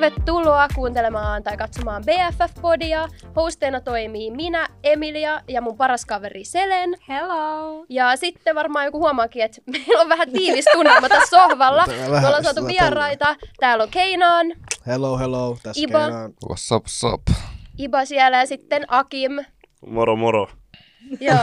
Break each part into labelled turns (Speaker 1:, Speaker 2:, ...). Speaker 1: Tervetuloa kuuntelemaan tai katsomaan BFF-podia. Hosteina toimii minä, Emilia ja mun paras kaveri Selen.
Speaker 2: Hello!
Speaker 1: Ja sitten varmaan joku huomaakin, että meillä on vähän tiivis tunnelma tässä sohvalla.
Speaker 3: Tää vähän
Speaker 1: Me ollaan saatu
Speaker 3: sillä
Speaker 1: vieraita. Täällä on Keinaan,
Speaker 3: Hello, hello. Tässä
Speaker 1: Iba.
Speaker 3: Keinaan.
Speaker 4: What's up, what's up?
Speaker 1: Iba siellä ja sitten Akim.
Speaker 5: Moro moro.
Speaker 1: Joo.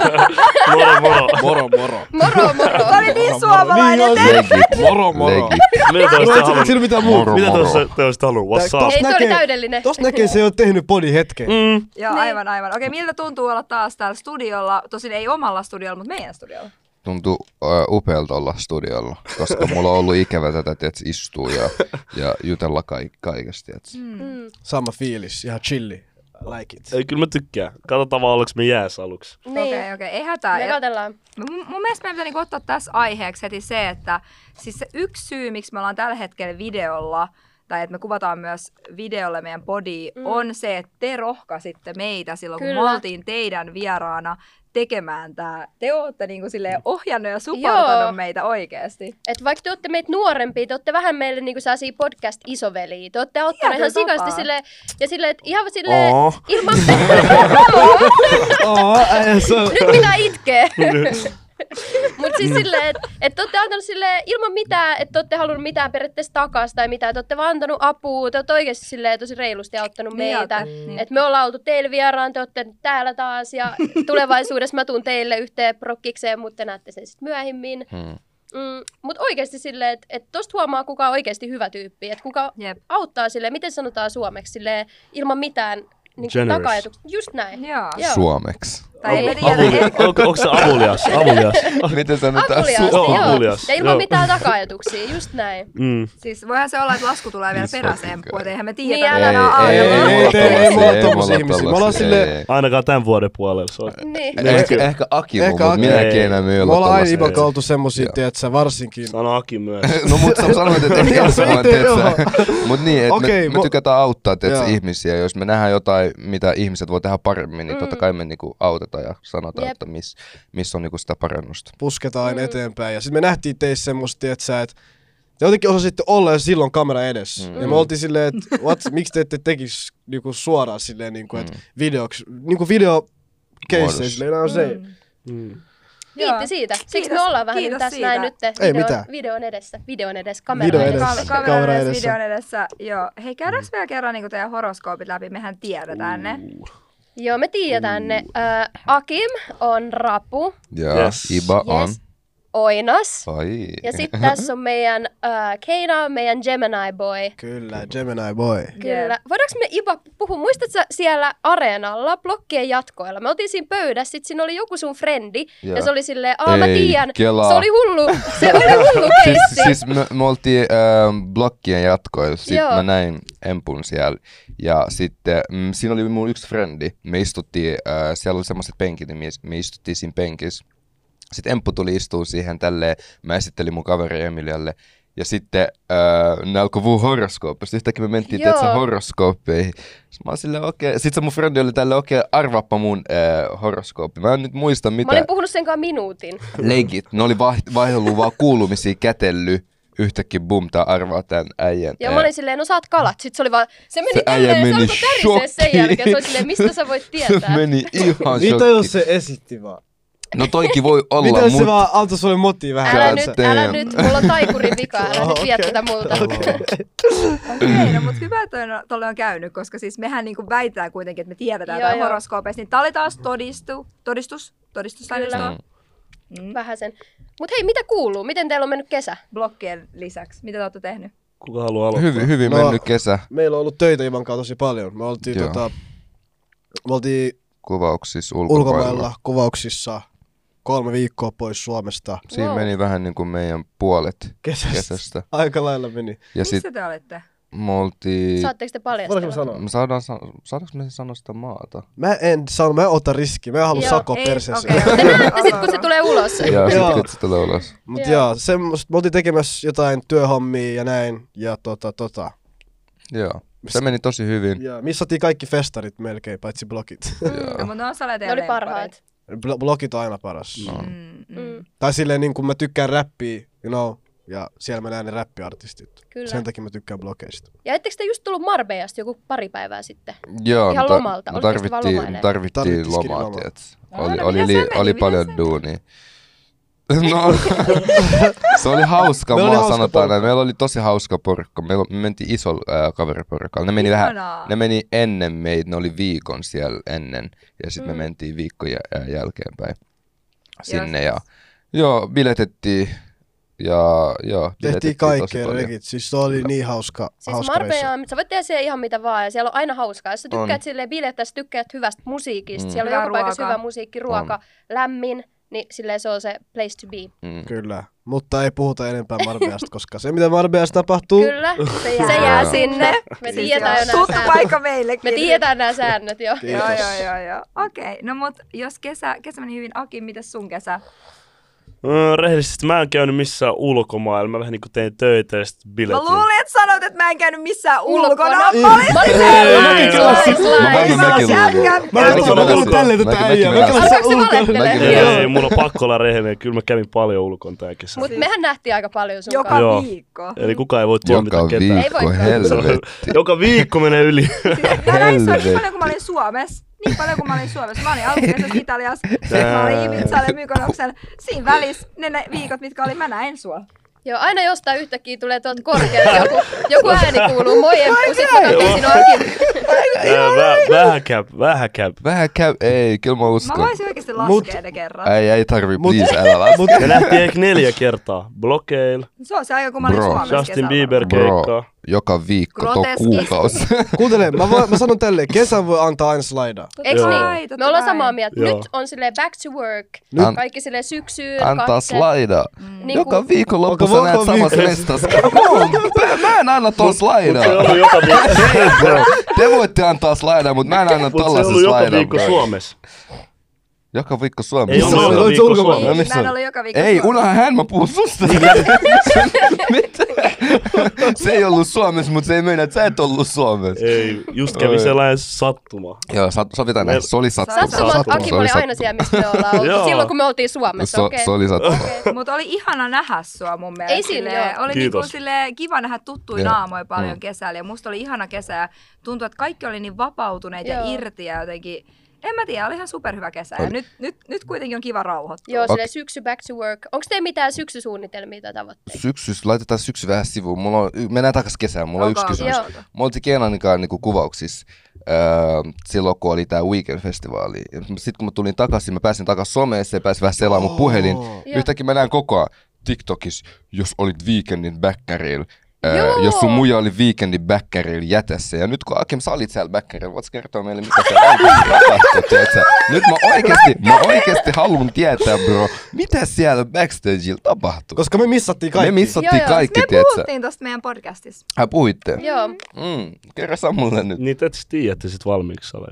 Speaker 5: Moro moro.
Speaker 4: Moro, moro.
Speaker 1: Moro, moro.
Speaker 2: Tämä oli niin suomalainen!
Speaker 3: Niin on.
Speaker 4: Legit.
Speaker 3: Moro, moro.
Speaker 4: Legit.
Speaker 5: Mitä te olisitte
Speaker 3: No, ei
Speaker 5: halunnut?
Speaker 3: siinä mitään muuta.
Speaker 4: Moro,
Speaker 5: Mitä te
Speaker 4: moro.
Speaker 5: olisitte- te olisitte halunnut? What's
Speaker 3: Tää-
Speaker 5: up?
Speaker 1: Ei, se oli
Speaker 3: näkee-
Speaker 1: täydellinen.
Speaker 3: Tossa näkee, se on tehnyt podi hetken.
Speaker 5: Mm.
Speaker 2: Joo,
Speaker 1: Niin.
Speaker 2: aivan, aivan. Okei, miltä tuntuu olla taas täällä studiolla? Tosin ei omalla studiolla, mutta meidän studiolla.
Speaker 4: Tuntuu uh, upealta olla studiolla, koska mulla on ollut ikävä tätä, tiedätkö, istua ja, ja jutella kaik- kaikesta, tiedätkö.
Speaker 1: Mm.
Speaker 3: Sama fiilis, ihan chilli. I like it.
Speaker 5: Ei, kyllä mä tykkään. Katsotaan vaan, oliko me jääs aluksi.
Speaker 1: Niin.
Speaker 2: Okei, okei, ei hätää.
Speaker 1: Me
Speaker 2: Ja-
Speaker 1: katsellaan.
Speaker 2: Mun, mun mielestä meidän pitää niinku ottaa tässä aiheeksi heti se, että siis se yksi syy, miksi me ollaan tällä hetkellä videolla, tai että me kuvataan myös videolle meidän body,
Speaker 1: Mm.
Speaker 2: mm. on se, että te rohkaisitte meitä silloin, Kyllä. kun
Speaker 1: Kyllä.
Speaker 2: me oltiin teidän vieraana tekemään tämä. Te ootte niinku silleen ohjannut ja
Speaker 1: Joo.
Speaker 2: supportannut meitä oikeasti.
Speaker 1: Et vaikka te olette meitä nuorempia, te olette vähän meille niinku sellaisia podcast-isoveliä. Te olette auttaneet ihan
Speaker 2: Tietyllä
Speaker 1: sikasti
Speaker 2: tapaa.
Speaker 1: sille ja sille, että ihan sille
Speaker 5: Oo.
Speaker 1: ilman...
Speaker 3: Oh, äh, se on-
Speaker 1: Nyt pitää itkeä. Mut siis silleen, että et te olette antanut sille ilman mitään, että te olette halunnut mitään periaatteessa takas tai mitään. Te olette vaan antanut apua, te olette oikeasti silleen tosi reilusti auttanut
Speaker 2: Niin
Speaker 1: meitä.
Speaker 2: olette, niin.
Speaker 1: Et me ollaan oltu teillä vieraan, te olette nyt täällä taas ja tulevaisuudessa mä tuun teille yhteen prokkikseen, mutta näette sen sitten myöhemmin.
Speaker 4: Hmm.
Speaker 1: Mm, mutta oikeasti silleen, että et tosta huomaa, kuka on oikeasti hyvä tyyppi. Että kuka
Speaker 2: Jep.
Speaker 1: auttaa sille, miten sanotaan suomeksi, sille ilman mitään niin
Speaker 5: Generous.
Speaker 1: taka Just näin.
Speaker 2: Joo.
Speaker 1: Joo.
Speaker 4: Suomeksi.
Speaker 2: Tai ei me tiedä,
Speaker 5: Avuli-
Speaker 2: ei,
Speaker 5: Onko onko se avulias? Avulias.
Speaker 4: Miten sanotaan
Speaker 1: Apuliasti,
Speaker 4: suomeksi?
Speaker 5: Joo,
Speaker 1: joo.
Speaker 5: apulias,
Speaker 1: Ja ilman
Speaker 5: joo.
Speaker 1: mitään taka-ajatuksia, just näin.
Speaker 5: Mm.
Speaker 2: Siis voihan se olla, että lasku tulee vielä
Speaker 4: Is fucking
Speaker 2: peräsemppu,
Speaker 4: good.
Speaker 2: että eihän me Mm.
Speaker 1: Niin,
Speaker 2: tiedä.
Speaker 1: älä-
Speaker 2: Niin,
Speaker 1: Ei,
Speaker 3: ei, ei, ei, ei, ei, me ollaan tommosia ihmisiä. Me ollaan silleen-
Speaker 5: Ainakaan tämän vuoden puolella. Se on.
Speaker 1: Niin.
Speaker 4: Ehkä, ehkä Aki,
Speaker 3: Ehkä
Speaker 4: mutta
Speaker 3: Aki.
Speaker 4: minäkin
Speaker 5: Ei.
Speaker 4: enää myy
Speaker 3: Me
Speaker 4: olla
Speaker 3: ollaan aina
Speaker 4: tommosia.
Speaker 3: Iba oltu semmosia, tiedätkö, varsinkin.
Speaker 5: Sano Aki myös.
Speaker 4: No mut sä sanoit, että ehkä
Speaker 3: Joo,
Speaker 4: jos mä
Speaker 3: itse,
Speaker 4: teet Mut niin, että
Speaker 3: Okei,
Speaker 4: me, me
Speaker 3: mu-
Speaker 4: tykätään auttaa teet
Speaker 3: Joo.
Speaker 4: ihmisiä. Jos me nähdään jotain, mitä ihmiset voi tehdä paremmin, niin
Speaker 1: Mm.
Speaker 4: totta kai me niinku autetaan ja sanotaan,
Speaker 1: Jep.
Speaker 4: että missä mis on niinku sitä parannusta.
Speaker 3: pusketaan aina
Speaker 1: Mm.
Speaker 3: eteenpäin. Ja sitten me nähtiin teissä semmoista, että sä, et, te jotenkin osasitte olla jo silloin kamera edessä.
Speaker 4: Mm.
Speaker 3: Ja me oltiin silleen, että what, miksi te ette tekis niinku suoraan silleen, niinku, että videoksi, niinku video
Speaker 4: Muodossa.
Speaker 3: keissejä, silleen, no se. Mm.
Speaker 5: Mm.
Speaker 1: Kiitti siitä. Siksi
Speaker 2: Kiitos-
Speaker 1: me ollaan vähän
Speaker 2: kiitos
Speaker 1: tässä
Speaker 2: siitä.
Speaker 1: näin nyt
Speaker 3: Ei
Speaker 1: videon,
Speaker 3: mitään.
Speaker 1: videon edessä. Videon edessä, kameran
Speaker 3: Video
Speaker 1: edessä.
Speaker 3: edessä.
Speaker 2: Ka- kameran
Speaker 3: Kameran
Speaker 2: edessä,
Speaker 3: edessä.
Speaker 2: videon edessä. Joo. Hei, käydäänkö vielä kerran niin teidän horoskoopit läpi? Mehän tiedetään
Speaker 3: Mm.
Speaker 2: ne.
Speaker 1: Joo, me tiedetään ne. Ö, Akim on rapu,
Speaker 4: Ja
Speaker 5: Yes.
Speaker 4: Iba on.
Speaker 1: Yes. Oinas.
Speaker 4: Ai.
Speaker 1: Ja sitten tässä on meidän äh, Keina, on meidän Gemini Boy.
Speaker 3: Kyllä, Gemini boy.
Speaker 1: Kyllä. Voidaanko me Iba puhua? Muistatko sä siellä areenalla blokkien jatkoilla? Me oltiin siinä pöydässä, sit siinä oli joku sun frendi, ja,
Speaker 4: Joo. Siis-
Speaker 1: se oli silleen, aa mä
Speaker 4: Ei
Speaker 1: tiedän,
Speaker 4: kelaa.
Speaker 1: se oli hullu, se oli hullu
Speaker 4: siis,
Speaker 1: keissi.
Speaker 4: siis me, me oltiin ähm, blokkien jatkoilla, sit
Speaker 1: Joo.
Speaker 4: mä näin Empun siellä. Ja sitten mm, siinä oli mun yksi frendi, me istuttiin, äh, siellä oli semmoiset penkit, niin me, me istuttiin siinä penkissä. Sitten Emppu tuli istua siihen tälleen, mä esittelin mun kaveri Emilialle. Ja sitten äh, ne alkoi puhua horoskoopista. Yhtäkkiä me mentiin
Speaker 1: Joo.
Speaker 4: tietysti horoskooppeihin. Sitten mä olin silleen, okei. Okay. Sitten se mun frendi oli tälle, okei, okay, arvaappa mun äh, horoskooppi. Mä en nyt muista
Speaker 1: Mä
Speaker 4: mitä.
Speaker 1: olin puhunut sen kanssa minuutin.
Speaker 4: Legit, ne oli vaih- vaihdellut vaan kuulumisia kätelly. Yhtäkkiä bum, tää arvaa tän äijän.
Speaker 1: Ja mä olin silleen, no saat kalat. Sitten se oli vaan, se meni
Speaker 4: Se äijä
Speaker 1: tälleen, se
Speaker 4: meni
Speaker 1: alkoi tärisee sen
Speaker 4: shokkiin.
Speaker 1: jälkeen. Se oli silleen, mistä sä voit
Speaker 4: Se
Speaker 1: tietää?
Speaker 4: meni ihan
Speaker 3: Mitä jos
Speaker 4: shokki.
Speaker 3: se esitti vaan?
Speaker 4: No toikin voi olla,
Speaker 3: Mitä jos se
Speaker 4: mutta...
Speaker 3: vaan antoi sulle motia vähän?
Speaker 1: Älä
Speaker 4: God
Speaker 1: nyt,
Speaker 4: damn.
Speaker 1: älä nyt, mulla on taikurin vika, älä
Speaker 3: Oh,
Speaker 1: nyt vie
Speaker 3: okei.
Speaker 1: tätä multa.
Speaker 2: Okei, no mutta hyvä toi no, tolle on käynyt, koska siis mehän niinku väitetään kuitenkin, että me tiedetään
Speaker 1: Joo,
Speaker 2: tämä
Speaker 1: joo.
Speaker 2: horoskoopeista. Niin tää oli taas todistu, todistus,
Speaker 1: Kyllä.
Speaker 3: Mm.
Speaker 2: todistusaineistoa
Speaker 1: Vähän sen. Mut hei, mitä kuuluu? Miten teillä on mennyt kesä?
Speaker 2: blokkien lisäksi. Mitä te olette tehnyt?
Speaker 5: Kuka haluaa aloittaa?
Speaker 4: Hyvin, hyvin
Speaker 3: No.
Speaker 4: mennyt kesä
Speaker 3: Meillä on ollut töitä Ivan kanssa tosi paljon. Me oltiin,
Speaker 4: Joo.
Speaker 3: tota, me oltiin
Speaker 4: kuvauksissa ulkomailla.
Speaker 3: ulkomailla kuvauksissa kolme viikkoa pois Suomesta.
Speaker 4: Siinä
Speaker 1: Wow.
Speaker 4: meni vähän niin kuin meidän puolet
Speaker 3: Kesästä.
Speaker 4: kesästä.
Speaker 3: Aika lailla meni.
Speaker 4: Ja
Speaker 2: Missä
Speaker 4: sit
Speaker 2: te olitte?
Speaker 4: me oltiin...
Speaker 1: Saatteko te
Speaker 3: Voidaanko mä
Speaker 1: paljastella?
Speaker 3: sanoa?
Speaker 4: Me saadaan, sa- saadaanko me sanoa sitä maata?
Speaker 3: Mä en sano, mä en ota riski. Mä en halua
Speaker 1: Joo,
Speaker 3: sakoa
Speaker 2: ei,
Speaker 3: perseessä.
Speaker 2: okei.
Speaker 1: Te näette sit, kun se tulee ulos.
Speaker 4: Ja
Speaker 3: Joo.
Speaker 4: sit kun se tulee ulos.
Speaker 3: Mut
Speaker 1: Joo.
Speaker 3: joo, semmoista, me oltiin tekemässä jotain työhommia ja näin, ja tota tota.
Speaker 4: Joo. Se meni tosi hyvin.
Speaker 3: Ja missattiin kaikki festarit melkein, paitsi blogit.
Speaker 1: Mm.
Speaker 2: No, mutta ne on sellainen
Speaker 1: Ne
Speaker 2: teidän
Speaker 1: oli parhaat.
Speaker 3: Bl- blogit on aina paras.
Speaker 4: No.
Speaker 2: lemparit. Mm, mm.
Speaker 1: Mm.
Speaker 3: Tai silleen niin kun mä tykkään räppiä, you know, ja siellä mä näen ne räppiartistit.
Speaker 1: Kyllä.
Speaker 3: Sen takia mä tykkään blogeista.
Speaker 1: Ja ettekö te just tullut Marbejasta joku pari päivää sitten?
Speaker 4: Joo,
Speaker 1: Ihan
Speaker 4: me
Speaker 1: lomalta,
Speaker 4: me
Speaker 1: olitteko te vaan
Speaker 4: tarvittiin,
Speaker 1: lomailee?
Speaker 4: me tarvittiin
Speaker 3: Tarvittiinkin
Speaker 4: lomaa,
Speaker 3: lomaa.
Speaker 4: tiiäts.
Speaker 2: Aa,
Speaker 4: Oli,
Speaker 2: no
Speaker 4: oli,
Speaker 2: mitä
Speaker 4: li,
Speaker 2: sä
Speaker 4: oli
Speaker 2: meni,
Speaker 4: paljon
Speaker 2: mitä sä
Speaker 4: duunia. No, se oli hauska
Speaker 3: Me oli
Speaker 4: maa,
Speaker 3: hauska
Speaker 4: sanotaan
Speaker 3: porukka.
Speaker 4: näin. Meillä oli tosi hauska porukka. Meillä, me mentiin isolla äh, kaveriporukalla. Ne meni vähän,
Speaker 2: Ihanaa.
Speaker 4: ne meni ennen meitä, ne oli viikon siellä ennen. Ja sitten
Speaker 1: Mm.
Speaker 4: me mentiin viikko jä, äh, jälkeenpäin sinne. Ja,
Speaker 2: Joo, siis-
Speaker 4: joo, biletettiin ja joo,
Speaker 3: Tehtiin
Speaker 4: biletettiin tosi
Speaker 3: kaikkea
Speaker 4: paljon.
Speaker 3: regit, siis se oli niin hauska,
Speaker 1: Siis
Speaker 3: hauska reissu.
Speaker 1: Marbeja, sä voit tehdä siellä ihan mitä vaan ja siellä on aina hauskaa. Jos sä tykkäät
Speaker 4: On.
Speaker 1: silleen bilettää, sä tykkäät hyvästä musiikista,
Speaker 4: Mm.
Speaker 1: mm. siellä on
Speaker 2: Hyvää
Speaker 1: joka paikassa
Speaker 2: ruokaa.
Speaker 1: hyvä musiikki, ruoka, lämmin, niin silleen se on se place to be.
Speaker 4: Mm.
Speaker 3: Kyllä, mutta ei puhuta enempää Marbeasta, koska se mitä Marbeassa tapahtuu,
Speaker 1: Kyllä, se jää,
Speaker 4: Se jää
Speaker 1: sinne. Me
Speaker 3: Siis
Speaker 1: tiedetään jo nämä
Speaker 2: Tuttu
Speaker 1: säännöt.
Speaker 2: paikka meillekin.
Speaker 1: Me tiedetään nämä säännöt jo.
Speaker 3: Kiitos.
Speaker 2: Joo, joo, joo, joo. Okei, no mut jos kesä, kesä meni hyvin, Aki, mitäs sun kesä?
Speaker 5: Mm, rehellisesti mä en käynyt missään ulkomailla. Mä vähän niinku tein töitä ja sitten
Speaker 2: Mä
Speaker 5: biletin.
Speaker 2: luulin, että sanoit, että mä en käynyt missään ulkona.
Speaker 1: Ulkona.
Speaker 2: Mä olin
Speaker 1: Mä olin
Speaker 2: siellä.
Speaker 1: siellä live,
Speaker 5: Ei, ei,
Speaker 1: live,
Speaker 4: Mä
Speaker 1: live.
Speaker 4: mäkin
Speaker 2: Ei,
Speaker 4: luulin.
Speaker 2: se on jätkä.
Speaker 3: Mä en
Speaker 4: Mäkin
Speaker 3: sano,
Speaker 4: merasin.
Speaker 3: kun pelletä
Speaker 4: Mäkin-
Speaker 3: äijää.
Speaker 4: mäkin
Speaker 3: Mä
Speaker 4: merasin.
Speaker 3: kävin
Speaker 1: Alkoiko se valehtelemaan?
Speaker 4: Mäkin
Speaker 1: Joo.
Speaker 4: merasin.
Speaker 5: Ei, mulla on pakko olla rehellinen. Kyllä mä kävin paljon ulkona tää kesä.
Speaker 1: Mut mehän nähtiin aika paljon sun
Speaker 2: Joka
Speaker 1: kanssa.
Speaker 5: Joo.
Speaker 2: viikko.
Speaker 5: Eli kukaan ei voi tuomita
Speaker 4: Joka
Speaker 5: ketään.
Speaker 1: Ei
Speaker 4: viikko,
Speaker 1: voikaan.
Speaker 4: helvetti.
Speaker 5: Joka viikko menee yli.
Speaker 2: Siis Mä näin sua niin
Speaker 4: Helvetti.
Speaker 2: paljon kuin mä olin Suomessa. Niin paljon kuin mä olin Suomessa. Mä olin alkukesässä Italiassa, sitten mä olin Ibizalla ja Mykonoksella. Siinä välissä ne, ne viikot, mitkä oli, mä näin sua.
Speaker 1: Joo, aina jostain yhtäkkiä tulee tuolta korkealta joku, joku ääni kuuluu, moi Emppu, sit mä
Speaker 5: Joo.
Speaker 1: katsoin sinun onkin.
Speaker 5: Ää, vä- Vähän käp, vähän käp.
Speaker 4: Vähän käy, ei, kyllä mä
Speaker 2: Mä
Speaker 4: uskon.
Speaker 2: voisin oikeasti
Speaker 3: Mut-
Speaker 2: laskea ne kerran.
Speaker 4: Ei, ei tarvi,
Speaker 3: Mut-
Speaker 4: please, älä laske.
Speaker 3: Mut,
Speaker 5: Me nähtiin ehkä neljä kertaa. Blokeil,
Speaker 2: Se on se aika, kun mä olin
Speaker 4: Bro.
Speaker 2: Suomessa
Speaker 5: Justin
Speaker 2: kesällä.
Speaker 5: Bieber
Speaker 4: Bro,
Speaker 5: keikka.
Speaker 4: joka viikko, tuo
Speaker 2: Groteski.
Speaker 4: kuukausi.
Speaker 3: kuuntele, mä, voin, mä sanon tälleen, kesän voi antaa aina slaidaa.
Speaker 1: Eiks
Speaker 5: Joo.
Speaker 2: Ai,
Speaker 1: niin?
Speaker 2: totta
Speaker 1: Me ollaan
Speaker 2: kai.
Speaker 1: samaa mieltä.
Speaker 5: Joo.
Speaker 1: Nyt on sille back to work.
Speaker 4: Nyt-
Speaker 1: Kaikki sille syksyyn,
Speaker 4: Antaa
Speaker 1: katse.
Speaker 4: slaida.
Speaker 3: Mm.
Speaker 1: Niinku-
Speaker 4: Joka viikon loppu
Speaker 3: Joka
Speaker 4: sä näet
Speaker 3: viikon
Speaker 4: samassa
Speaker 3: viikon.
Speaker 4: mestassa. Come on, mä en anna tuon slaidaa.
Speaker 5: Se oli joka viikko.
Speaker 4: Hei bro, te voitte antaa slaidaa, mutta mä en anna
Speaker 5: Mut se
Speaker 4: tollasen
Speaker 5: oli joka
Speaker 4: slaidan.
Speaker 5: viikko
Speaker 4: bro.
Speaker 5: Suomessa.
Speaker 4: Joka viikko Suomessa.
Speaker 5: Ei ollut
Speaker 3: Suomessa.
Speaker 5: joka
Speaker 3: Olit
Speaker 5: viikko
Speaker 3: ulkomailla.
Speaker 5: Suomessa.
Speaker 4: No
Speaker 2: Niin,
Speaker 4: missä
Speaker 2: mä en
Speaker 4: on?
Speaker 2: ole joka viikko
Speaker 4: Ei,
Speaker 2: Suomessa. Niin,
Speaker 4: unohan hän, mä puhun susta. Mitä? Se ei ollut Suomessa, mutta se ei meinaa, että sä et ollut Suomessa.
Speaker 5: Ei, just kävi
Speaker 4: Oi.
Speaker 5: sellainen sattuma.
Speaker 4: Joo, sa- sovitaan näin. Se oli sattuma.
Speaker 1: Sattumat
Speaker 4: Sattuma,
Speaker 1: Aki
Speaker 4: se
Speaker 1: oli aina
Speaker 4: sattuma.
Speaker 1: siellä, missä me ollaan oltu.
Speaker 5: Joo.
Speaker 1: Silloin, kun me oltiin Suomessa,
Speaker 4: Se-
Speaker 1: okei.
Speaker 4: Se oli sattuma.
Speaker 2: Mutta oli ihana nähdä sua mun mielestä.
Speaker 1: Ei siinä,
Speaker 2: Silleen,
Speaker 1: joo.
Speaker 2: Oli
Speaker 5: Kiitos.
Speaker 2: niinku silleen kiva nähdä tuttuja
Speaker 4: Joo.
Speaker 2: naamoja paljon
Speaker 4: Mm.
Speaker 2: kesällä. Ja musta oli ihana kesä ja tuntui, että kaikki oli niin vapautuneet ja
Speaker 1: Joo.
Speaker 2: irti ja jotenkin... En mä tiedä, oli ihan superhyvä kesä. Ja
Speaker 4: Oli.
Speaker 2: nyt, nyt, nyt kuitenkin on kiva rauhoittua.
Speaker 1: Joo, sille
Speaker 4: Okei.
Speaker 1: syksy back to work. Onko teillä mitään syksysuunnitelmia tai tavoitteita?
Speaker 4: syksys, laitetaan syksy vähän sivuun. Mulla on, y- mennään takaisin kesään, mulla on yksi
Speaker 2: Olkaa
Speaker 4: kysymys.
Speaker 1: Joo.
Speaker 4: Mä oltiin Keenanin kanssa niinku kuvauksissa öö, silloin, kun oli tää Weekend-festivaali. Sitten kun mä tulin takaisin, mä pääsin takaisin someeseen, pääsin vähän selaamaan mun puhelin.
Speaker 1: Joo.
Speaker 4: Yhtäkkiä mä näen koko ajan TikTokissa, jos olit viikendin bäkkärillä.
Speaker 1: Joo.
Speaker 4: Öö, jos sun muija oli viikendin bäkkärillä, jätä se. Ja nyt kun Akim, sä olit siellä bäkkärillä, voit sä kertoa meille, mitä sä oikeasti tapahtui, tiedätkö? Nyt mä oikeasti, mä oikeasti haluan tietää, bro, mitä siellä backstageilla tapahtuu.
Speaker 3: Koska me missattiin
Speaker 4: Me
Speaker 3: kaikki.
Speaker 4: missattiin
Speaker 1: Joo, joo.
Speaker 4: kaikki,
Speaker 2: Me
Speaker 4: tiedätkö?
Speaker 2: puhuttiin tosta meidän podcastissa.
Speaker 4: Hän puhuitte.
Speaker 1: Joo.
Speaker 4: Mm, kerro Samulle nyt.
Speaker 5: Niin te et tiedätte sit valmiiksi ole.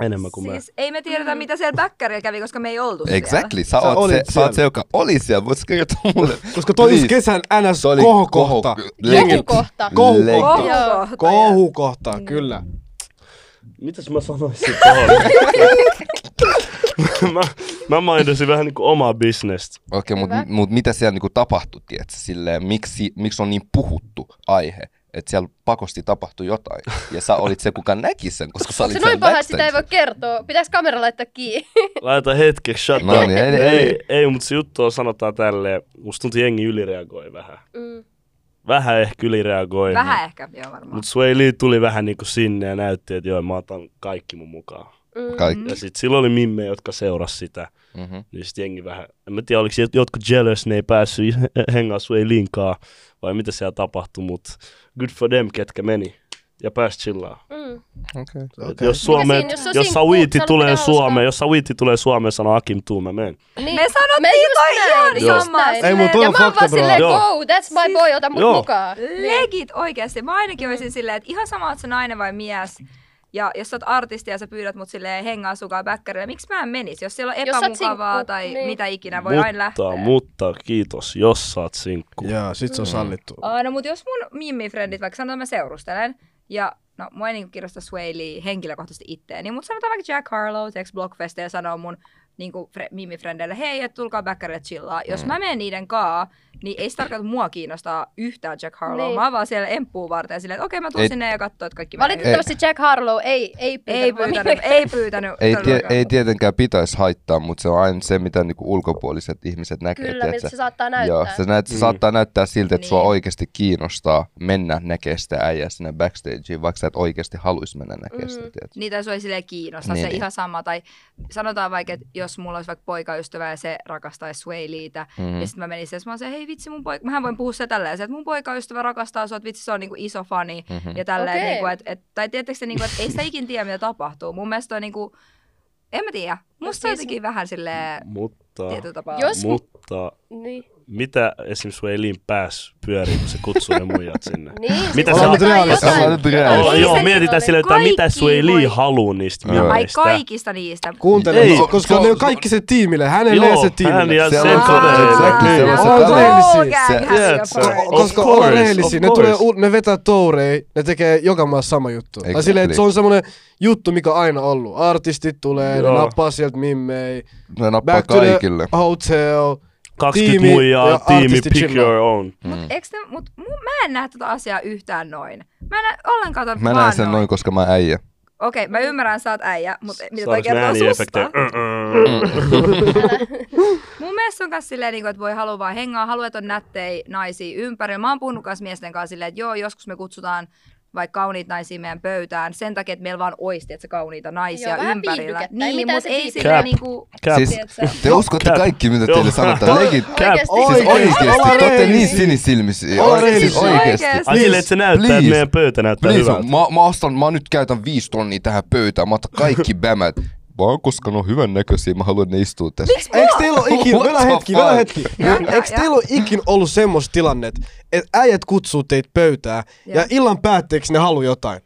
Speaker 5: Enemmän kuin me.
Speaker 2: Siis ei me tiedetä, mitä siellä bäkkärillä kävi, koska me ei oltu
Speaker 4: Exactly, sä,
Speaker 3: Sä
Speaker 4: oot
Speaker 3: olit
Speaker 4: se, sä oot se,
Speaker 3: siellä.
Speaker 4: joka oli siellä. Voitko kertoa mulle?
Speaker 3: Koska toi olisi
Speaker 4: Please.
Speaker 3: kesän ns
Speaker 4: Se oli
Speaker 3: kohokohta.
Speaker 4: koho-
Speaker 1: Joku
Speaker 4: legit.
Speaker 1: kohta.
Speaker 3: Kohu-
Speaker 4: Legit.
Speaker 2: siellä.
Speaker 1: Joo.
Speaker 2: Kohukohta.
Speaker 3: Kohukohta, kyllä.
Speaker 5: Mitäs mä sanoisin tohon? mä, mä mainisin vähän niinku omaa bisnestä.
Speaker 4: Okei,
Speaker 1: Hyvä.
Speaker 4: mutta mut mitä siellä niinku tapahtui, tiedätkö? Silleen, miksi, miksi on niin puhuttu aihe? Että siellä pakosti tapahtui jotain. Ja sä olit se, kuka näki sen, koska sä
Speaker 1: Onko
Speaker 4: olit
Speaker 1: se
Speaker 4: siellä
Speaker 1: noin paha, että sitä
Speaker 4: backstage.
Speaker 1: ei voi kertoa? Pitäis kamera laittaa kiinni?
Speaker 5: Laita hetkeksi shut
Speaker 4: No
Speaker 5: up.
Speaker 4: niin, ei- ei-
Speaker 5: ei, ei, ei mutta se juttu on sanotaan tälleen, musta tuntuu jengi ylireagoi vähän.
Speaker 1: Mm.
Speaker 5: Vähän ehkä ylireagoi.
Speaker 2: Vähän ehkä, joo varmaan.
Speaker 5: Mut Sway Lee tuli vähän niinku sinne ja näytti, että joo, mä otan kaikki mun mukaan.
Speaker 1: Mm.
Speaker 4: Kaikki.
Speaker 5: Ja sit silloin oli mimme, jotka seurasi sitä.
Speaker 4: Mm-hmm.
Speaker 5: Niin sit jengi vähän, en mä tiedä oliko siellä jotkut jealous, ne ei päässyt hengaa Sway Linkaa vai mitä siellä tapahtui, mut good for them, ketkä meni ja pääs chillaa.
Speaker 1: Mm.
Speaker 4: Okay.
Speaker 5: Okay. Jos, Suomeen,
Speaker 1: siinä, jos
Speaker 5: jos,
Speaker 1: on
Speaker 5: jos
Speaker 1: sinkku,
Speaker 5: Sawiiti
Speaker 1: se on
Speaker 5: tulee
Speaker 1: hauskaa.
Speaker 5: Suomeen, jos Sawiiti tulee Suomeen, sanoo Akim, tuu mä menen.
Speaker 1: Niin.
Speaker 2: Me
Speaker 1: Me
Speaker 2: sanottiin
Speaker 1: just näin,
Speaker 2: toi ihan
Speaker 1: just
Speaker 2: samaa.
Speaker 1: näin.
Speaker 2: silleen-
Speaker 3: Ei, mut toi
Speaker 1: Ja
Speaker 3: on
Speaker 1: mä oon
Speaker 3: fakta,
Speaker 1: vaan
Speaker 3: bro.
Speaker 1: silleen,
Speaker 5: Joo.
Speaker 1: go, that's my boy, ota mut
Speaker 5: Joo.
Speaker 1: mukaan.
Speaker 2: Legit oikeasti. Mä ainakin
Speaker 1: Niin.
Speaker 2: olisin silleen, että ihan sama, että sä nainen vai mies. Ja jos sä oot artisti ja sä pyydät mut silleen hengaa sukaan bäkkärille, miksi mä en menis? Jos siellä on
Speaker 1: Jos sä oot
Speaker 2: epämukavaa
Speaker 1: sinkku,
Speaker 2: tai
Speaker 1: niin.
Speaker 2: mitä ikinä, voi aina
Speaker 5: Mutta,
Speaker 2: lähteä.
Speaker 5: mutta kiitos, jos saat sinkku.
Speaker 3: Joo, sit se on sallittu.
Speaker 2: Aa, no mut jos mun mimmifrendit, vaikka sanotaan mä seurustelen, ja no mua ei niinku kirjoista Sway Lee henkilökohtaisesti itteeni, mutta sanotaan vaikka Jack Harlow, teeks Blockfesta ja
Speaker 4: Mm.
Speaker 2: sanoo mun niinku fre- mimmifrendeille, hei, et tulkaa bäkkärille chillaa. Jos mä menen niiden kaa, niin ei se tarkoita, että mua kiinnostaa yhtään Jack Harlow.
Speaker 1: Niin.
Speaker 2: Niin. Mä oon vaan siellä emppuun varten ja silleen, että okei mä tuun
Speaker 4: Ei-
Speaker 2: sinne ja katsoin, että kaikki menee hyvin.
Speaker 1: Valitettavasti Jack Harlow ei, ei pyytänyt.
Speaker 2: Ei pyytänyt, ei pyytänyt.
Speaker 4: Ei, tie,
Speaker 2: todellakaan.
Speaker 4: ei tietenkään pitäisi haittaa, mutta se on aina se, mitä niinku ulkopuoliset ihmiset näkee.
Speaker 1: Kyllä,
Speaker 4: tiedätkö?
Speaker 1: miltä se saattaa
Speaker 4: Joo,
Speaker 1: näyttää.
Speaker 4: se, näet, se
Speaker 5: Mm.
Speaker 4: saattaa näyttää siltä, että niin. sua
Speaker 2: Niin.
Speaker 4: oikeasti kiinnostaa mennä näkemään sitä äijää sinne backstageen, vaikka sä et oikeasti haluaisi mennä näkemään sitä.
Speaker 1: Mm.
Speaker 4: tiedätkö?
Speaker 2: Niitä sua ei silleen kiinnosta,
Speaker 4: Niin,
Speaker 2: niin, se
Speaker 4: niin.
Speaker 2: niin. ihan sama. Tai sanotaan vaikka, että jos mulla olisi vaikka poikaystävä ja se rakastaisi Sway Leeitä,
Speaker 4: Mm.
Speaker 2: Ja sitten mä menin siihen, mä oon se, hei vitsi, mun poika, mähän voin puhua se tälleen, se, että mun poikaystävä rakastaa sua, että vitsi, se on niinku iso fani.
Speaker 4: Mhm.
Speaker 2: Mm-hmm. Ja tälleen,
Speaker 1: Okei.
Speaker 2: okay. niinku, et, et, tai tiedättekö se, niinku, että ei sitä ikin tiedä, mitä tapahtuu. Mun mielestä toi niinku, en mä tiedä, musta
Speaker 1: siis-
Speaker 2: siis... jotenkin vähän silleen
Speaker 5: Mutta,
Speaker 2: tietyllä tapaa.
Speaker 1: Jos-
Speaker 5: mutta
Speaker 1: Niin.
Speaker 5: mitä esimerkiksi Waylin pääs pyörii, kun se kutsuu ne muijat sinne?
Speaker 1: Niin,
Speaker 5: Mitä
Speaker 1: siis
Speaker 5: sä-
Speaker 1: totta kai
Speaker 3: Ollaan nyt
Speaker 1: jotain-
Speaker 4: realistisia.
Speaker 1: jotain
Speaker 5: Joo,
Speaker 4: Ei
Speaker 5: joo
Speaker 1: lisäksi
Speaker 5: mietitään
Speaker 1: oli.
Speaker 5: silleen, että mitä
Speaker 2: Kaikki
Speaker 5: Swayli
Speaker 2: voi-
Speaker 5: haluaa niistä
Speaker 4: Joo.
Speaker 2: Ai
Speaker 5: mieheistä.
Speaker 2: kaikista niistä.
Speaker 3: Kuuntele,
Speaker 5: Ei,
Speaker 3: ei, koska
Speaker 5: se-
Speaker 3: ne on kaikki se tiimille, hänelle ja
Speaker 5: Joo,
Speaker 3: se tiimille.
Speaker 5: hän ja
Speaker 4: Se
Speaker 5: sen
Speaker 4: on-
Speaker 5: todella.
Speaker 4: Exactly, se on se
Speaker 3: Ollaan
Speaker 4: tavoite.
Speaker 3: rehellisiä.
Speaker 4: Se-
Speaker 2: Se,
Speaker 5: Tiedät sä,
Speaker 3: Ko-
Speaker 5: Of
Speaker 3: Koska
Speaker 5: course,
Speaker 3: ollaan
Speaker 5: of
Speaker 3: rehellisiä, ne,
Speaker 5: course.
Speaker 3: tulee, u- ne vetää tourei, ne tekee joka maassa sama juttu.
Speaker 4: Exactly.
Speaker 3: Tai silleen, että se on semmoinen juttu, mikä aina ollut. Artistit tulee,
Speaker 5: Joo.
Speaker 3: ne nappaa sieltä mimmei.
Speaker 4: Ne No, nappaa
Speaker 3: Back to the Ah,
Speaker 4: kaikille.
Speaker 3: hotel.
Speaker 5: 20
Speaker 3: Tiimi
Speaker 5: muijaa,
Speaker 3: ja
Speaker 5: tiimi,
Speaker 3: artisti
Speaker 5: pick
Speaker 3: chillaa.
Speaker 5: your own.
Speaker 2: Eks ne, mut, mu, mä en näe tätä asiaa yhtään noin. Mä en näe ollenkaan tätä
Speaker 4: Mä näen
Speaker 2: vaan
Speaker 4: sen noin, koska mä äijä.
Speaker 2: Okei, mä ymmärrän, sä oot äijä, mutta mitä
Speaker 5: Saadaanko
Speaker 2: toi kertoo
Speaker 5: ääniefektejä?
Speaker 2: susta?
Speaker 5: mm,
Speaker 3: Mm.
Speaker 2: Mun mielestä se on myös silleen, niinku, että voi haluaa vaan hengaa, haluaa, että on nättejä naisia ympärillä. Mä oon puhunut myös miesten kanssa silleen, että joo, joskus me kutsutaan vaikka kauniita naisia meidän pöytään sen takia, että meillä vaan oisti, että se kauniita naisia
Speaker 1: Joo, vähän
Speaker 2: ympärillä.
Speaker 1: viihdykettä, ei
Speaker 2: Niin,
Speaker 1: mitään
Speaker 2: mutta
Speaker 1: se
Speaker 2: ei
Speaker 1: viihdyke.
Speaker 5: Cap.
Speaker 2: silleen niinku...
Speaker 5: Cap.
Speaker 4: Siis te uskotte
Speaker 5: Cap.
Speaker 4: kaikki, mitä
Speaker 5: Joo.
Speaker 4: teille sanotaan. Legit.
Speaker 5: Cap.
Speaker 1: Oikeesti.
Speaker 4: Siis
Speaker 3: Oikeesti,
Speaker 4: oikeesti,
Speaker 3: ollaan
Speaker 4: te olette niin
Speaker 3: rehellisiä.
Speaker 4: sinisilmisiä.
Speaker 3: Ollaan
Speaker 4: Oikeesti, siis
Speaker 3: rehellisiä.
Speaker 4: oikeesti.
Speaker 5: Ai silleen, että se näyttää, että
Speaker 4: please.
Speaker 5: meidän pöytä näyttää
Speaker 4: Please,
Speaker 5: hyvältä.
Speaker 4: mä, mä, ostan, mä nyt käytän viisi tonnia tähän pöytään, mä otan kaikki bämät. Vaan koska ne on hyvän näköisiä, mä haluan ne istua tässä.
Speaker 3: Eiks teillä ole ikin,
Speaker 4: What
Speaker 3: vielä
Speaker 4: the
Speaker 3: hetki,
Speaker 4: fuck?
Speaker 3: vielä hetki.
Speaker 2: Ja, ja,
Speaker 3: Eiks
Speaker 2: ja.
Speaker 3: teillä ole ikin ollut semmoista tilannet, että äijät kutsuu teitä pöytää ja
Speaker 2: Joo.
Speaker 3: illan päätteeksi ne haluaa jotain?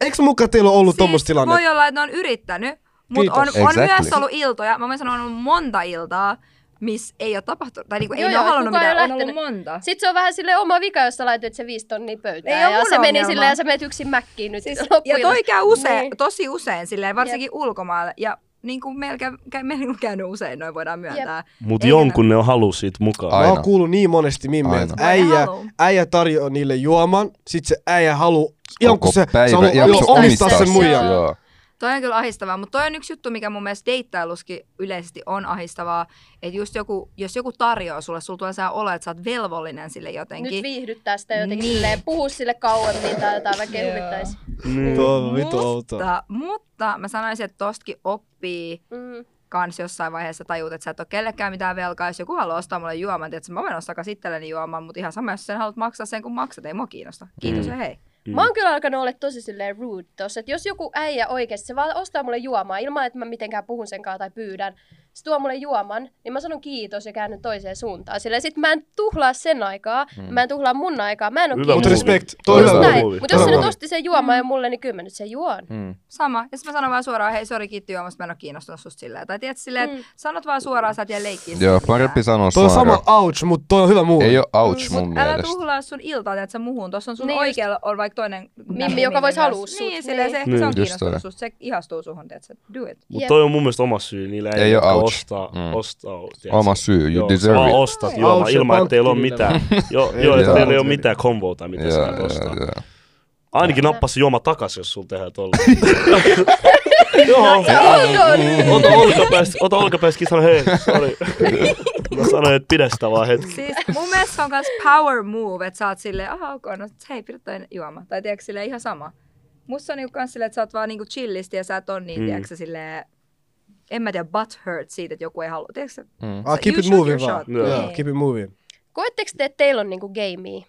Speaker 3: Eiks muka teillä ole ollut tommoista tilannetta?
Speaker 2: Siis voi olla, että ne on yrittänyt, mutta on,
Speaker 3: Kiitos.
Speaker 2: on
Speaker 4: Exactly.
Speaker 2: myös ollut iltoja. Mä voin sanoa, on ollut monta iltaa, missä ei ole tapahtunut, tai niinku ei
Speaker 1: Joo,
Speaker 2: ne
Speaker 1: joo,
Speaker 2: ole halunnut
Speaker 1: kukaan ei
Speaker 2: mitään, on
Speaker 1: ole
Speaker 2: ollut monta.
Speaker 1: Sitten se on vähän sille oma vika, jos sä laitat se viisi tonnia pöytään.
Speaker 2: Ei oo
Speaker 1: ja
Speaker 2: mun
Speaker 1: se meni
Speaker 2: ongelma.
Speaker 1: silleen ja sä menet yksin mäkkiin nyt
Speaker 2: Siis, ja
Speaker 1: loppuillasta.
Speaker 2: toi käy usein,
Speaker 1: Niin.
Speaker 2: niin. tosi usein, silleen, varsinkin ulkomailla. Ja niin kuin meillä, käy, käy, meillä on käynyt usein, noin voidaan myöntää.
Speaker 5: Mut
Speaker 2: Ei
Speaker 5: jonkun ne on halu siitä mukaan.
Speaker 4: Aina.
Speaker 3: Mä oon kuullut niin monesti mimmeä, että
Speaker 2: Aina. Voi ne
Speaker 3: äijä,
Speaker 2: haluu.
Speaker 3: äijä tarjoaa niille juoman, sit se äijä haluu, ihan
Speaker 4: Koko
Speaker 3: kun se,
Speaker 4: päivä,
Speaker 3: se haluu
Speaker 4: ihan kun se
Speaker 3: omistaa
Speaker 1: omistaa
Speaker 3: sen
Speaker 1: sen.
Speaker 3: muijan.
Speaker 4: Joo.
Speaker 2: Toi on kyllä ahistavaa, mutta toi on yksi juttu, mikä mun mielestä deittailuskin yleisesti on ahistavaa. Että just joku, jos joku tarjoaa sulle, sulla tulee sellainen olo, että sä oot velvollinen sille
Speaker 1: Nyt
Speaker 2: jotenkin.
Speaker 1: viihdyttää sitä jotenkin
Speaker 2: Niin.
Speaker 1: silleen, puhu sille kauemmin tai jotain, vaikka ei
Speaker 2: Joo.
Speaker 1: huvittaisi.
Speaker 2: Niin.
Speaker 3: Tuo on vitu outoa.
Speaker 2: mutta, mutta mä sanoisin, että tostakin oppii
Speaker 1: Mm.
Speaker 2: kans jossain vaiheessa tajut, että sä et ole kellekään mitään velkaa. Jos joku haluaa ostaa mulle juoman, että mä menen ostaa itselleni juoman, mutta ihan sama, jos sen haluat maksaa sen, kun maksat, ei mua kiinnosta. Kiitos
Speaker 5: Mm.
Speaker 2: mm. ja hei.
Speaker 1: Mä oon kyllä alkanut olla tosi silleen rude tossa, että jos joku äijä oikeesti, se vaan ostaa mulle juomaa ilman, että mä mitenkään puhun sen kanssa tai pyydän. Se tuo mulle juoman, niin mä sanon kiitos ja käännyn toiseen suuntaan. Silleen sit mä en tuhlaa sen aikaa, mm. mä en tuhlaa mun aikaa, mä en oo
Speaker 5: Hyvä
Speaker 3: Mutta
Speaker 5: Mut
Speaker 1: kiinnostunut.
Speaker 3: respect,
Speaker 5: Toi
Speaker 3: toi on
Speaker 5: on hyvä
Speaker 3: hyvä.
Speaker 1: Näin,
Speaker 5: Muovi.
Speaker 1: mutta jos se
Speaker 3: Muovi.
Speaker 1: nyt osti sen juomaan ja mulle, niin kyllä mä nyt sen juon.
Speaker 4: Mm.
Speaker 2: Sama. Ja sitten mä sanon vaan suoraan, hei, sori, kiitti juomasta, mä en ole kiinnostunut susta silleen. Tai tiedät silleen, että
Speaker 1: Mm.
Speaker 2: sanot vaan suoraan, sä et jää leikkiä.
Speaker 4: Joo,
Speaker 2: siitä
Speaker 4: parempi sanoa
Speaker 3: Toi on
Speaker 4: suoraan.
Speaker 3: sama ouch, mutta toi on hyvä muu.
Speaker 4: Ei oo ouch
Speaker 2: Mm, Mut
Speaker 4: mun
Speaker 2: älä
Speaker 4: mielestä.
Speaker 2: tuhlaa sun iltaa, että sä muuhun. Tuossa on sun
Speaker 1: Niin
Speaker 2: niin
Speaker 1: just.
Speaker 2: oikealla on vaikka toinen.
Speaker 1: Mimmi, joka vois halua
Speaker 2: myös.
Speaker 1: sut.
Speaker 2: Niin,
Speaker 1: Niin.
Speaker 2: silleen se,
Speaker 5: Niin,
Speaker 2: ehkä se on
Speaker 4: just toi.
Speaker 2: kiinnostunut susta. Se ihastuu suhun, tiedät sä. Do it.
Speaker 5: Mut
Speaker 1: Jep.
Speaker 5: toi on mun mielestä oma syy niillä
Speaker 4: Ei
Speaker 5: ei, niinku
Speaker 4: oo
Speaker 5: jotka
Speaker 4: ouch.
Speaker 5: ostaa,
Speaker 4: Mm.
Speaker 5: ostaa. tiedätkö?
Speaker 4: Oma syy, you
Speaker 5: Joo,
Speaker 4: deserve
Speaker 5: Vaan
Speaker 4: it.
Speaker 5: ostat juomaa
Speaker 3: Ouch,
Speaker 5: ilman, että teillä on
Speaker 3: pankkitilillä.
Speaker 5: mitään. Joo,
Speaker 3: Ei
Speaker 5: joo, että
Speaker 4: mitään.
Speaker 5: teillä ei ole
Speaker 3: Ouch.
Speaker 5: mitään komboota, mitä sä
Speaker 4: Joo,
Speaker 5: et
Speaker 4: joo,
Speaker 5: ostaa.
Speaker 4: joo.
Speaker 5: Ainakin nappas juoma takas, jos sulla tehdään tolla. Joo, ota olkapäästä, ota olkapäästä, sano hei, sorry. Mä sanoin, että pidä sitä vaan hetki.
Speaker 2: Siis mun mielestä se on myös power move, että sä oot silleen, aha ok, no hei, pidä toi juoma. Tai tiedätkö, silleen ihan sama. Musta on niinku kans silleen, että sä oot vaan niinku chillisti ja sä et on niin,
Speaker 5: Mm.
Speaker 2: mm. tiedätkö, sä, silleen, en mä tiedä, butt hurt siitä, että joku ei halua. Tiedätkö, sä-
Speaker 3: Ah,
Speaker 2: sä-
Speaker 3: keep
Speaker 2: you
Speaker 3: it
Speaker 2: shoot
Speaker 3: moving
Speaker 2: your
Speaker 3: vaan.
Speaker 2: shot. Niin.
Speaker 5: Joo.
Speaker 3: Joo, keep it moving.
Speaker 1: Koetteko te, että teillä on niinku gamea?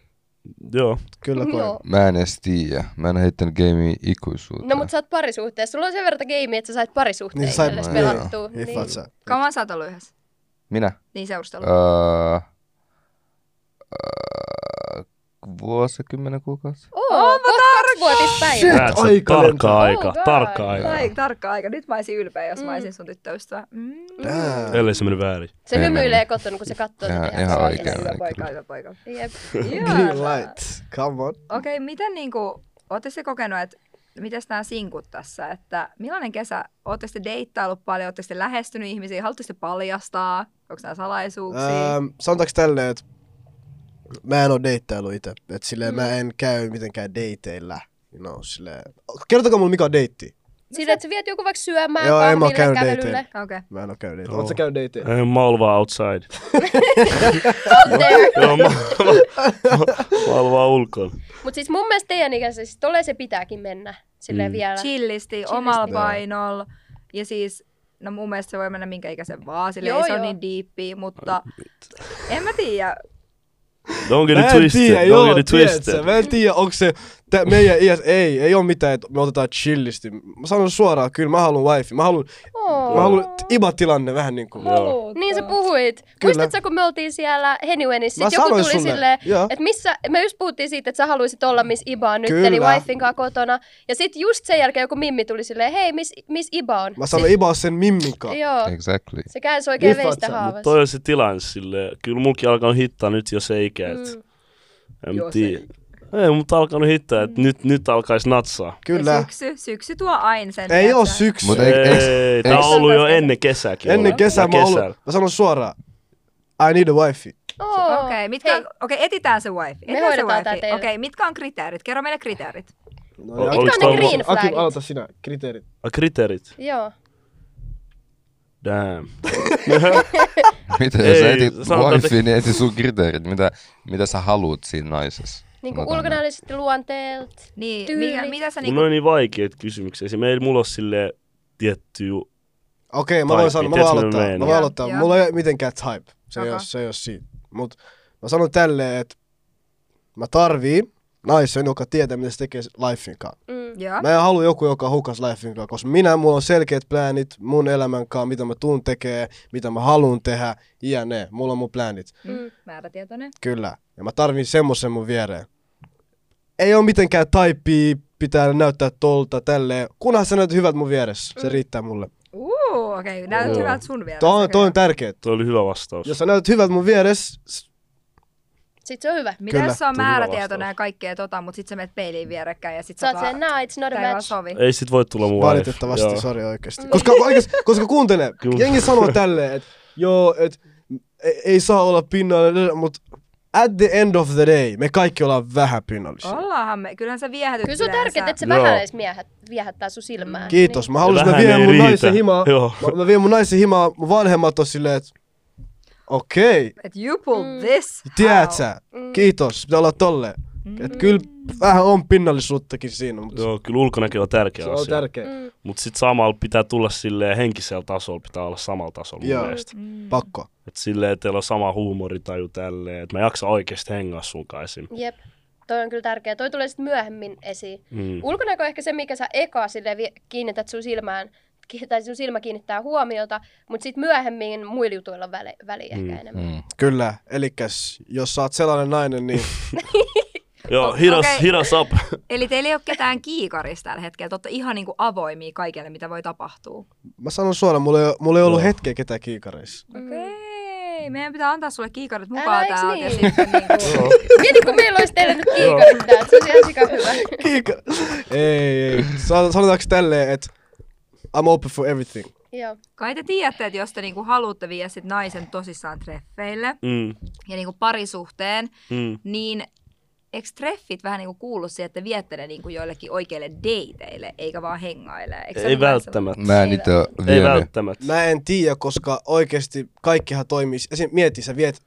Speaker 5: Joo.
Speaker 3: Kyllä koen.
Speaker 4: Mä en edes tiedä. Mä en oo heittänyt gamea ikuisuuteen.
Speaker 1: No mutta sä oot parisuhteessa. Sulla on sen verran gamea, että sä sait parisuhteen
Speaker 3: Niin sä sait-
Speaker 1: itsellesi
Speaker 4: joo.
Speaker 1: pelattua.
Speaker 3: Ei
Speaker 1: Niin.
Speaker 3: fatsa.
Speaker 2: Kauan sä oot ollut yhdessä?
Speaker 4: Minä?
Speaker 2: Niin seurustelu.
Speaker 4: Öö, öö, vuosikymmenen kuukautta.
Speaker 1: Oo, kohta kaksivuotispäivä.
Speaker 5: Näet sä,
Speaker 3: aika
Speaker 5: tarkka
Speaker 3: lentää.
Speaker 5: aika,
Speaker 1: Oh god.
Speaker 5: tarkka aika.
Speaker 2: Tai tarkka aika. Nyt mä olisin ylpeä, jos
Speaker 1: Mm.
Speaker 2: mä olisin sun tyttöystävä. Mm.
Speaker 3: Damn.
Speaker 5: Ellei se mene väärin.
Speaker 1: Se
Speaker 4: Ei
Speaker 1: hymyilee kotona, kun se katsoo
Speaker 4: Ihan-
Speaker 1: tätä
Speaker 4: ihan
Speaker 1: jaksoa.
Speaker 4: oikein.
Speaker 2: Hyvä
Speaker 4: Kyllä.
Speaker 2: poika, hyvä poika.
Speaker 1: Jep.
Speaker 3: Green light, come on.
Speaker 2: Okei, okay, miten niinku, ootte se kokenut, että mitäs nämä sinkut tässä, että millainen kesä, ootte te deittailut paljon, ootte te lähestynyt ihmisiä, haluatte te paljastaa, onko nämä salaisuuksia?
Speaker 3: Ähm, sanotaanko tälleen, että mä en oo deittailu itse. Et silleen mä en käy mitenkään dateilla. No, silleen. Kertokaa mulle mikä on deitti.
Speaker 1: Siinä, että sä viet joku vaikka syömään,
Speaker 3: Joo, en mä oo
Speaker 1: kahville,
Speaker 3: käynyt
Speaker 1: kävelylle.
Speaker 3: dateilla.
Speaker 2: Okei.
Speaker 3: Mä en oo käy deittailu.
Speaker 5: Joo.
Speaker 3: Oot sä käy deittailu?
Speaker 5: Ei, mä oon vaan outside.
Speaker 1: There.
Speaker 5: Joo, mä, mä, mä, mä oon vaan ulkona.
Speaker 1: Mut siis mun mielestä teidän ikäisessä, siis tolleen se pitääkin mennä. Silleen
Speaker 5: Mm.
Speaker 1: vielä.
Speaker 2: Chillisti, omalla painolla. Ja siis, no mun mielestä se voi mennä minkä ikäisen vaan, sille
Speaker 1: Joo,
Speaker 2: ei se ole
Speaker 1: joo.
Speaker 2: niin diippiä, mutta en mä tiedä.
Speaker 5: Don't get
Speaker 3: Mä
Speaker 5: it
Speaker 3: en
Speaker 5: twisted.
Speaker 3: tiedä,
Speaker 5: Don't get
Speaker 3: joo,
Speaker 5: it
Speaker 3: tiedät
Speaker 5: twisted.
Speaker 3: sä, mä en tiedä, onko se tä, meidän iäs, ei, ei oo mitään, että me otetaan chillisti. Mä sanon suoraan, kyllä mä haluan wifi, mä haluan,
Speaker 1: Oo.
Speaker 3: mä haluan IBA-tilanne vähän niinku.
Speaker 5: Joo.
Speaker 1: Niin sä puhuit.
Speaker 3: Kyllä.
Speaker 1: Muistatko, kun me oltiin siellä Henuenissa,
Speaker 3: Mä
Speaker 1: sit joku
Speaker 3: sanoin
Speaker 1: tuli
Speaker 3: sulle.
Speaker 1: silleen,
Speaker 3: Joo.
Speaker 1: että missä, me just puhuttiin siitä, että sä haluaisit olla Miss Iba on nyt,
Speaker 3: Kyllä.
Speaker 1: eli wifin kanssa kotona. Ja sit just sen jälkeen joku mimmi tuli silleen, hei, Miss, miss Iba on.
Speaker 3: Mä sanon IBA on sen mimminkaan.
Speaker 1: Sit, joo,
Speaker 4: Exactly.
Speaker 1: se käänsi oikein
Speaker 3: Liffaat
Speaker 1: veistä
Speaker 3: sä, mut
Speaker 1: haavassa.
Speaker 5: Toi on se tilanne silleen. Kyllä mulkin alkanut hittaa nyt jo seikä, et
Speaker 1: Mm.
Speaker 5: en
Speaker 2: Jos
Speaker 5: tiedä. Ei, mutta alkanut hittaa, että nyt, nyt alkais natsaa.
Speaker 2: Ja
Speaker 3: Kyllä.
Speaker 2: syksy, syksy tuo aina sen.
Speaker 3: Ei
Speaker 2: tiedätkö?
Speaker 3: oo syksy.
Speaker 4: Mut ei- eiks-
Speaker 5: Ei, tää on
Speaker 4: eiks-
Speaker 5: ollut jo ennen kesääkin.
Speaker 3: Ennen
Speaker 5: ollut.
Speaker 3: kesää
Speaker 5: Ja
Speaker 3: mä, ollut,
Speaker 5: kesällä.
Speaker 3: mä sanon suoraan, I need a wifi.
Speaker 1: Oo.
Speaker 2: Okei, okay, mitkä
Speaker 1: Hei,
Speaker 2: on, okei, etitään se wifi. Etitään se
Speaker 1: hoidetaan tää
Speaker 2: wifi. Okei,
Speaker 1: teille.
Speaker 2: okay, mitkä on kriteerit? Kerro meille kriteerit.
Speaker 3: No,
Speaker 5: O-
Speaker 3: ja-
Speaker 5: oliko
Speaker 1: Mitkä on ne toi- green flagit?
Speaker 3: Akib, aloita sinä, kriteerit.
Speaker 5: A, Kriteerit.
Speaker 1: Joo.
Speaker 5: Damn.
Speaker 4: Mitä jos sä
Speaker 5: Ei,
Speaker 4: etit
Speaker 5: sanotaan, että-
Speaker 4: wifi, niin etit sun kriteerit, mitä, mitä sä haluut siinä naisessa.
Speaker 1: Niin kuin
Speaker 4: Sanotaan näin.
Speaker 1: ulkonäöllisesti luonteelta.
Speaker 2: Niin,
Speaker 1: Tyyli.
Speaker 2: mikä, mitä sä
Speaker 5: Mulla
Speaker 2: niinku...
Speaker 5: on niin vaikeet kysymyksiä. Esimerkiksi mulla on silleen tiettyjä
Speaker 3: Okei, mä
Speaker 5: Type,
Speaker 3: voin sanoa, mä
Speaker 5: tiedätkö,
Speaker 3: voin
Speaker 5: mitä mä
Speaker 3: aloittaa.
Speaker 5: meen?
Speaker 3: Mä voin
Speaker 2: Joo,
Speaker 3: aloittaa,
Speaker 2: joo.
Speaker 3: mulla ei ole mitenkään type. Se ei
Speaker 2: Okei.
Speaker 3: oo, se ei oo siitä. Mut mä sanon tälleen, että mä tarviin naisen, joka tietää, mitä se tekee lifein kanssa.
Speaker 1: Mm.
Speaker 2: Joo.
Speaker 3: Mä en halua joku, joka hukas lifein kanssa, koska minä, mulla on selkeät pläänit mun elämän kanssa, mitä mä tuun tekee, mitä mä haluan tehdä, jne. Mulla on mun pläänit.
Speaker 1: Mm.
Speaker 2: Määrätietoinen.
Speaker 3: Kyllä. Ja mä tarvin semmosen mun viereen. Ei oo mitenkään taipii, pitää näyttää tolta, tälleen. Kunhan sä näytät hyvältä mun vieressä, se riittää mulle.
Speaker 2: Uu, okei, okay, näytät
Speaker 5: Joo.
Speaker 2: hyvältä sun vielä.
Speaker 3: Toi on, toi on tärkeet.
Speaker 5: Tuo oli hyvä vastaus.
Speaker 3: Jos sä näytät hyvältä mun vieressä, s-
Speaker 1: Sit se on hyvä.
Speaker 2: Mitä
Speaker 3: Kyllä.
Speaker 2: jos se on
Speaker 5: Tuli hyvä
Speaker 2: määrätietoinen
Speaker 5: vastaus.
Speaker 2: ja kaikkea tota, mut sit sä menet peiliin vierekkäin ja sit
Speaker 1: Sä
Speaker 2: sä
Speaker 1: oot sen,
Speaker 2: vaan...
Speaker 1: nah, it's not a
Speaker 2: Tää ei vaan
Speaker 1: match.
Speaker 2: sovi.
Speaker 5: Ei sit voi tulla mun wife.
Speaker 3: valitettavasti,
Speaker 5: Joo.
Speaker 3: sori oikeesti. Koska, oikeas, koska kuuntele,
Speaker 5: Kyllä.
Speaker 3: jengi sanoo tälleen, että joo, et, ei, ei saa olla pinnalla, mutta at the end of the day, me kaikki ollaan vähän pinnallisia.
Speaker 2: Ollaanhan me, kyllähän sä viehätyt
Speaker 1: Kyllä se on
Speaker 2: yleensä.
Speaker 1: tärkeää, että se
Speaker 5: Joo.
Speaker 1: vähän edes miehät, viehättää sun silmään.
Speaker 3: Kiitos, mä halusin, mä
Speaker 5: Vähän
Speaker 3: vien
Speaker 5: ei
Speaker 3: mun
Speaker 5: riitä.
Speaker 3: naisen himaa,
Speaker 5: Joo.
Speaker 3: mä, mä vien mun naisen himaa, mun vanhemmat on silleen, että okei, okay,
Speaker 2: Et you pulled
Speaker 1: Mm.
Speaker 2: this
Speaker 3: tiedät
Speaker 2: out.
Speaker 3: sä, kiitos, pitää olla tolle. Että kyllä vähän on pinnallisuuttakin siinä, mutta
Speaker 5: Joo, kyllä ulkonäkö on tärkeä
Speaker 3: se
Speaker 5: asia.
Speaker 3: on tärkeä,
Speaker 5: Mutta sitten samalla pitää tulla silleen henkisellä tasolla, pitää olla samalla tasolla mun
Speaker 3: Joo.
Speaker 5: mielestä.
Speaker 3: pakko.
Speaker 5: Et silleen, että teillä on sama huumorintaju tälleen, että mä jaksan oikeasti hengaa sun kanssa esim.
Speaker 1: Niin. Jep. Toi on kyllä tärkeä. Toi tulee sitten myöhemmin esiin.
Speaker 5: Mm.
Speaker 1: Ulkonäkö on ehkä se, mikä sä eka sille vi- kiinnität sun silmään, ki- tai sun silmä kiinnittää huomiota, mutta sitten myöhemmin muilla jutuilla on väli, väliä ehkä
Speaker 5: Mm,
Speaker 1: enemmän.
Speaker 4: Mm.
Speaker 3: Kyllä, elikäs, jos sä oot sellainen nainen, niin
Speaker 5: Joo,
Speaker 2: O-
Speaker 5: hit us,
Speaker 2: okei.
Speaker 5: hit us up.
Speaker 2: Eli teillä ei ole ketään kiikarissa tällä hetkellä. Te ootte ihan niinku avoimia kaikelle, mitä voi tapahtua.
Speaker 3: mä sanon suoraan, mulla ei, oo- mulla ei ollut
Speaker 5: Joo.
Speaker 3: hetkeä ketään kiikareissa.
Speaker 2: Okei, Mm. meidän pitää antaa sulle kiikarit
Speaker 5: Mm.
Speaker 1: Älä,
Speaker 2: mukaan
Speaker 1: eiks
Speaker 2: täältä.
Speaker 1: niin?
Speaker 2: Niin? Ja sitten niinku...
Speaker 1: Mieti, kun meillä olisi teillä nyt kiikarit tää, et se olisi ihan sika hyvä.
Speaker 3: Kiikari? ei, ei. Sa- Sanotaanko tälleen, että I'm open for everything.
Speaker 1: Joo.
Speaker 2: Kai te tiedätte, että jos te niinku haluatte viedä sit naisen tosissaan treffeille
Speaker 5: Mm,
Speaker 2: ja niinku parisuhteen,
Speaker 5: mm.
Speaker 2: niin eikö treffit vähän niinku kuulu siihen, että viette ne niinku joillekin oikeille dateille, eikä vaan hengaille? Eikö se
Speaker 5: Ei
Speaker 2: ole vähän sellainen-
Speaker 5: välttämättä.
Speaker 4: Mä en ite oo
Speaker 3: Mm.
Speaker 5: Ei
Speaker 4: vienyt.
Speaker 5: välttämättä.
Speaker 3: Mä en tiedä, koska oikeasti kaikkihan toimii. Esim. mieti, sä viet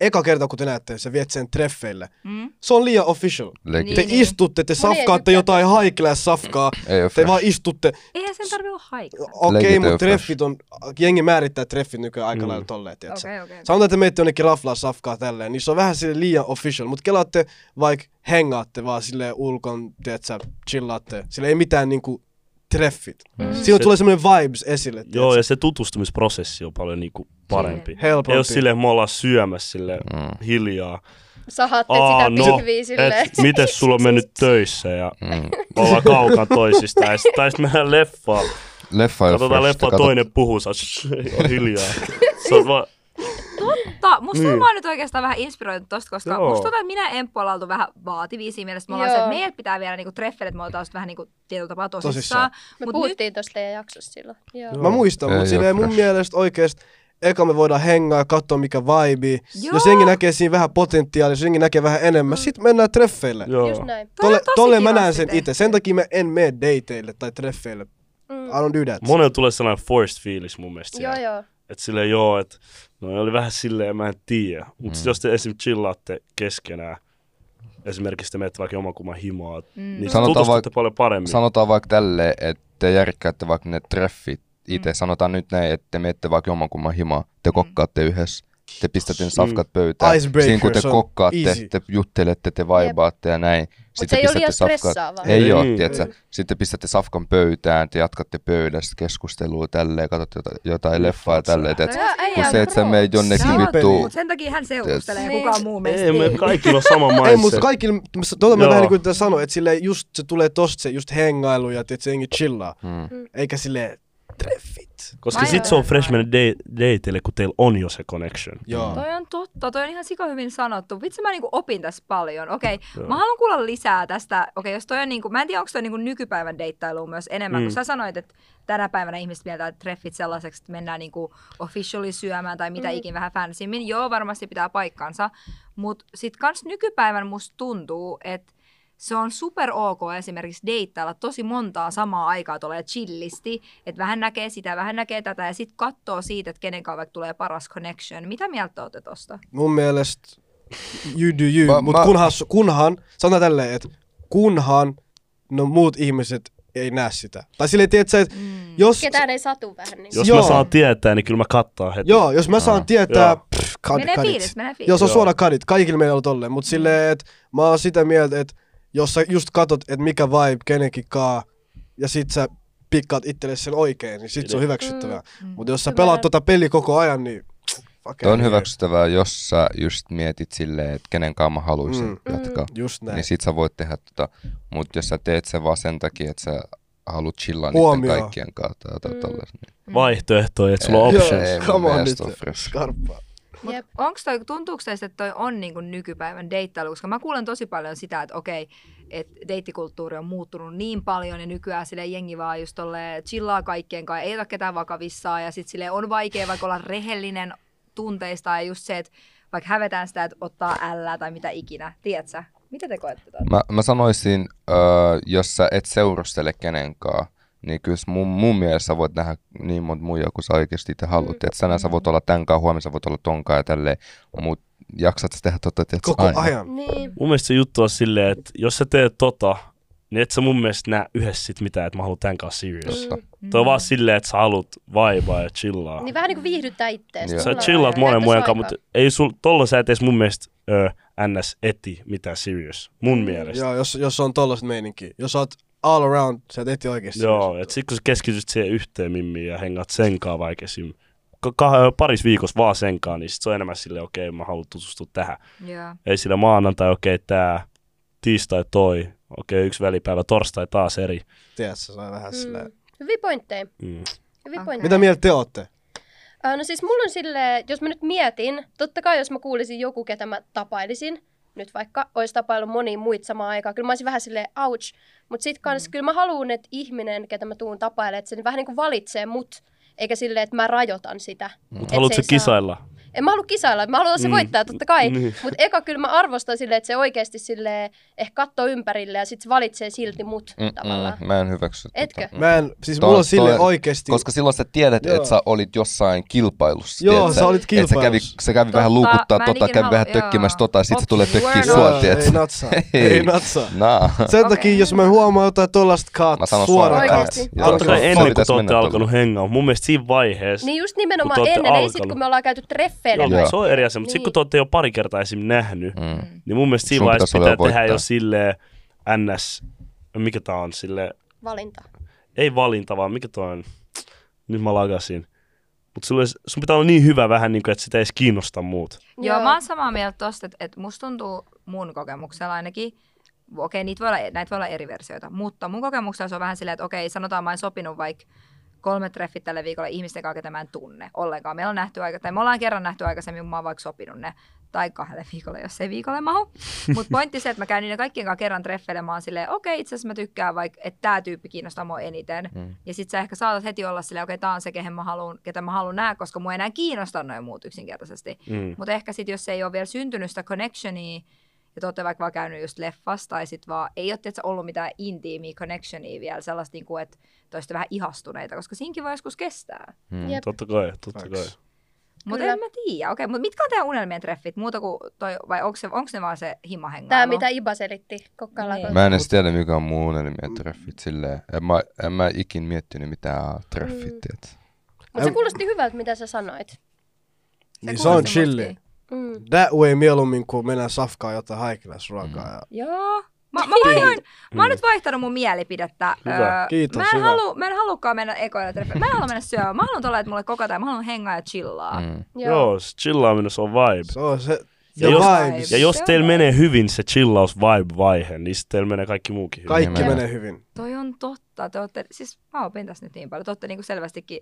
Speaker 3: eka kerta, kun te näette, sä viet sen treffeille.
Speaker 2: Mm?
Speaker 3: Se on liian official.
Speaker 4: Legit.
Speaker 3: Te
Speaker 2: Niin.
Speaker 3: istutte, te
Speaker 1: Moni ei
Speaker 3: safkaatte
Speaker 1: tykkää
Speaker 3: jotain high class safkaa.
Speaker 4: Ei oo
Speaker 3: Te
Speaker 4: fresh.
Speaker 3: vaan istutte.
Speaker 2: Eihän sen tarvi olla haikka.
Speaker 3: Okei,
Speaker 4: Legit
Speaker 3: okay,
Speaker 4: ei oo
Speaker 3: mutta treffit on, jengi määrittää treffit nykyään aika
Speaker 5: Mm.
Speaker 3: lailla tolleen, tiiätsä.
Speaker 2: Okei, okei.
Speaker 3: Sanotaan, että menette jonnekin raflaa safkaa tälleen, niin se on vähän sille liian official, mutta kelaatte vaikka hengaatte vaan sille ulkon, tiedätkö, chillaatte. Sillä ei mitään niinku treffit. Mm. Silloin
Speaker 5: Se-
Speaker 3: tulee semmoinen vibes esille,
Speaker 5: Joo, ja se tutustumisprosessi on paljon niinku parempi.
Speaker 3: Helpompi.
Speaker 5: Ei ole silleen, me ollaan syömässä sille hiljaa.
Speaker 1: Sahaatte
Speaker 5: Aa,
Speaker 1: sitä
Speaker 5: no,
Speaker 1: pihviä silleen. Siis-
Speaker 5: et miten sulla on mennyt töissä ja me ollaan kaukana toisistaan. Ja sit- Tai sitten mennään leffaan.
Speaker 4: Leffa ei oo
Speaker 5: Katsotaan
Speaker 4: fresh. Katot-
Speaker 5: leffa, toinen puhuu, sä oot shh, on hiljaa. Sä oot vaan,
Speaker 2: Mutta musta niin.
Speaker 5: Niin.
Speaker 2: mä oon nyt oikeastaan vähän inspiroitu tosta, koska Joo.
Speaker 5: Joo.
Speaker 2: musta tuntuu, että minä ja Emppu ollaan oltu vähän vaativia siinä mielessä, että me ollaan se,
Speaker 1: Joo.
Speaker 2: että meidät pitää vielä niinku treffeille, että me ollaan sit vähän niinku tietyllä tapaa tosissaan.
Speaker 3: Tosissaan.
Speaker 2: tosissaan.
Speaker 1: Me
Speaker 2: Mut nyt,
Speaker 1: puhuttiin tosta teidän jaksossa silloin. Joo.
Speaker 3: Mä muistan,
Speaker 4: Ei
Speaker 3: mutta
Speaker 4: oo
Speaker 3: silleen mun
Speaker 4: fresh.
Speaker 3: mielestä oikeesti eka me voidaan hengaa ja katsoa mikä vibe.
Speaker 2: Joo. Mm.
Speaker 3: Jos jengi näkee siinä vähän potentiaalia, jos jengi näkee vähän enemmän, sitten mennään treffeille.
Speaker 1: Just näin.
Speaker 2: Toi on
Speaker 3: Tolle,
Speaker 2: tosi
Speaker 3: tolle mä
Speaker 2: kivasti
Speaker 3: näen sen
Speaker 2: tehty.
Speaker 3: itse. Sen takia mä en mene dateille tai treffeille.
Speaker 1: Mm.
Speaker 3: I don't do that.
Speaker 5: Monella tulee sellainen forced fiilis mun mielestä.
Speaker 1: Joo,
Speaker 5: siellä.
Speaker 1: joo.
Speaker 5: Et silleen joo, että no oli vähän silleen, mä en tiedä. Mutta mm. jos te esim. chillaatte keskenään, esimerkiksi te menette vaikka jomankumman himaa, mm. niin
Speaker 4: Sanotaan
Speaker 5: Sanotaan tutustutte
Speaker 4: vaik-
Speaker 5: paljon paremmin.
Speaker 4: Sanotaan vaikka tälleen, että te järkkäätte vaikka ne treffit itse. Mm. Sanotaan nyt näin, että te menette vaikka jommankumman himaa, te kokkaatte yhdessä. Te pistätte ne safkat pöytään.
Speaker 3: Icebreaker,
Speaker 4: Siinä kun te
Speaker 3: se on
Speaker 4: kokkaatte,
Speaker 3: easy.
Speaker 4: te juttelette, te vaibaatte ja näin.
Speaker 1: se
Speaker 4: Sitten
Speaker 1: ei ole liian
Speaker 4: pistätte
Speaker 1: stressaavaa.
Speaker 4: Ei,
Speaker 5: Ei
Speaker 4: ei ole,
Speaker 5: niin.
Speaker 4: tietsä. Sitten pistätte safkan pöytään, te jatkatte pöydästä keskustelua tälleen, katsotte jota- jotain leffaa ja tälleen. tietsä.
Speaker 1: Tää
Speaker 4: Kun
Speaker 1: äijä
Speaker 4: se,
Speaker 1: on
Speaker 4: että sä
Speaker 1: pro.
Speaker 4: meet jonnekin
Speaker 3: Sä oot-
Speaker 4: vittu.
Speaker 2: Mut sen takia hän seurustelee,
Speaker 1: Niin.
Speaker 2: kukaan muu meistä
Speaker 5: Ei, me kaikilla on sama mindset.
Speaker 3: Ei, mutta kaikilla, tuota mä
Speaker 5: Joo.
Speaker 3: vähän niin kuin sanoin, että silleen just se tulee tosta se just hengailu ja että se jengi chillaa.
Speaker 4: Mm.
Speaker 3: Eikä silleen treffit.
Speaker 5: Koska
Speaker 2: Mä
Speaker 5: sit
Speaker 2: en-
Speaker 5: se on freshman date- dateille, kun teillä on jo se connection.
Speaker 3: Joo.
Speaker 2: Toi on totta, toi on ihan sika hyvin sanottu. Vitsi mä niinku opin tässä paljon. Okei, okay. mä haluan kuulla lisää tästä. Okei, okay, jos toi on niinku, mä en tiedä onko toi niinku nykypäivän deittailu myös enemmän, mm. kun sä sanoit, että tänä päivänä ihmiset mieltää treffit sellaiseksi, että mennään niinku officially syömään tai mitä mm. ikin vähän fansimmin. Joo, varmasti pitää paikkansa. Mut sit kans nykypäivän musta tuntuu, että se on super ok esimerkiksi deittailla tosi montaa samaa aikaa tulee chillisti, että vähän näkee sitä, vähän näkee tätä ja sitten katsoo siitä, että kenen kanssa vaikka tulee paras connection. Mitä mieltä olette tosta?
Speaker 3: Mun mielestä you do you,
Speaker 4: Mä-
Speaker 3: mutta
Speaker 4: mä-
Speaker 3: kunhan, kunhan, sanotaan tälleen, että kunhan no muut ihmiset ei näe sitä. Tai silleen, tiedätkö, että mm. jos,
Speaker 1: Ketään ei satu vähän niin.
Speaker 5: Jos
Speaker 3: Joo.
Speaker 5: mä saan tietää, niin kyllä mä kattaa heti.
Speaker 3: joo, jos mä saan tietää,
Speaker 5: Joo.
Speaker 3: pff, kad,
Speaker 2: Menee
Speaker 3: kadit.
Speaker 2: fiilis, menee Mm. fiilis.
Speaker 3: Joo, se on
Speaker 5: Joo.
Speaker 3: suora kadit. Kaikilla meillä on tolleen, mutta silleen, että mä oon sitä mieltä, että jos sä just katot, että mikä vibe kenenkin kaa, ja sit sä pikkaat itsellesi sen oikein, niin sit se on hyväksyttävää.
Speaker 2: Mm.
Speaker 3: Mutta jos sä pelaat tota peli koko ajan, niin... fuck
Speaker 4: Toi on
Speaker 3: it.
Speaker 4: hyväksyttävää, jos sä just mietit silleen, että kenen kanssa mä haluaisin
Speaker 3: Mm.
Speaker 4: jatkaa.
Speaker 3: Just näin.
Speaker 4: Niin sit sä voit tehdä tota, mut jos sä teet sen vaan sen takia, että sä haluat chillaa niiden
Speaker 3: Huomioon.
Speaker 4: kaikkien kanssa tai jotain tollaista. Niin.
Speaker 5: Vaihtoehtoja, että sulla on options.
Speaker 4: Ei mun
Speaker 3: come on nyt.
Speaker 4: mielestä ole fresh.
Speaker 3: Skarppaa.
Speaker 2: Mut
Speaker 1: Jep.
Speaker 2: onks toi, tuntuuko teistä, että toi on niinku nykypäivän deittailu? Koska mä kuulen tosi paljon sitä, että okei, että deittikulttuuri on muuttunut niin paljon ja nykyään sille jengi vaan just tolleen chillaa kaikkien kanssa, ei ota ketään vakavissaan ja sit sille on vaikea vaikka olla rehellinen tunteista ja just se, että vaikka hävetään sitä, että ottaa ällää tai mitä ikinä, tiedätkö? Mitä te koette tuota?
Speaker 4: Mä, mä sanoisin, öö, jos sä et seurustele kenenkaan, niin kyllä s- mun, mun mielestä sä voit nähdä niin monta muijaa kuin sä oikeasti itse haluat. Mm. Et tänään sä voit olla tänkaan, huomenna sä voit olla tonkaan ja tälleen, mut jaksat sä tehdä tota, että
Speaker 3: Koko ajan.
Speaker 1: Niin.
Speaker 5: Mun mielestä se juttu on silleen, että jos sä teet tota, niin et sä mun mielestä näe yhdessä sit mitään, että mä haluan tän kanssa serious.
Speaker 4: Totta.
Speaker 5: Toi
Speaker 2: Mm.
Speaker 5: on vaan silleen, että sä haluat vaivaa ja chillaa.
Speaker 1: Niin vähän niinku viihdyttää itteensä.
Speaker 4: Joo.
Speaker 5: Sä
Speaker 1: Sulla on
Speaker 5: chillaat
Speaker 1: aikaa.
Speaker 5: monen muiden
Speaker 1: Näyttäisi
Speaker 5: kanssa, mutta
Speaker 1: aikaa.
Speaker 5: ei sul, tolla sä et edes mun mielestä ö, ns. eti mitään serious. Mun mielestä.
Speaker 3: Joo, jos, jos on tollaset meininkiä. Jos sä oot all around, sä et ehti oikeesti.
Speaker 5: Joo, et sit kun sä keskityt siihen yhteen mimmiin ja hengaat senkaan vaikka esim. ka- ka- paris viikossa vaan senkaan, niin sit se on enemmän silleen, okei, okay, mä haluan tutustua tähän.
Speaker 2: Joo.
Speaker 5: Ei sillä maanantai, okei, okay, tää, tiistai toi, okei, okay, yksi välipäivä, torstai taas eri.
Speaker 3: Tiedät sä, se on
Speaker 1: Mm.
Speaker 3: vähän silleen.
Speaker 1: Hyviä pointteja.
Speaker 5: Mm.
Speaker 1: Hyviä pointteja.
Speaker 3: Mitä mieltä te ootte?
Speaker 1: Äh, No siis mulla on silleen, jos mä nyt mietin, totta kai jos mä kuulisin joku, ketä mä tapailisin, nyt vaikka olisi tapailu moni muita samaan aikaan, kyllä mä olisin vähän silleen ouch, mutta sit kans
Speaker 5: Mm.
Speaker 1: kyllä mä haluan, että ihminen, ketä mä tuun tapailemaan, että se vähän niin kuin valitsee mut, eikä silleen, että mä rajoitan sitä.
Speaker 5: Mm. Mut
Speaker 1: Et
Speaker 5: haluatko
Speaker 1: se
Speaker 5: sä
Speaker 1: ei saa-
Speaker 5: kisailla?
Speaker 1: en mä halua kisailla, mä haluan se
Speaker 5: Mm.
Speaker 1: voittaa totta kai,
Speaker 5: Niin.
Speaker 1: mutta eka kyllä mä arvostan sille, että se oikeasti sille ehkä katsoo ympärille ja sitten se valitsee silti mut mm, tavallaan.
Speaker 4: Mm, mä en hyväksy.
Speaker 1: Etkö?
Speaker 4: Tota.
Speaker 3: Mä en, siis
Speaker 4: Toi-
Speaker 3: mulla on silleen
Speaker 4: toi-
Speaker 3: oikeesti.
Speaker 4: Koska silloin sä tiedät,
Speaker 3: Joo.
Speaker 4: että sä olit jossain kilpailussa.
Speaker 3: Joo,
Speaker 4: tiedät
Speaker 3: sä olit
Speaker 4: Et sä kävi,
Speaker 3: kilpailussa.
Speaker 4: sä kävi vähän
Speaker 2: Totta,
Speaker 4: luukuttaa
Speaker 2: mä en
Speaker 4: tota,
Speaker 2: ikinä
Speaker 4: kävi
Speaker 2: halua-
Speaker 4: vähän
Speaker 2: joo.
Speaker 4: tökkimään tota, ja sit se
Speaker 2: Ops,
Speaker 4: tulee tökkiä
Speaker 2: word
Speaker 4: sua,
Speaker 2: up.
Speaker 4: tiedät
Speaker 3: Ei no.
Speaker 4: sä.
Speaker 3: natsaa, ei natsaa.
Speaker 4: Naa.
Speaker 3: Sen
Speaker 2: Okei.
Speaker 3: takia, jos mä huomaan jotain tollasta kaat
Speaker 4: Mä sanon
Speaker 3: suoraan
Speaker 4: suoraan
Speaker 1: kaat.
Speaker 3: kaat.
Speaker 1: Oikeesti?
Speaker 4: Joo.
Speaker 5: Totta kai
Speaker 4: Sun
Speaker 5: ennen kuin
Speaker 4: pitäisi
Speaker 5: te olette
Speaker 4: mennä
Speaker 5: alkanut hengaa. Mun mielestä siinä vaiheessa.
Speaker 1: Niin just
Speaker 5: Kun te
Speaker 1: nimenomaan
Speaker 5: ootte
Speaker 1: ennen, ei sit
Speaker 5: alkanut.
Speaker 1: kun me ollaan käyty treffeillä.
Speaker 5: Joo,
Speaker 4: Joo.
Speaker 5: se on eri asia, mutta niin.
Speaker 1: Niin.
Speaker 5: sitten kun te olette jo pari kertaa esim. nähnyt,
Speaker 4: Mm.
Speaker 5: niin mun mielestä siinä
Speaker 4: Sun pitäisi
Speaker 5: vaiheessa
Speaker 4: olla
Speaker 5: pitää
Speaker 4: jo
Speaker 5: tehdä
Speaker 4: voittaa.
Speaker 5: jo silleen ns, mikä tää on, sille
Speaker 1: Valinta.
Speaker 5: ei valinta vaan mikä toi on, nyt mä lagasin. Mutta sun pitää olla niin hyvä vähän, niin kuin, että sitä ei edes kiinnosta muut.
Speaker 2: Joo, mä oon samaa mieltä tosta, että, että musta tuntuu mun kokemuksella ainakin, okei, niitä voi olla, e-, näitä voi olla eri versioita, mutta mun kokemuksella se on vähän silleen, että okei, sanotaan mä oon sopinut vaikka kolme treffit tällä viikolla ihmisten kanssa, ketä mä en tunne ollenkaan. Meillä on nähty aika, tai me ollaan kerran nähty aikaisemmin, kun mä oon vaikka sopinut ne tai kahdelle viikolle, jos ei viikolle mahu. Mutta pointti se, että mä käyn niiden kaikkien kanssa kerran treffeilemään silleen, okei, okay, itse asiassa mä tykkään vaikka, että tämä tyyppi kiinnostaa mua eniten. Mm. Ja sit sä ehkä saatat heti olla silleen, okei, okay, tää on se, kehen mä haluun, ketä mä haluan nähdä, koska mua ei enää kiinnosta noin muut yksinkertaisesti. Mm. Mutta ehkä sit, jos ei ole vielä syntynyt sitä connectionia, ja te olette vaikka vaan käynyt just leffassa tai sitten vaan ei ole tietysti ollut mitään intiimiä connectionia vielä sellaista, niin kuin, että te olisitte vähän ihastuneita, koska siinkin voi joskus kestää.
Speaker 5: Mm,
Speaker 1: Jep.
Speaker 5: totta kai, totta kai.
Speaker 3: Facts.
Speaker 2: Mutta
Speaker 1: Kyllä.
Speaker 2: en mä tiedä. Okei, mutta mitkä on teidän unelmien treffit? Muuta kuin toi, vai onko, se, onks ne vaan se himahengailu?
Speaker 1: Tää mitä Iba selitti kokkalla.
Speaker 2: Niin.
Speaker 4: Mä en edes tiedä, mikä on mun unelmia treffit silleen. En mä, en mä ikin miettinyt mitään treffit, mm.
Speaker 1: Mutta se kuulosti hyvältä, mitä sä sanoit.
Speaker 3: Niin se
Speaker 2: kuulosti
Speaker 3: on chilli.
Speaker 2: mustakin.
Speaker 1: Mm.
Speaker 3: That way mieluummin, kun mennään safkaan jotain haikilaisruokaa. Mm. Ja...
Speaker 2: Joo. Mä, mä, vaihdoin, mä oon nyt vaihtanut mun mielipidettä. Öö,
Speaker 5: Hyvä.
Speaker 3: Kiitos,
Speaker 2: mä, en
Speaker 3: hyvä.
Speaker 2: halu, mä en halukkaan mennä ekoille treffeille. Mä en halua mennä syömään. Mä haluan tuolla, että mulle kokataan. Mä haluan hengaa ja chillaa. Mm.
Speaker 4: Mm.
Speaker 1: Joo.
Speaker 5: Joo, s- chillaaminen se on vibe.
Speaker 3: Se on se,
Speaker 5: Ja
Speaker 3: the
Speaker 5: jos-
Speaker 3: vibes.
Speaker 5: Ja jos
Speaker 2: Se on
Speaker 5: teillä
Speaker 2: vibe.
Speaker 5: menee hyvin se chillaus vibe-vaihe, niin sitten teillä menee kaikki muukin hyvin.
Speaker 3: Kaikki
Speaker 4: Nimenomaan.
Speaker 3: menee hyvin.
Speaker 2: Toi on totta. Te ootte, siis mä opin tässä nyt niin paljon. Te ootte niinku selvästikin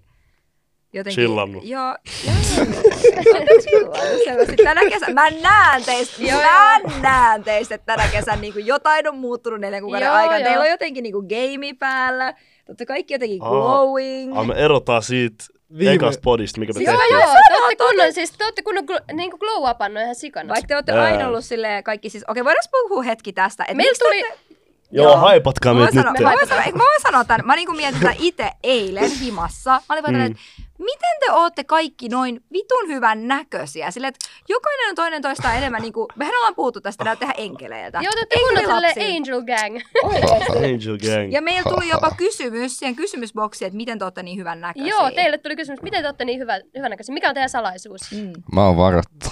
Speaker 2: jotenkin...
Speaker 5: Chillannut.
Speaker 2: Joo. joo, joo. Te ootte chillannut selvästi. Tänä kesänä, mä näen teistä,
Speaker 1: Joo,
Speaker 2: mä näen teistä, että tänä kesänä niinku jotain on muuttunut neljän kuukauden
Speaker 1: Joo,
Speaker 2: aikana.
Speaker 1: joo.
Speaker 2: Teillä on jotenkin niinku game päällä. Te ootte kaikki jotenkin
Speaker 5: Aa.
Speaker 2: glowing.
Speaker 5: Ah, me erotaan siitä
Speaker 3: Viime-
Speaker 5: ekasta podista, mikä me
Speaker 1: Siis joo,
Speaker 5: tehtiin.
Speaker 1: joo, te olette kunnon, siis te olette kunnon gl- niinku glow upannut ihan sikana.
Speaker 2: Vaikka te ootte
Speaker 5: Ää.
Speaker 2: aina ollut silleen kaikki siis... Okei, voidaanko puhua hetki tästä? Et
Speaker 1: Meillä
Speaker 2: miksi te
Speaker 1: tuli-
Speaker 2: ootte-
Speaker 5: Joo, haipatkaa
Speaker 2: Mä
Speaker 5: meitä
Speaker 2: voin,
Speaker 5: nyt.
Speaker 2: sanoa, mä, voin sanoa, eikö mä voin sanoa tämän. Mä niinku mietin tätä itse eilen himassa. Mä olin vaan mm. että miten te ootte kaikki noin vitun hyvän näköisiä? Silleen, että jokainen on toinen toistaan enemmän. Niinku, mehän ollaan puhuttu tästä, näyttää ihan enkeleiltä.
Speaker 1: Joo, te olette kunnon
Speaker 2: Enkelilapsia.
Speaker 1: silleen angel gang.
Speaker 5: Angel Gang.
Speaker 2: Ja meillä tuli jopa kysymys siihen kysymysboksiin, että miten te ootte niin hyvän näköisiä.
Speaker 1: Joo, teille tuli kysymys, miten te olette niin hyvä, hyvänäköisiä? Mikä on teidän salaisuus?
Speaker 2: Mm.
Speaker 4: Mä oon varattu.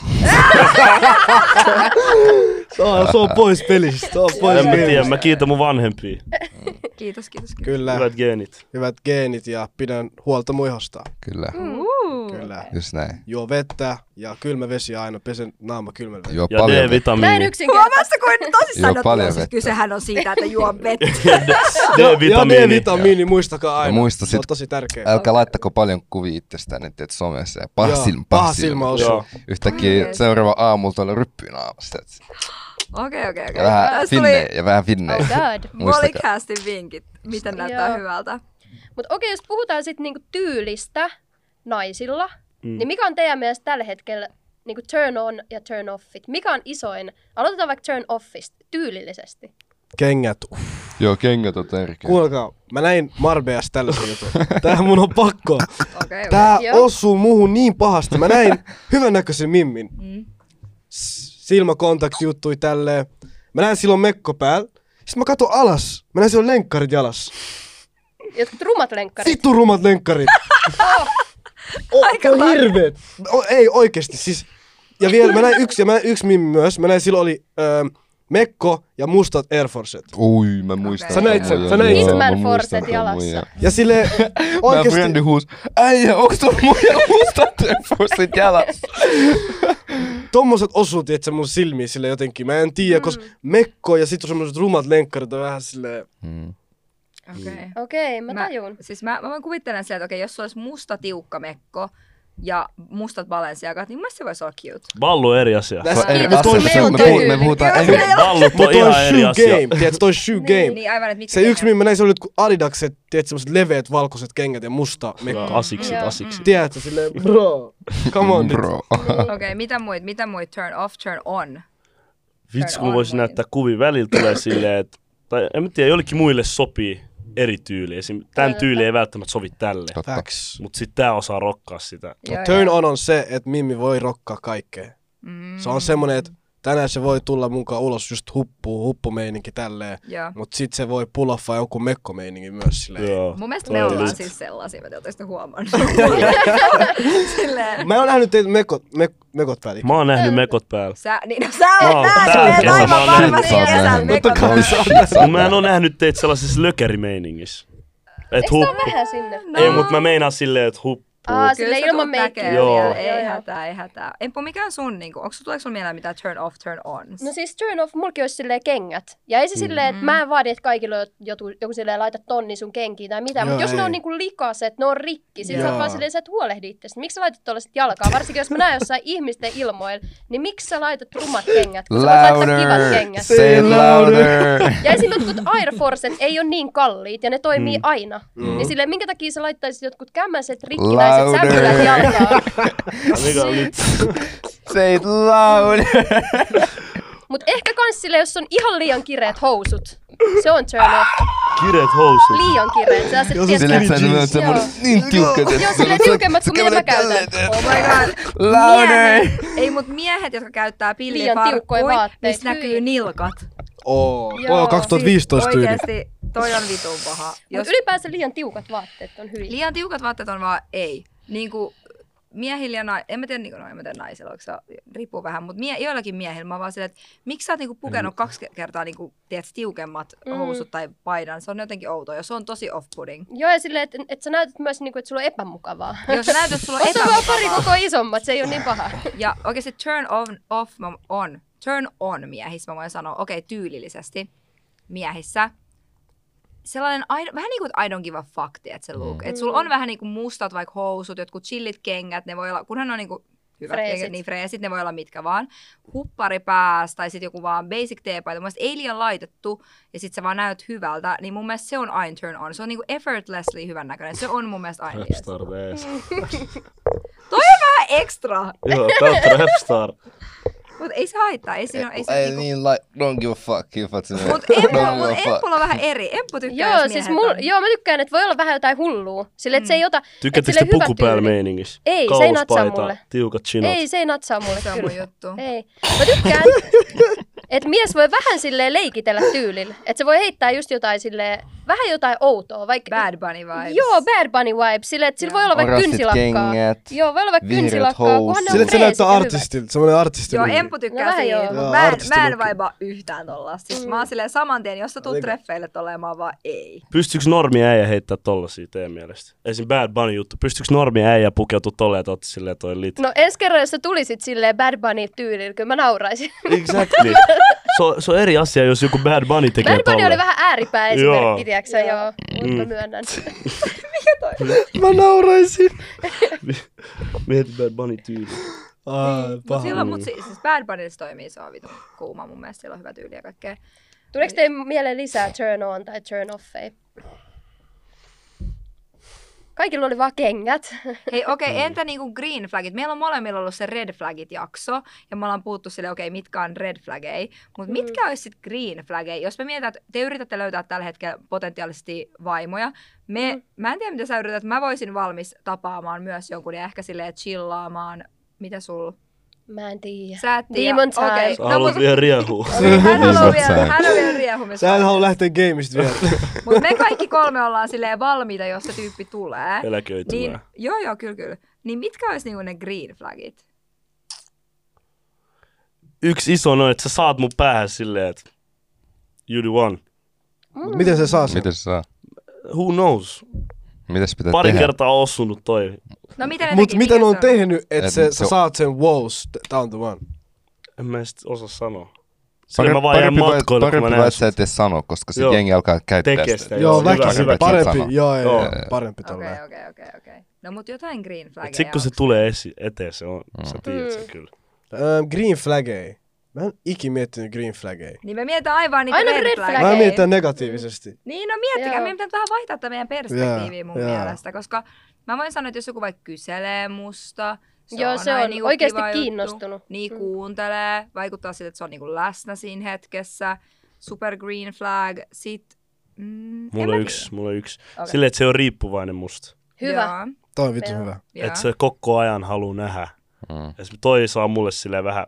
Speaker 3: Se on, se on pois pelistä. Se on pois
Speaker 5: En mä
Speaker 3: pelistä.
Speaker 5: tiedä, mä kiitän mun vanhempia.
Speaker 2: Kiitos, kiitos, kiitos.
Speaker 3: Kyllä,
Speaker 5: Hyvät geenit.
Speaker 3: hyvät geenit ja pidän huolta muihosta.
Speaker 4: Kyllä,
Speaker 2: Uu.
Speaker 3: Kyllä.
Speaker 4: just näin.
Speaker 3: Juo vettä ja kylmä vesi aina. Pesen naama kylmällä vedellä.
Speaker 4: Juo
Speaker 5: Ja
Speaker 4: paljon vettä.
Speaker 1: Näin
Speaker 5: D-vitamiini.
Speaker 1: yksinkertaisesti.
Speaker 2: Huomaatko, kuin tosissaan
Speaker 4: Joo,
Speaker 2: otti
Speaker 4: paljon
Speaker 2: joo, siis
Speaker 4: vettä.
Speaker 2: kysehän on siitä, että juo vettä.
Speaker 3: Ja
Speaker 5: D-vitamiini.
Speaker 3: D-vitamiini, muistakaa aina.
Speaker 4: Ja muista
Speaker 3: se on
Speaker 4: sit-
Speaker 3: tosi tärkeä.
Speaker 4: Älkää laittako paljon kuvia itsestään, ettei somessa. Ja paha
Speaker 3: Joo,
Speaker 4: silmä,
Speaker 3: paha silmä osuu.
Speaker 5: Joo.
Speaker 4: Yhtäkkiä
Speaker 2: Oikeesti.
Speaker 4: seuraava aamulla tuolla ryppyyn aamasta. et-
Speaker 2: Okei, okei, okei.
Speaker 4: Ja vähän
Speaker 2: Tässä tuli
Speaker 4: finnejä, ja vähän finnejä.
Speaker 1: Oh god.
Speaker 4: Muistakaa.
Speaker 2: Molikäästin vinkit, miten näyttää
Speaker 1: Joo.
Speaker 2: hyvältä.
Speaker 1: Mut okei, jos puhutaan sitten niinku tyylistä naisilla, mm. niin mikä on teidän mielestä tällä hetkellä niinku turn on ja turn offit? Mikä on isoin? Aloitetaan vaikka turn offista, tyylillisesti.
Speaker 3: Kengät. Uff.
Speaker 4: Joo, kengät on tärkeä.
Speaker 3: Kuulkaa, mä näin Marbeas tällaisen jutun. Tää mun on pakko.
Speaker 2: Okei, okay,
Speaker 3: Tää
Speaker 1: Joo.
Speaker 3: osuu muuhun niin pahasti. Mä näin hyvännäköisen mimmin.
Speaker 2: Mm.
Speaker 3: S- Silmäkontakti juttui tälleen. Mä näin silloin mekko päällä. Sitten mä katon alas. Mä näin silloin lenkkarit jalas.
Speaker 1: Jotkut rumat lenkkarit.
Speaker 3: Vittu rumat lenkkarit. oh,
Speaker 2: Aika
Speaker 3: Aika on
Speaker 2: tarkka.
Speaker 3: hirveet. O, ei oikeesti siis. Ja vielä mä näin yksi, ja mä näin yksi mimmi myös. Mä näin silloin oli öö, Mekko ja mustat Air Forcet.
Speaker 4: Ui, mä muistan.
Speaker 3: Sä näit sen,
Speaker 4: Joo,
Speaker 3: sä
Speaker 4: joo,
Speaker 3: näit
Speaker 4: joo,
Speaker 3: sen.
Speaker 4: mä
Speaker 1: Hitman
Speaker 4: muistan
Speaker 1: Forset
Speaker 4: ton,
Speaker 1: jalassa.
Speaker 4: joo.
Speaker 3: Ja sille
Speaker 4: Mä
Speaker 3: oikeesti.
Speaker 4: friendi huus, äijä, onks tuolla muja mustat forsit jalassa?
Speaker 3: tommoset osuu, tietsä, mun silmiin sille jotenkin. Mä en tiedä, mm. koska Mekko ja sit on semmoset rumat lenkkarit on vähän silleen...
Speaker 2: okei.
Speaker 1: Okei, okay, mä tajun.
Speaker 2: Siis mä, mä vaan kuvittelen sieltä, että okei, jos sulla olisi musta tiukka mekko ja mustat balensiakat, niin mun mielestä se voisi olla cute.
Speaker 5: Ballu eri asia.
Speaker 3: Tässä
Speaker 4: Eri
Speaker 1: Kiitos,
Speaker 4: asia,
Speaker 1: kun
Speaker 4: me
Speaker 1: meillä on tyyli.
Speaker 4: puhutaan- Me puhutaan
Speaker 2: Kyllä,
Speaker 4: eri
Speaker 2: meillä
Speaker 5: Ballut
Speaker 3: Mut
Speaker 5: on
Speaker 3: toi on
Speaker 5: ihan eri
Speaker 3: shoe
Speaker 5: asia.
Speaker 3: game, tietsä, toi on shoe game.
Speaker 2: Niin aivan, että mitkä
Speaker 3: Se yksi,
Speaker 2: kengät-
Speaker 3: mihin mä näin, se oli nyt kun Adidakset, tietsä, semmoset leveät valkoiset kengät ja musta mekko.
Speaker 5: Asiksit,
Speaker 1: Joo.
Speaker 5: asiksit.
Speaker 3: Mm. Tiedätkö, silleen, bro, come on nyt.
Speaker 4: Bro.
Speaker 2: Okei, mitä muit, mitä muit, turn off, turn on.
Speaker 5: Vitsi, kun
Speaker 2: on
Speaker 5: voisi
Speaker 2: muin.
Speaker 5: näyttää kuvia. Välillä tulee silleen, että... Tai en mä tiedä, joillekin muille sopii eri tyyli. Esim. Tän tyyli ei välttämättä sovi tälle.
Speaker 4: Totta.
Speaker 3: Facts.
Speaker 5: Mut sit tää osaa rokkaa sitä.
Speaker 2: Joo,
Speaker 3: Turn on on se, että Mimmi voi rokkaa kaikkea.
Speaker 2: Mm,
Speaker 3: Se on semmonen, että tänään se voi tulla mukaan ulos just huppuu, huppumeininki tälleen.
Speaker 2: Joo.
Speaker 3: Mut sit se voi puloffaa joku mekkomeininki myös silleen.
Speaker 5: Joo.
Speaker 2: Mun mielestä
Speaker 5: Toi
Speaker 2: me
Speaker 5: oli
Speaker 2: ollaan
Speaker 5: just-
Speaker 2: siis sellaisia, mä tietysti huomannut. Silleen.
Speaker 3: Mä en ole nähnyt teitä mekot, mek, mekot päällä.
Speaker 5: Mä oon nähnyt mekot päällä.
Speaker 2: Sä, niin, no, sä
Speaker 5: Mä
Speaker 2: oot
Speaker 5: oon tällä
Speaker 2: nähnyt, mä en
Speaker 5: kertaa,
Speaker 2: aivan
Speaker 5: mä oon
Speaker 2: varma
Speaker 5: nähnyt.
Speaker 2: sen
Speaker 4: Sä oot
Speaker 2: kesän
Speaker 4: nähnyt.
Speaker 2: mekon.
Speaker 5: Mut mä en oo nähnyt teitä sellaisessa lökärimeiningissä. Et
Speaker 1: Eikö tää
Speaker 5: huppu.
Speaker 1: ole vähän sinne?
Speaker 5: Ei, mut mä meinaan silleen, että huppu. muuttuu.
Speaker 1: Aa,
Speaker 2: Kyllä
Speaker 1: sille
Speaker 2: sä
Speaker 1: ilman
Speaker 2: tulet näkee
Speaker 1: meikkiä.
Speaker 5: Joo.
Speaker 2: vielä, Ei
Speaker 1: Joo, joo.
Speaker 2: hätää, ei hätää. Empo, mikä on sun, niinku, onko tuleeko sulla mieleen mitään turn off, turn ons?
Speaker 1: No siis turn off, mulki olisi silleen kengät. Ja ei se silleen, että mä en vaadi, että kaikilla on joku, joku silleen laita tonni sun kenkiin tai mitään.
Speaker 3: Joo,
Speaker 1: Mutta jos ne
Speaker 3: ei.
Speaker 1: on niinku likaset, ne on rikki. Sitten sä oot
Speaker 3: Joo.
Speaker 1: vaan silleen, sä et huolehdi itsestä. Miksi sä laitat tuollaiset jalkaa? Varsinkin jos mä näen jossain ihmisten ilmoilla, niin miksi sä laitat rumat kengät? Kun sä voit laittaa kivat
Speaker 4: Louder!
Speaker 1: kengät.
Speaker 4: Say it louder!
Speaker 1: Ja esimerkiksi jotkut Air Forcet ei ole niin kalliit ja ne toimii mm. aina. Mm. Niin silleen, minkä takia sä laittaisit jotkut kämmäiset rikkinäiset
Speaker 4: Louder.
Speaker 1: sämpylät jalkaan?
Speaker 5: Mikä on nyt?
Speaker 4: Say it louder!
Speaker 1: Mutta ehkä kans sille, jos on ihan liian kireet housut. Se on turn off.
Speaker 5: Kireet housut.
Speaker 1: Liian kireet. Sellaiset
Speaker 3: Jos on
Speaker 1: tietyt-
Speaker 4: Silleen, että sä
Speaker 3: Jeans.
Speaker 4: oot semmonen
Speaker 1: Joo.
Speaker 4: niin tiukkat, että
Speaker 1: Joo,
Speaker 4: sä-
Speaker 1: silleen
Speaker 4: sä-
Speaker 1: tiukemmat
Speaker 4: sä
Speaker 1: kuin mitä mä käytän.
Speaker 4: kävelet tälleen,
Speaker 2: Oh my god.
Speaker 4: Louder!
Speaker 2: Miehet, ei mut miehet, jotka käyttää
Speaker 1: Liian tiukkoja
Speaker 2: pillifarkkuja,
Speaker 1: vaatteet,
Speaker 2: niistä
Speaker 1: hyi.
Speaker 2: näkyy nilkat.
Speaker 3: Oo, toi
Speaker 1: Joo.
Speaker 3: on 2015 tyyli.
Speaker 2: siis Oikeesti, toi on vitun paha.
Speaker 1: Mut
Speaker 2: Jos
Speaker 1: ylipäänsä liian tiukat vaatteet on hyvin.
Speaker 2: liian tiukat vaatteet on vaan ei. Niinku miehillä ja naisilla, en mä tiedä, niinku, no, en mä tiedä naisilla, onko se, riippuu vähän, mutta mie, joillakin miehillä mä oon vaan silleen, että miksi sä oot niinku pukenut kaksi kertaa niinku, tiedät, tiukemmat
Speaker 1: Mm.
Speaker 2: housut tai paidan, se on jotenkin outoa ja se on tosi off-putting.
Speaker 1: Joo, ja silleen, että et sä näytät myös, niinku, että sulla on epämukavaa.
Speaker 2: Jos sä näytät, sulla on
Speaker 1: Osta vaan
Speaker 2: epämukavaa.
Speaker 1: pari koko isommat, se ei ole niin paha.
Speaker 2: Ja oikeasti turn on, off mä- on, turn on miehissä, mä voin sanoa, okei, tyylillisesti miehissä. Sellainen, aid- vähän niin kuin I don't give a fuck, tiedät se look. Mm. Et sulla on vähän niin kuin mustat vaikka housut, jotkut chillit kengät, ne voi olla, kunhan ne on niin kuin hyvät
Speaker 1: Freesit.
Speaker 2: kengät, niin freesit, ne voi olla mitkä vaan. Huppari päässä tai sitten joku vaan basic teepaita, mun mielestä ei liian laitettu ja sit sä vaan näyt hyvältä, niin mun mielestä se on aina turn on. Se on niin kuin effortlessly hyvän näköinen, se on mun mielestä aina. jees.
Speaker 5: Rapstar vees.
Speaker 2: Toi on vähän extra,
Speaker 5: Joo, täyttä rapstar.
Speaker 2: mutta ei se haittaa, ei siinä ole, ei se
Speaker 4: Ei
Speaker 2: niinku-
Speaker 4: niin, like, don't give a fuck if it's
Speaker 2: Mut Empo, mut Empolla on vähän eri. Empo tykkää,
Speaker 1: Joo,
Speaker 2: jos
Speaker 1: siis
Speaker 2: siis
Speaker 1: mul, joo, mä tykkään, että voi olla vähän jotain hullua. Sille, että se
Speaker 2: Mm.
Speaker 1: ei ota... et
Speaker 5: Tykkäättekö
Speaker 1: sille
Speaker 5: te
Speaker 1: hyvä
Speaker 5: puku päällä
Speaker 1: tyyli.
Speaker 5: meiningissä?
Speaker 1: Ei, se ei natsaa
Speaker 5: Kauluspaita,
Speaker 1: mulle.
Speaker 5: Tiukat chinot.
Speaker 1: Ei, se ei natsaa mulle
Speaker 2: Se on mun
Speaker 1: kyllä.
Speaker 2: juttu.
Speaker 1: Ei. Mä tykkään, että mies voi vähän silleen leikitellä tyylillä. Että se voi heittää just jotain silleen, vähän jotain outoa. Vaikka,
Speaker 2: Bad Bunny vibes.
Speaker 1: Joo, bad bunny vibes. Silleen, että sillä voi olla vaikka
Speaker 4: Orastit
Speaker 1: kynsilakkaa.
Speaker 4: kengät,
Speaker 1: Joo, voi olla vaikka
Speaker 4: vihreät
Speaker 1: kynsilakkaa, kunhan ne
Speaker 4: housut.
Speaker 1: on
Speaker 3: Sille, että se
Speaker 1: freesit
Speaker 3: näyttää
Speaker 1: ja hyvät.
Speaker 3: artistilta, semmoinen artisti.
Speaker 2: Joo, Empo tykkää
Speaker 1: No
Speaker 2: no,
Speaker 1: vähän
Speaker 2: siitä,
Speaker 1: joo. Mm.
Speaker 2: mutta
Speaker 3: Joo,
Speaker 2: mä, en-
Speaker 3: artisti
Speaker 2: mä en
Speaker 3: lukee.
Speaker 2: vaivaa yhtään tollasta. Siis mä oon silleen saman tien, jos sä tuut treffeille tolleen, mä oon vaan ei.
Speaker 5: Pystyykö normi äijä heittää tollasia teidän mielestä? Esim. Bad Bunny juttu. Pystyykö normi äijä pukeutua tolleen, että oot silleen toi lit?
Speaker 1: No ensi kerran, jos sä tulisit silleen Bad Bunny tyylillä, kyllä mä nauraisin.
Speaker 5: Exactly. se, on, se on eri asia, jos joku Bad Bunny tekee
Speaker 1: Bad Bunny
Speaker 5: tolleen.
Speaker 1: oli vähän ääripää
Speaker 5: Joo.
Speaker 1: esimerkki, tiedätkö sä, joo. Mut mä myönnän.
Speaker 3: Mä nauraisin.
Speaker 5: Mieti Bad Bunny
Speaker 1: No,
Speaker 5: tyyli.
Speaker 3: Ai,
Speaker 2: niin, Mut
Speaker 3: paha.
Speaker 2: silloin, mut si- siis Bad Bunny toimii, se on vitun kuuma mun mielestä, sillä on hyvä tyyli ja kaikkea.
Speaker 1: Tuleeko teille mieleen lisää turn on tai turn offei? Kaikilla oli vaan kengät.
Speaker 2: Hei okei,
Speaker 3: Niin.
Speaker 2: okay, entä niinku green flagit? Meillä on molemmilla ollut se red flagit jakso ja me ollaan puhuttu sille, okei, okay, mitkä on red flagei,
Speaker 3: Mm-hmm.
Speaker 2: mutta mitkä olisi sitten green flagei? Jos me mietitään, että te yritätte löytää tällä hetkellä potentiaalisesti vaimoja, me,
Speaker 3: Mm-hmm.
Speaker 2: mä en tiedä mitä sä yrität, mä voisin valmis tapaamaan myös jonkun ja ehkä silleen chillaamaan. Mitä sul?
Speaker 1: Mä en tiedä.
Speaker 2: Sä et tiedä.
Speaker 1: Demon time.
Speaker 2: Okei,
Speaker 5: Sä
Speaker 2: no,
Speaker 5: haluat
Speaker 2: mut-
Speaker 5: vielä riehua.
Speaker 2: Hän haluaa
Speaker 4: Demon
Speaker 2: vielä,
Speaker 4: time.
Speaker 2: hän on vielä riehumista.
Speaker 3: Sä en halua lähteä gameista vielä.
Speaker 2: Mutta me kaikki kolme ollaan silleen valmiita, jos se tyyppi tulee.
Speaker 5: Eläköitymään.
Speaker 2: Niin, joo, joo, kyllä, kyllä. Niin mitkä olisi niinku ne green flagit?
Speaker 5: Yksi iso on, että sä saat mun päähän silleen, että you the one.
Speaker 3: Mut Miten se saa sen?
Speaker 4: Miten se saa?
Speaker 5: Who knows?
Speaker 4: Mitäs pitää
Speaker 5: Pari
Speaker 4: tehdä?
Speaker 5: kertaa on osunut toi.
Speaker 2: No mitä ne
Speaker 3: Mut
Speaker 2: teki?
Speaker 3: mitä ne
Speaker 2: Mikä
Speaker 3: on
Speaker 2: se
Speaker 3: tehnyt, että
Speaker 4: Et
Speaker 3: sä
Speaker 4: se
Speaker 3: sä
Speaker 4: on-
Speaker 3: saat sen wows, t- tää on the one.
Speaker 5: En mä sit osaa sanoa. Sillä
Speaker 4: Pari,
Speaker 5: mä vaan jään
Speaker 4: parempi, vai,
Speaker 5: matkoille, kun mä
Speaker 4: parempi
Speaker 5: näen
Speaker 4: vai,
Speaker 5: sut.
Speaker 4: sä et edes sano, koska sit
Speaker 5: Joo.
Speaker 4: jengi alkaa käyttää
Speaker 5: Tekee
Speaker 4: sitä.
Speaker 5: sitä,
Speaker 3: Joo,
Speaker 5: hyvä,
Speaker 3: väkisin.
Speaker 5: hyvä.
Speaker 3: Parempi,
Speaker 4: Sano.
Speaker 3: joo, joo,
Speaker 5: Joo.
Speaker 3: parempi
Speaker 2: Okei,
Speaker 3: tolleen.
Speaker 2: okei, okei, okei. No mut jotain green flagia.
Speaker 5: Et sit kun se tulee esi- eteen, se on,
Speaker 3: Mm.
Speaker 5: sä tiedät sen kyllä.
Speaker 3: Öm, Green flag ei. Mä en ikin miettinyt green flag ei.
Speaker 2: Niin me mietitään aivan niitä
Speaker 1: Aina
Speaker 2: red,
Speaker 1: red
Speaker 2: flagia.
Speaker 3: Mä
Speaker 1: Okei.
Speaker 3: mietitän negatiivisesti.
Speaker 2: Niin, no miettikää,
Speaker 1: Joo.
Speaker 2: meidän pitää vähän vaihtaa tätä meidän perspektiiviä
Speaker 3: Joo,
Speaker 2: mun
Speaker 3: joo.
Speaker 2: mielestä, koska mä voin sanoa, että jos joku vaikka kyselee musta, se
Speaker 1: Joo,
Speaker 2: on
Speaker 1: se
Speaker 2: aina
Speaker 1: on
Speaker 2: niinku
Speaker 1: oikeasti
Speaker 2: kiva juttu.
Speaker 1: kiinnostunut.
Speaker 2: Niin,
Speaker 1: Mm.
Speaker 2: kuuntelee, vaikuttaa siltä, että se on niinku läsnä siinä hetkessä, super green flag, sit... Mm, en
Speaker 5: Mulla
Speaker 2: mä
Speaker 5: on yksi, mulla on yksi.
Speaker 2: Okei.
Speaker 5: Silleen, että se on riippuvainen musta.
Speaker 2: tiedä.
Speaker 1: Hyvä.
Speaker 3: Tää on vittu
Speaker 1: Joo.
Speaker 3: hyvä.
Speaker 2: Joo, joo.
Speaker 5: Että se koko ajan haluu nähdä.
Speaker 4: Mm.
Speaker 5: Ja sit toi saa mulle silleen vähän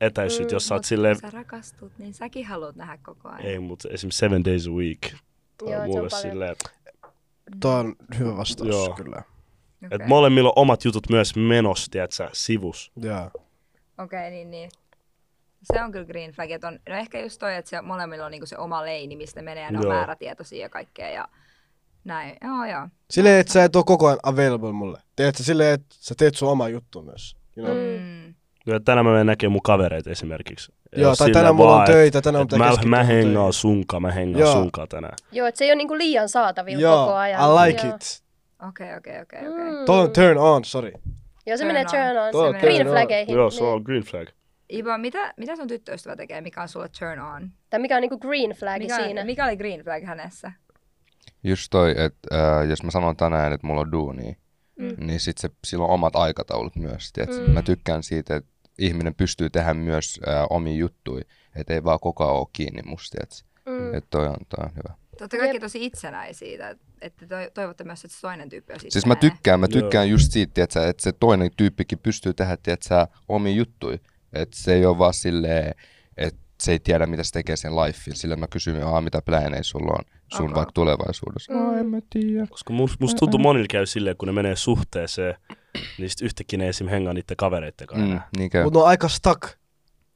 Speaker 5: etäisyyttä, jos sä oot
Speaker 2: Mut
Speaker 5: silleen...
Speaker 2: kun sä rakastut, niin säkin haluat nähdä koko ajan.
Speaker 5: Ei, mutta esimerkiksi seven days a week. Toi
Speaker 1: Joo,
Speaker 5: on
Speaker 1: et se on
Speaker 5: mulle
Speaker 1: paljon.
Speaker 5: silleen...
Speaker 3: Tää on hyvä vastaus
Speaker 5: Joo.
Speaker 3: kyllä.
Speaker 2: Okei,
Speaker 5: Että molemmilla on omat jutut myös menos, tiedätkö, sivus.
Speaker 3: Joo.
Speaker 2: Okei, niin, niin. Se on kyllä green flag, että on, no ehkä just toi, että se, molemmilla on niinku se oma leini, mistä menee ja ne on
Speaker 5: Joo.
Speaker 2: määrätietoisia ja kaikkea. Ja Näin, joo joo.
Speaker 3: Silleen, että sä et ole koko ajan available mulle. Tiedätkö, silleen, että sä teet sun oma juttu myös. You know?
Speaker 1: Mm.
Speaker 2: Mm.
Speaker 5: Kyllä tänään mä menen näkemään mun kavereita esimerkiksi. Ei
Speaker 3: Joo,
Speaker 5: ole
Speaker 3: tai
Speaker 5: sillä
Speaker 3: tänään mulla on
Speaker 5: vaan, et-
Speaker 3: töitä, tänään
Speaker 5: et
Speaker 3: pitää
Speaker 5: Mä,
Speaker 3: keskittyä
Speaker 5: mä
Speaker 3: töihin.
Speaker 5: hengaan sunkaan, mä hengaan
Speaker 3: Joo.
Speaker 5: sunkaan tänään.
Speaker 1: Joo, että se ei ole niinku liian saatavilla
Speaker 3: Joo,
Speaker 1: koko ajan.
Speaker 3: I like
Speaker 1: Joo.
Speaker 3: it.
Speaker 2: Okei, okei, okei, okei.
Speaker 1: Mm.
Speaker 3: Toi on turn on, sorry.
Speaker 1: Joo, se
Speaker 2: Turn
Speaker 1: menee
Speaker 2: on.
Speaker 1: turn on.
Speaker 3: Toi on
Speaker 1: Se green
Speaker 3: turn on.
Speaker 1: flageihin.
Speaker 5: Joo, se
Speaker 1: niin.
Speaker 5: on green flag.
Speaker 2: Iba, mitä, mitä sun tyttöystävä tekee, mikä on sulle turn on?
Speaker 1: Tai mikä on niinku green flagi
Speaker 2: Mikä,
Speaker 1: siinä.
Speaker 2: mikä oli green flag hänessä?
Speaker 4: Just toi, että äh, jos mä sanon tänään, että mulla on duuni,
Speaker 1: Mm.
Speaker 4: mm. niin sit se, sillä on omat aikataulut myös. Mm. Mä tykkään siitä, että ihminen pystyy tehdä myös äh, omia juttuja, että ei vaan koko ajan ole kiinni musta.
Speaker 1: Mm.
Speaker 4: Mm. Että toi on, toi on hyvä.
Speaker 2: Te olette kaikki tosi itsenäisiä, että, että toi- toivotte myös, että se toinen tyyppi on
Speaker 4: Siis mä
Speaker 2: itsenäinen.
Speaker 4: tykkään, mä tykkään just siitä, että, että se toinen tyyppikin pystyy tehdä tiedätkö, omia juttuja. Että se ei ole vaan silleen, että se ei tiedä, mitä se tekee sen lifein. Sillä mä kysyn, Aa, mitä pläänejä sulla on sun
Speaker 2: Okei.
Speaker 4: okay. vaikka tulevaisuudessa. Mm. en mä tiedä.
Speaker 5: Koska mus- musta tuntuu monilla käy silleen, kun ne menee suhteeseen, niin sit yhtäkkiä ne esim. hengaa niiden kavereitten kanssa.
Speaker 4: Mm,
Speaker 5: enää.
Speaker 4: niin käy.
Speaker 3: Mut no, ne on aika stuck.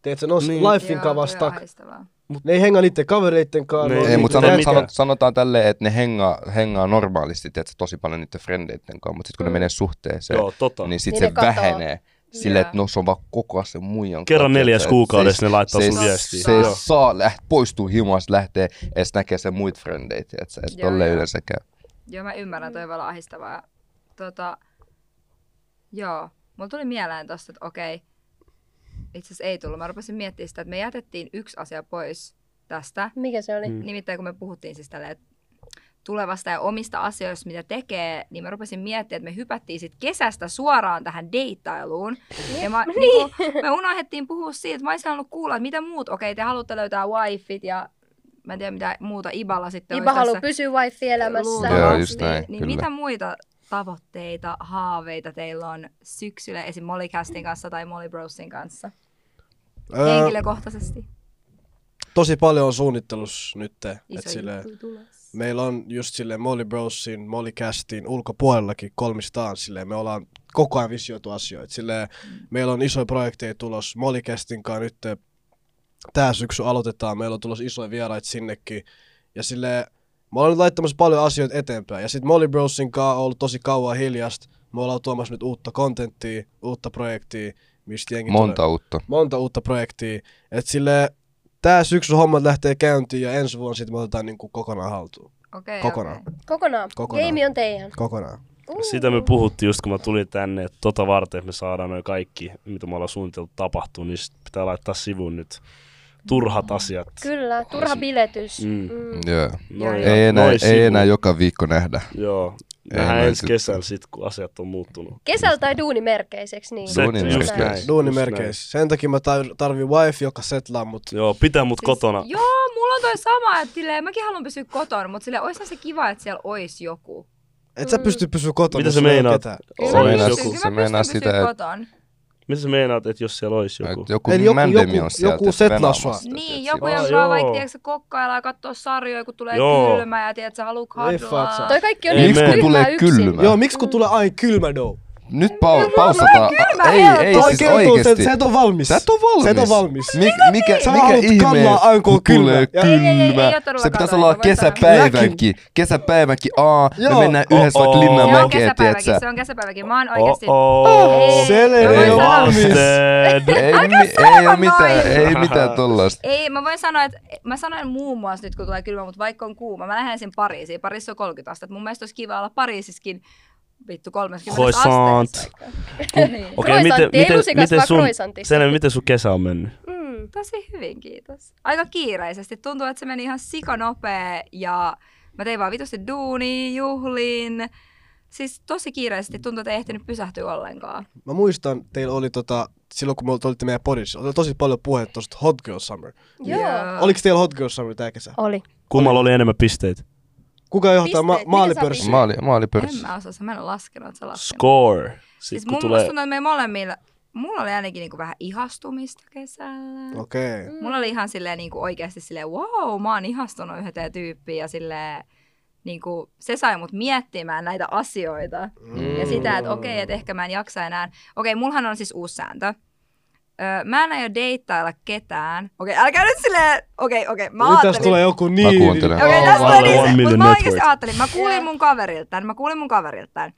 Speaker 3: Tiedätkö, ne on
Speaker 5: Niin.
Speaker 3: lifein kanssa vaan
Speaker 2: Joo, toi on
Speaker 3: stuck.
Speaker 2: ahdistavaa.
Speaker 3: Ne ei henga niiden kavereitten kanssa.
Speaker 5: Ei,
Speaker 3: ne on
Speaker 4: Ei,
Speaker 5: Niin,
Speaker 4: mutta
Speaker 5: tai
Speaker 4: sanot,
Speaker 5: mitä?
Speaker 4: sanot, sanotaan tälleen, että ne hengaa, hengaa normaalisti tiedätkö, tosi paljon niiden frendeiden kanssa, mutta sitten kun mm. ne menee suhteeseen,
Speaker 5: Joo, tota.
Speaker 4: niin
Speaker 1: Niin
Speaker 4: sitten
Speaker 1: ne
Speaker 4: se
Speaker 1: katoaa.
Speaker 4: vähenee. Silleen,
Speaker 2: Joo.
Speaker 4: että no se on vaan koko ajan se muijan
Speaker 5: Kerran
Speaker 4: kanssa,
Speaker 5: neljäs
Speaker 4: tiedätkö,
Speaker 5: kuukaudessa
Speaker 4: se ei-
Speaker 5: ne laittaa
Speaker 4: se ei-
Speaker 5: sun viestiä.
Speaker 4: Se ei
Speaker 5: Joo.
Speaker 4: saa läht, poistua himoista, lähtee edes näkee sen muit frendeit, tiedätkö, että
Speaker 2: Joo,
Speaker 4: tolleen
Speaker 2: joo.
Speaker 4: yleensä
Speaker 3: Niin
Speaker 4: käy.
Speaker 2: Joo, mä ymmärrän, toi voi olla ahistavaa. Tota, joo, mulla tuli mieleen tosta, että okei, itse asiassa ei tullut. Mä rupesin miettimään sitä, että me jätettiin yksi asia pois tästä.
Speaker 1: Mikä se oli? Niin
Speaker 5: Mm.
Speaker 2: Nimittäin kun me puhuttiin siis tälle tulevasta ja omista asioista, mitä tekee, niin mä rupesin miettimään, että me hypättiin sit kesästä suoraan tähän deittailuun. Ja mä, niin. kun, me unohdettiin puhua siitä, että mä olisin halunnut kuulla, että mitä muut, okei, te haluatte löytää wifeit ja mä en tiedä mitä muuta Iballa sitten
Speaker 1: Iba
Speaker 2: olisi
Speaker 1: haluaa
Speaker 2: tässä.
Speaker 1: pysyä wifi-elämässä.
Speaker 2: Luultavasti.
Speaker 4: Joo, just näin,
Speaker 2: niin,
Speaker 4: kyllä.
Speaker 2: mitä muita tavoitteita, haaveita teillä on syksyllä esim. Molly Castin kanssa tai Molly Brosin kanssa?
Speaker 3: Öö,
Speaker 2: Henkilökohtaisesti.
Speaker 3: tosi paljon on suunnittelus nyt. Et
Speaker 2: Iso
Speaker 3: sille,
Speaker 2: juttu tulossa.
Speaker 3: meillä on just sille Molly Brosin, Molly Castin ulkopuolellakin kolmistaan. Sille, me ollaan koko ajan visioitu asioita. Sille,
Speaker 2: Mm.
Speaker 3: meillä on isoja projekteja tulos Molly Castin kanssa nyt. eh, Tää syksy aloitetaan. Meillä on tulos isoja vieraita sinnekin. Ja sille, mä olen laittamassa paljon asioita eteenpäin. Ja sitten Molly Brosin kanssa on ollut tosi kauan hiljasta. Me ollaan tuomassa nyt uutta kontenttia, uutta projektia, mistä jengi tulee-
Speaker 4: Monta uutta.
Speaker 3: monta uutta projektia. Et sille tää syksy hommat lähtee käyntiin ja ensi vuonna sitten me otetaan niinku kokonaan haltuun.
Speaker 2: Okei,
Speaker 3: Kokonaan.
Speaker 2: okei. Siis
Speaker 1: Kokonaan.
Speaker 3: Kokonaan.
Speaker 1: Game on teidän. Mm.
Speaker 3: Kokonaan.
Speaker 1: Uu.
Speaker 5: Sitä me puhuttiin just kun mä tulin tänne, että tota varten että me saadaan noin kaikki, mitä me ollaan suunniteltu tapahtuu, niin sit pitää laittaa sivuun nyt turhat asiat.
Speaker 1: Kyllä, turha biletys.
Speaker 5: Mm.
Speaker 1: Mm.
Speaker 4: Joo.
Speaker 5: Noin,
Speaker 2: Joo,
Speaker 4: Ei, enää,
Speaker 5: noin
Speaker 4: ei
Speaker 5: sivuun.
Speaker 4: enää joka viikko nähdä.
Speaker 5: Joo,
Speaker 4: Ei
Speaker 5: nähdään
Speaker 4: noin
Speaker 5: ensi
Speaker 4: sit-
Speaker 5: kesällä sit, kun asiat on muuttunut.
Speaker 1: Kesällä tai duunimerkeiseksi, niin.
Speaker 5: Se-
Speaker 4: Duunimerkeiseksi.
Speaker 5: just näin, just
Speaker 3: Duunimerkeissä. Sen takia mä tar- tarvin wife, joka setlaa mut.
Speaker 5: näin. Joo, pitää
Speaker 2: Siis
Speaker 5: mut kotona.
Speaker 2: Joo, mulla on toi sama, että silleen, mäkin haluan pysyä kotona, mutta silleen, oishan se kiva, että siellä olisi joku.
Speaker 3: Et sä pysty pysyä kotona.
Speaker 5: Mitä
Speaker 3: jos
Speaker 5: se
Speaker 3: sulla ei oo
Speaker 5: meinaa?
Speaker 3: ketään.
Speaker 4: Se
Speaker 2: mä
Speaker 5: Ois
Speaker 4: meinaa-
Speaker 2: pystyn,
Speaker 5: joku.
Speaker 2: kyllä
Speaker 4: se
Speaker 2: mä
Speaker 4: meinaa
Speaker 2: pystyn
Speaker 4: sitä,
Speaker 2: pysyä
Speaker 4: että-
Speaker 2: kotona.
Speaker 5: Mitä sä meinaat, että jos siellä olisi joku?
Speaker 4: Joku, joku,
Speaker 3: Eli joku-
Speaker 4: mändemi
Speaker 3: joku-
Speaker 4: on sieltä.
Speaker 3: joku
Speaker 4: että
Speaker 3: setlaa
Speaker 4: venaa
Speaker 3: sua.
Speaker 4: musta,
Speaker 2: Niin,
Speaker 4: tiedätkö,
Speaker 2: joku,
Speaker 5: Aa,
Speaker 4: siinä.
Speaker 2: joka
Speaker 5: joo.
Speaker 2: vaan vaikka, tiedätkö, kokkailla ja katsoo sarjoja, kun tulee
Speaker 5: Joo.
Speaker 2: kylmä ja tiedät, sä haluu
Speaker 3: Leffat saa.
Speaker 2: kadlaa.
Speaker 1: Toi kaikki on
Speaker 5: Ei
Speaker 1: niin
Speaker 5: mene.
Speaker 1: kylmää
Speaker 5: Kun
Speaker 4: tulee
Speaker 1: yksin.
Speaker 4: kylmä.
Speaker 3: Joo, miksi kun tulee aina kylmä no?
Speaker 4: Nyt pau- pausataan.
Speaker 2: kylmä
Speaker 4: Ei,
Speaker 2: helppo.
Speaker 4: ei
Speaker 3: Toi
Speaker 4: siis
Speaker 3: kertoo,
Speaker 4: oikeesti.
Speaker 3: että sä et oo valmis.
Speaker 4: Sä et oo valmis.
Speaker 3: Sä et oo valmis.
Speaker 4: Mik, mikä,
Speaker 3: Sä
Speaker 4: mikä
Speaker 3: haluat
Speaker 4: ihme,
Speaker 3: kallaa aina, kun on
Speaker 4: kun
Speaker 3: kylmä.
Speaker 4: tulee
Speaker 3: Ja-
Speaker 2: Ei, ei, ei, ei
Speaker 4: kylmä.
Speaker 2: ole todellakaan
Speaker 4: se pitäisi
Speaker 2: todellakin,
Speaker 4: olla
Speaker 2: voi sanoa.
Speaker 4: kesäpäivänkin. Kesäpäivänkin. Aa, me
Speaker 3: Joo.
Speaker 4: mennään yhdessä
Speaker 5: Oh,
Speaker 4: vaikka
Speaker 5: oh.
Speaker 2: Se on
Speaker 4: Linnanmäkeen,
Speaker 2: kesäpäiväkin,
Speaker 4: tietsä.
Speaker 2: se on kesäpäiväkin. Mä oon
Speaker 5: Oh,
Speaker 2: oikeesti...
Speaker 5: oh.
Speaker 3: Seleri
Speaker 2: Ei
Speaker 5: Ei
Speaker 3: on
Speaker 2: vaan
Speaker 3: valmis.
Speaker 5: vasted.
Speaker 4: Ei, mi- ei ole mitään, ei mitään tollaista.
Speaker 2: Ei, mä voin sanoa, että mä sanoin muun muassa nyt, kun tulee kylmä, mutta vaikka on kuuma, mä lähden sen Pariisiin. Pariisissa on 30 astetta. Mun mielestä olisi kiva olla Pariisiskin vittu 30
Speaker 5: Croissant.
Speaker 2: asteessa. Niin.
Speaker 5: Okei, okay, miten,
Speaker 1: Croissantti, ei
Speaker 5: miten,
Speaker 1: lusikas,
Speaker 5: miten,
Speaker 1: vaan
Speaker 5: sun,
Speaker 1: croissantti.
Speaker 5: sen, miten sun kesä on mennyt?
Speaker 1: Mm.
Speaker 2: Tosi hyvin, kiitos. Aika kiireisesti. Tuntuu, että se meni ihan sikanopee ja mä tein vaan vitusti duuni, juhliin. Siis tosi kiireisesti tuntuu, että ei ehtinyt pysähtyä ollenkaan.
Speaker 3: Mä muistan, teillä oli tota, silloin kun me olitte meidän podissa, oli tosi paljon puhetta tosta Hot Girl Summer.
Speaker 1: Joo.
Speaker 3: Oliko teillä Hot Girl Summer tää kesä?
Speaker 1: Oli.
Speaker 5: Kummalla oli enemmän pisteitä?
Speaker 3: Kuka johtaa ma-
Speaker 1: Pisteet, mikä
Speaker 3: maalipörssin?
Speaker 1: saa
Speaker 4: Maali,
Speaker 2: En
Speaker 4: maalipörssi.
Speaker 2: mä osaa, mä en ole laskenut, että sä laskenut.
Speaker 5: Score.
Speaker 2: Siis
Speaker 5: Sitten
Speaker 2: mun
Speaker 5: kun
Speaker 2: tulee...
Speaker 5: tulee...
Speaker 2: tuntuu, että meillä molemmilla, mulla oli ainakin niinku vähän ihastumista kesällä.
Speaker 3: Okei. Okay.
Speaker 2: Mulla oli ihan silleen niinku oikeasti silleen, wow, mä oon ihastunut yhdetä tyyppiin ja silleen, niinku, se sai mut miettimään näitä asioita. Ja sitä, että okei, että ehkä mä en jaksa enää. Okei, mulhan on siis uusi sääntö. Öö, mä en aio deittailla ketään. Okei, älkää nyt silleen, okei, okei, mä
Speaker 3: Nyt tästä
Speaker 2: ajattelin.
Speaker 3: tulee joku niin.
Speaker 4: kuuntelen.
Speaker 2: Okei,
Speaker 5: Oh,
Speaker 2: okay, tästä
Speaker 5: wow.
Speaker 2: oli
Speaker 5: One
Speaker 2: se, mutta
Speaker 5: million
Speaker 2: mä oikeasti
Speaker 5: network.
Speaker 2: ajattelin, mä kuulin
Speaker 1: Joo.
Speaker 2: mun kaveriltään, mä kuulin mun kaveriltään,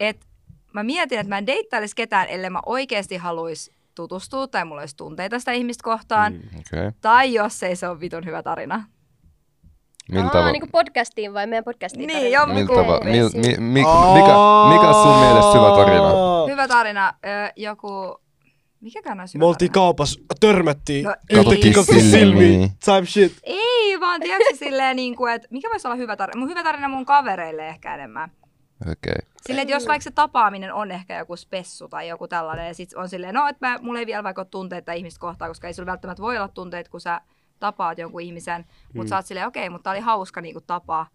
Speaker 2: että mä mietin, että mä en deittailisi ketään, ellei mä oikeasti haluaisi tutustua tai mulla olisi tunteita sitä ihmistä kohtaan, mm.
Speaker 4: Okei. Okay.
Speaker 2: tai jos ei se ole vitun hyvä tarina.
Speaker 4: Millä
Speaker 1: Aa,
Speaker 4: tavalla?
Speaker 1: niinku podcastiin vai meidän podcastiin?
Speaker 2: Niin,
Speaker 1: tarina?
Speaker 2: jompi
Speaker 4: Miltä
Speaker 2: Joku
Speaker 4: va- mil,
Speaker 1: Okei,
Speaker 4: mi, mi, mikä, mikä on sun mielestä hyvä tarina?
Speaker 2: Hyvä tarina, öö, joku, mikäkään olisi
Speaker 3: Me
Speaker 2: hyvä
Speaker 3: oltiin
Speaker 2: tarina?
Speaker 3: kaupassa, törmättiin.
Speaker 2: No
Speaker 3: Yhtäkkiä
Speaker 2: ei.
Speaker 3: katsottiin silmiin.
Speaker 4: Niin.
Speaker 3: Type shit.
Speaker 2: Ei, vaan tiedätkö silleen, niin kuin, että mikä voisi olla hyvä tarina? Mun hyvä tarina mun kavereille ehkä enemmän.
Speaker 4: Okei. Okay.
Speaker 2: Silleen, että jos vaikka se tapaaminen on ehkä joku spessu tai joku tällainen, ja sitten on silleen, no, että mä- mulla ei vielä vaikka ole tunteita ihmistä kohtaan, koska ei sulla välttämättä voi olla tunteita, kun sä tapaat jonkun ihmisen, mutta sä oot silleen, okei, mutta tää oli hauska niinku tapa,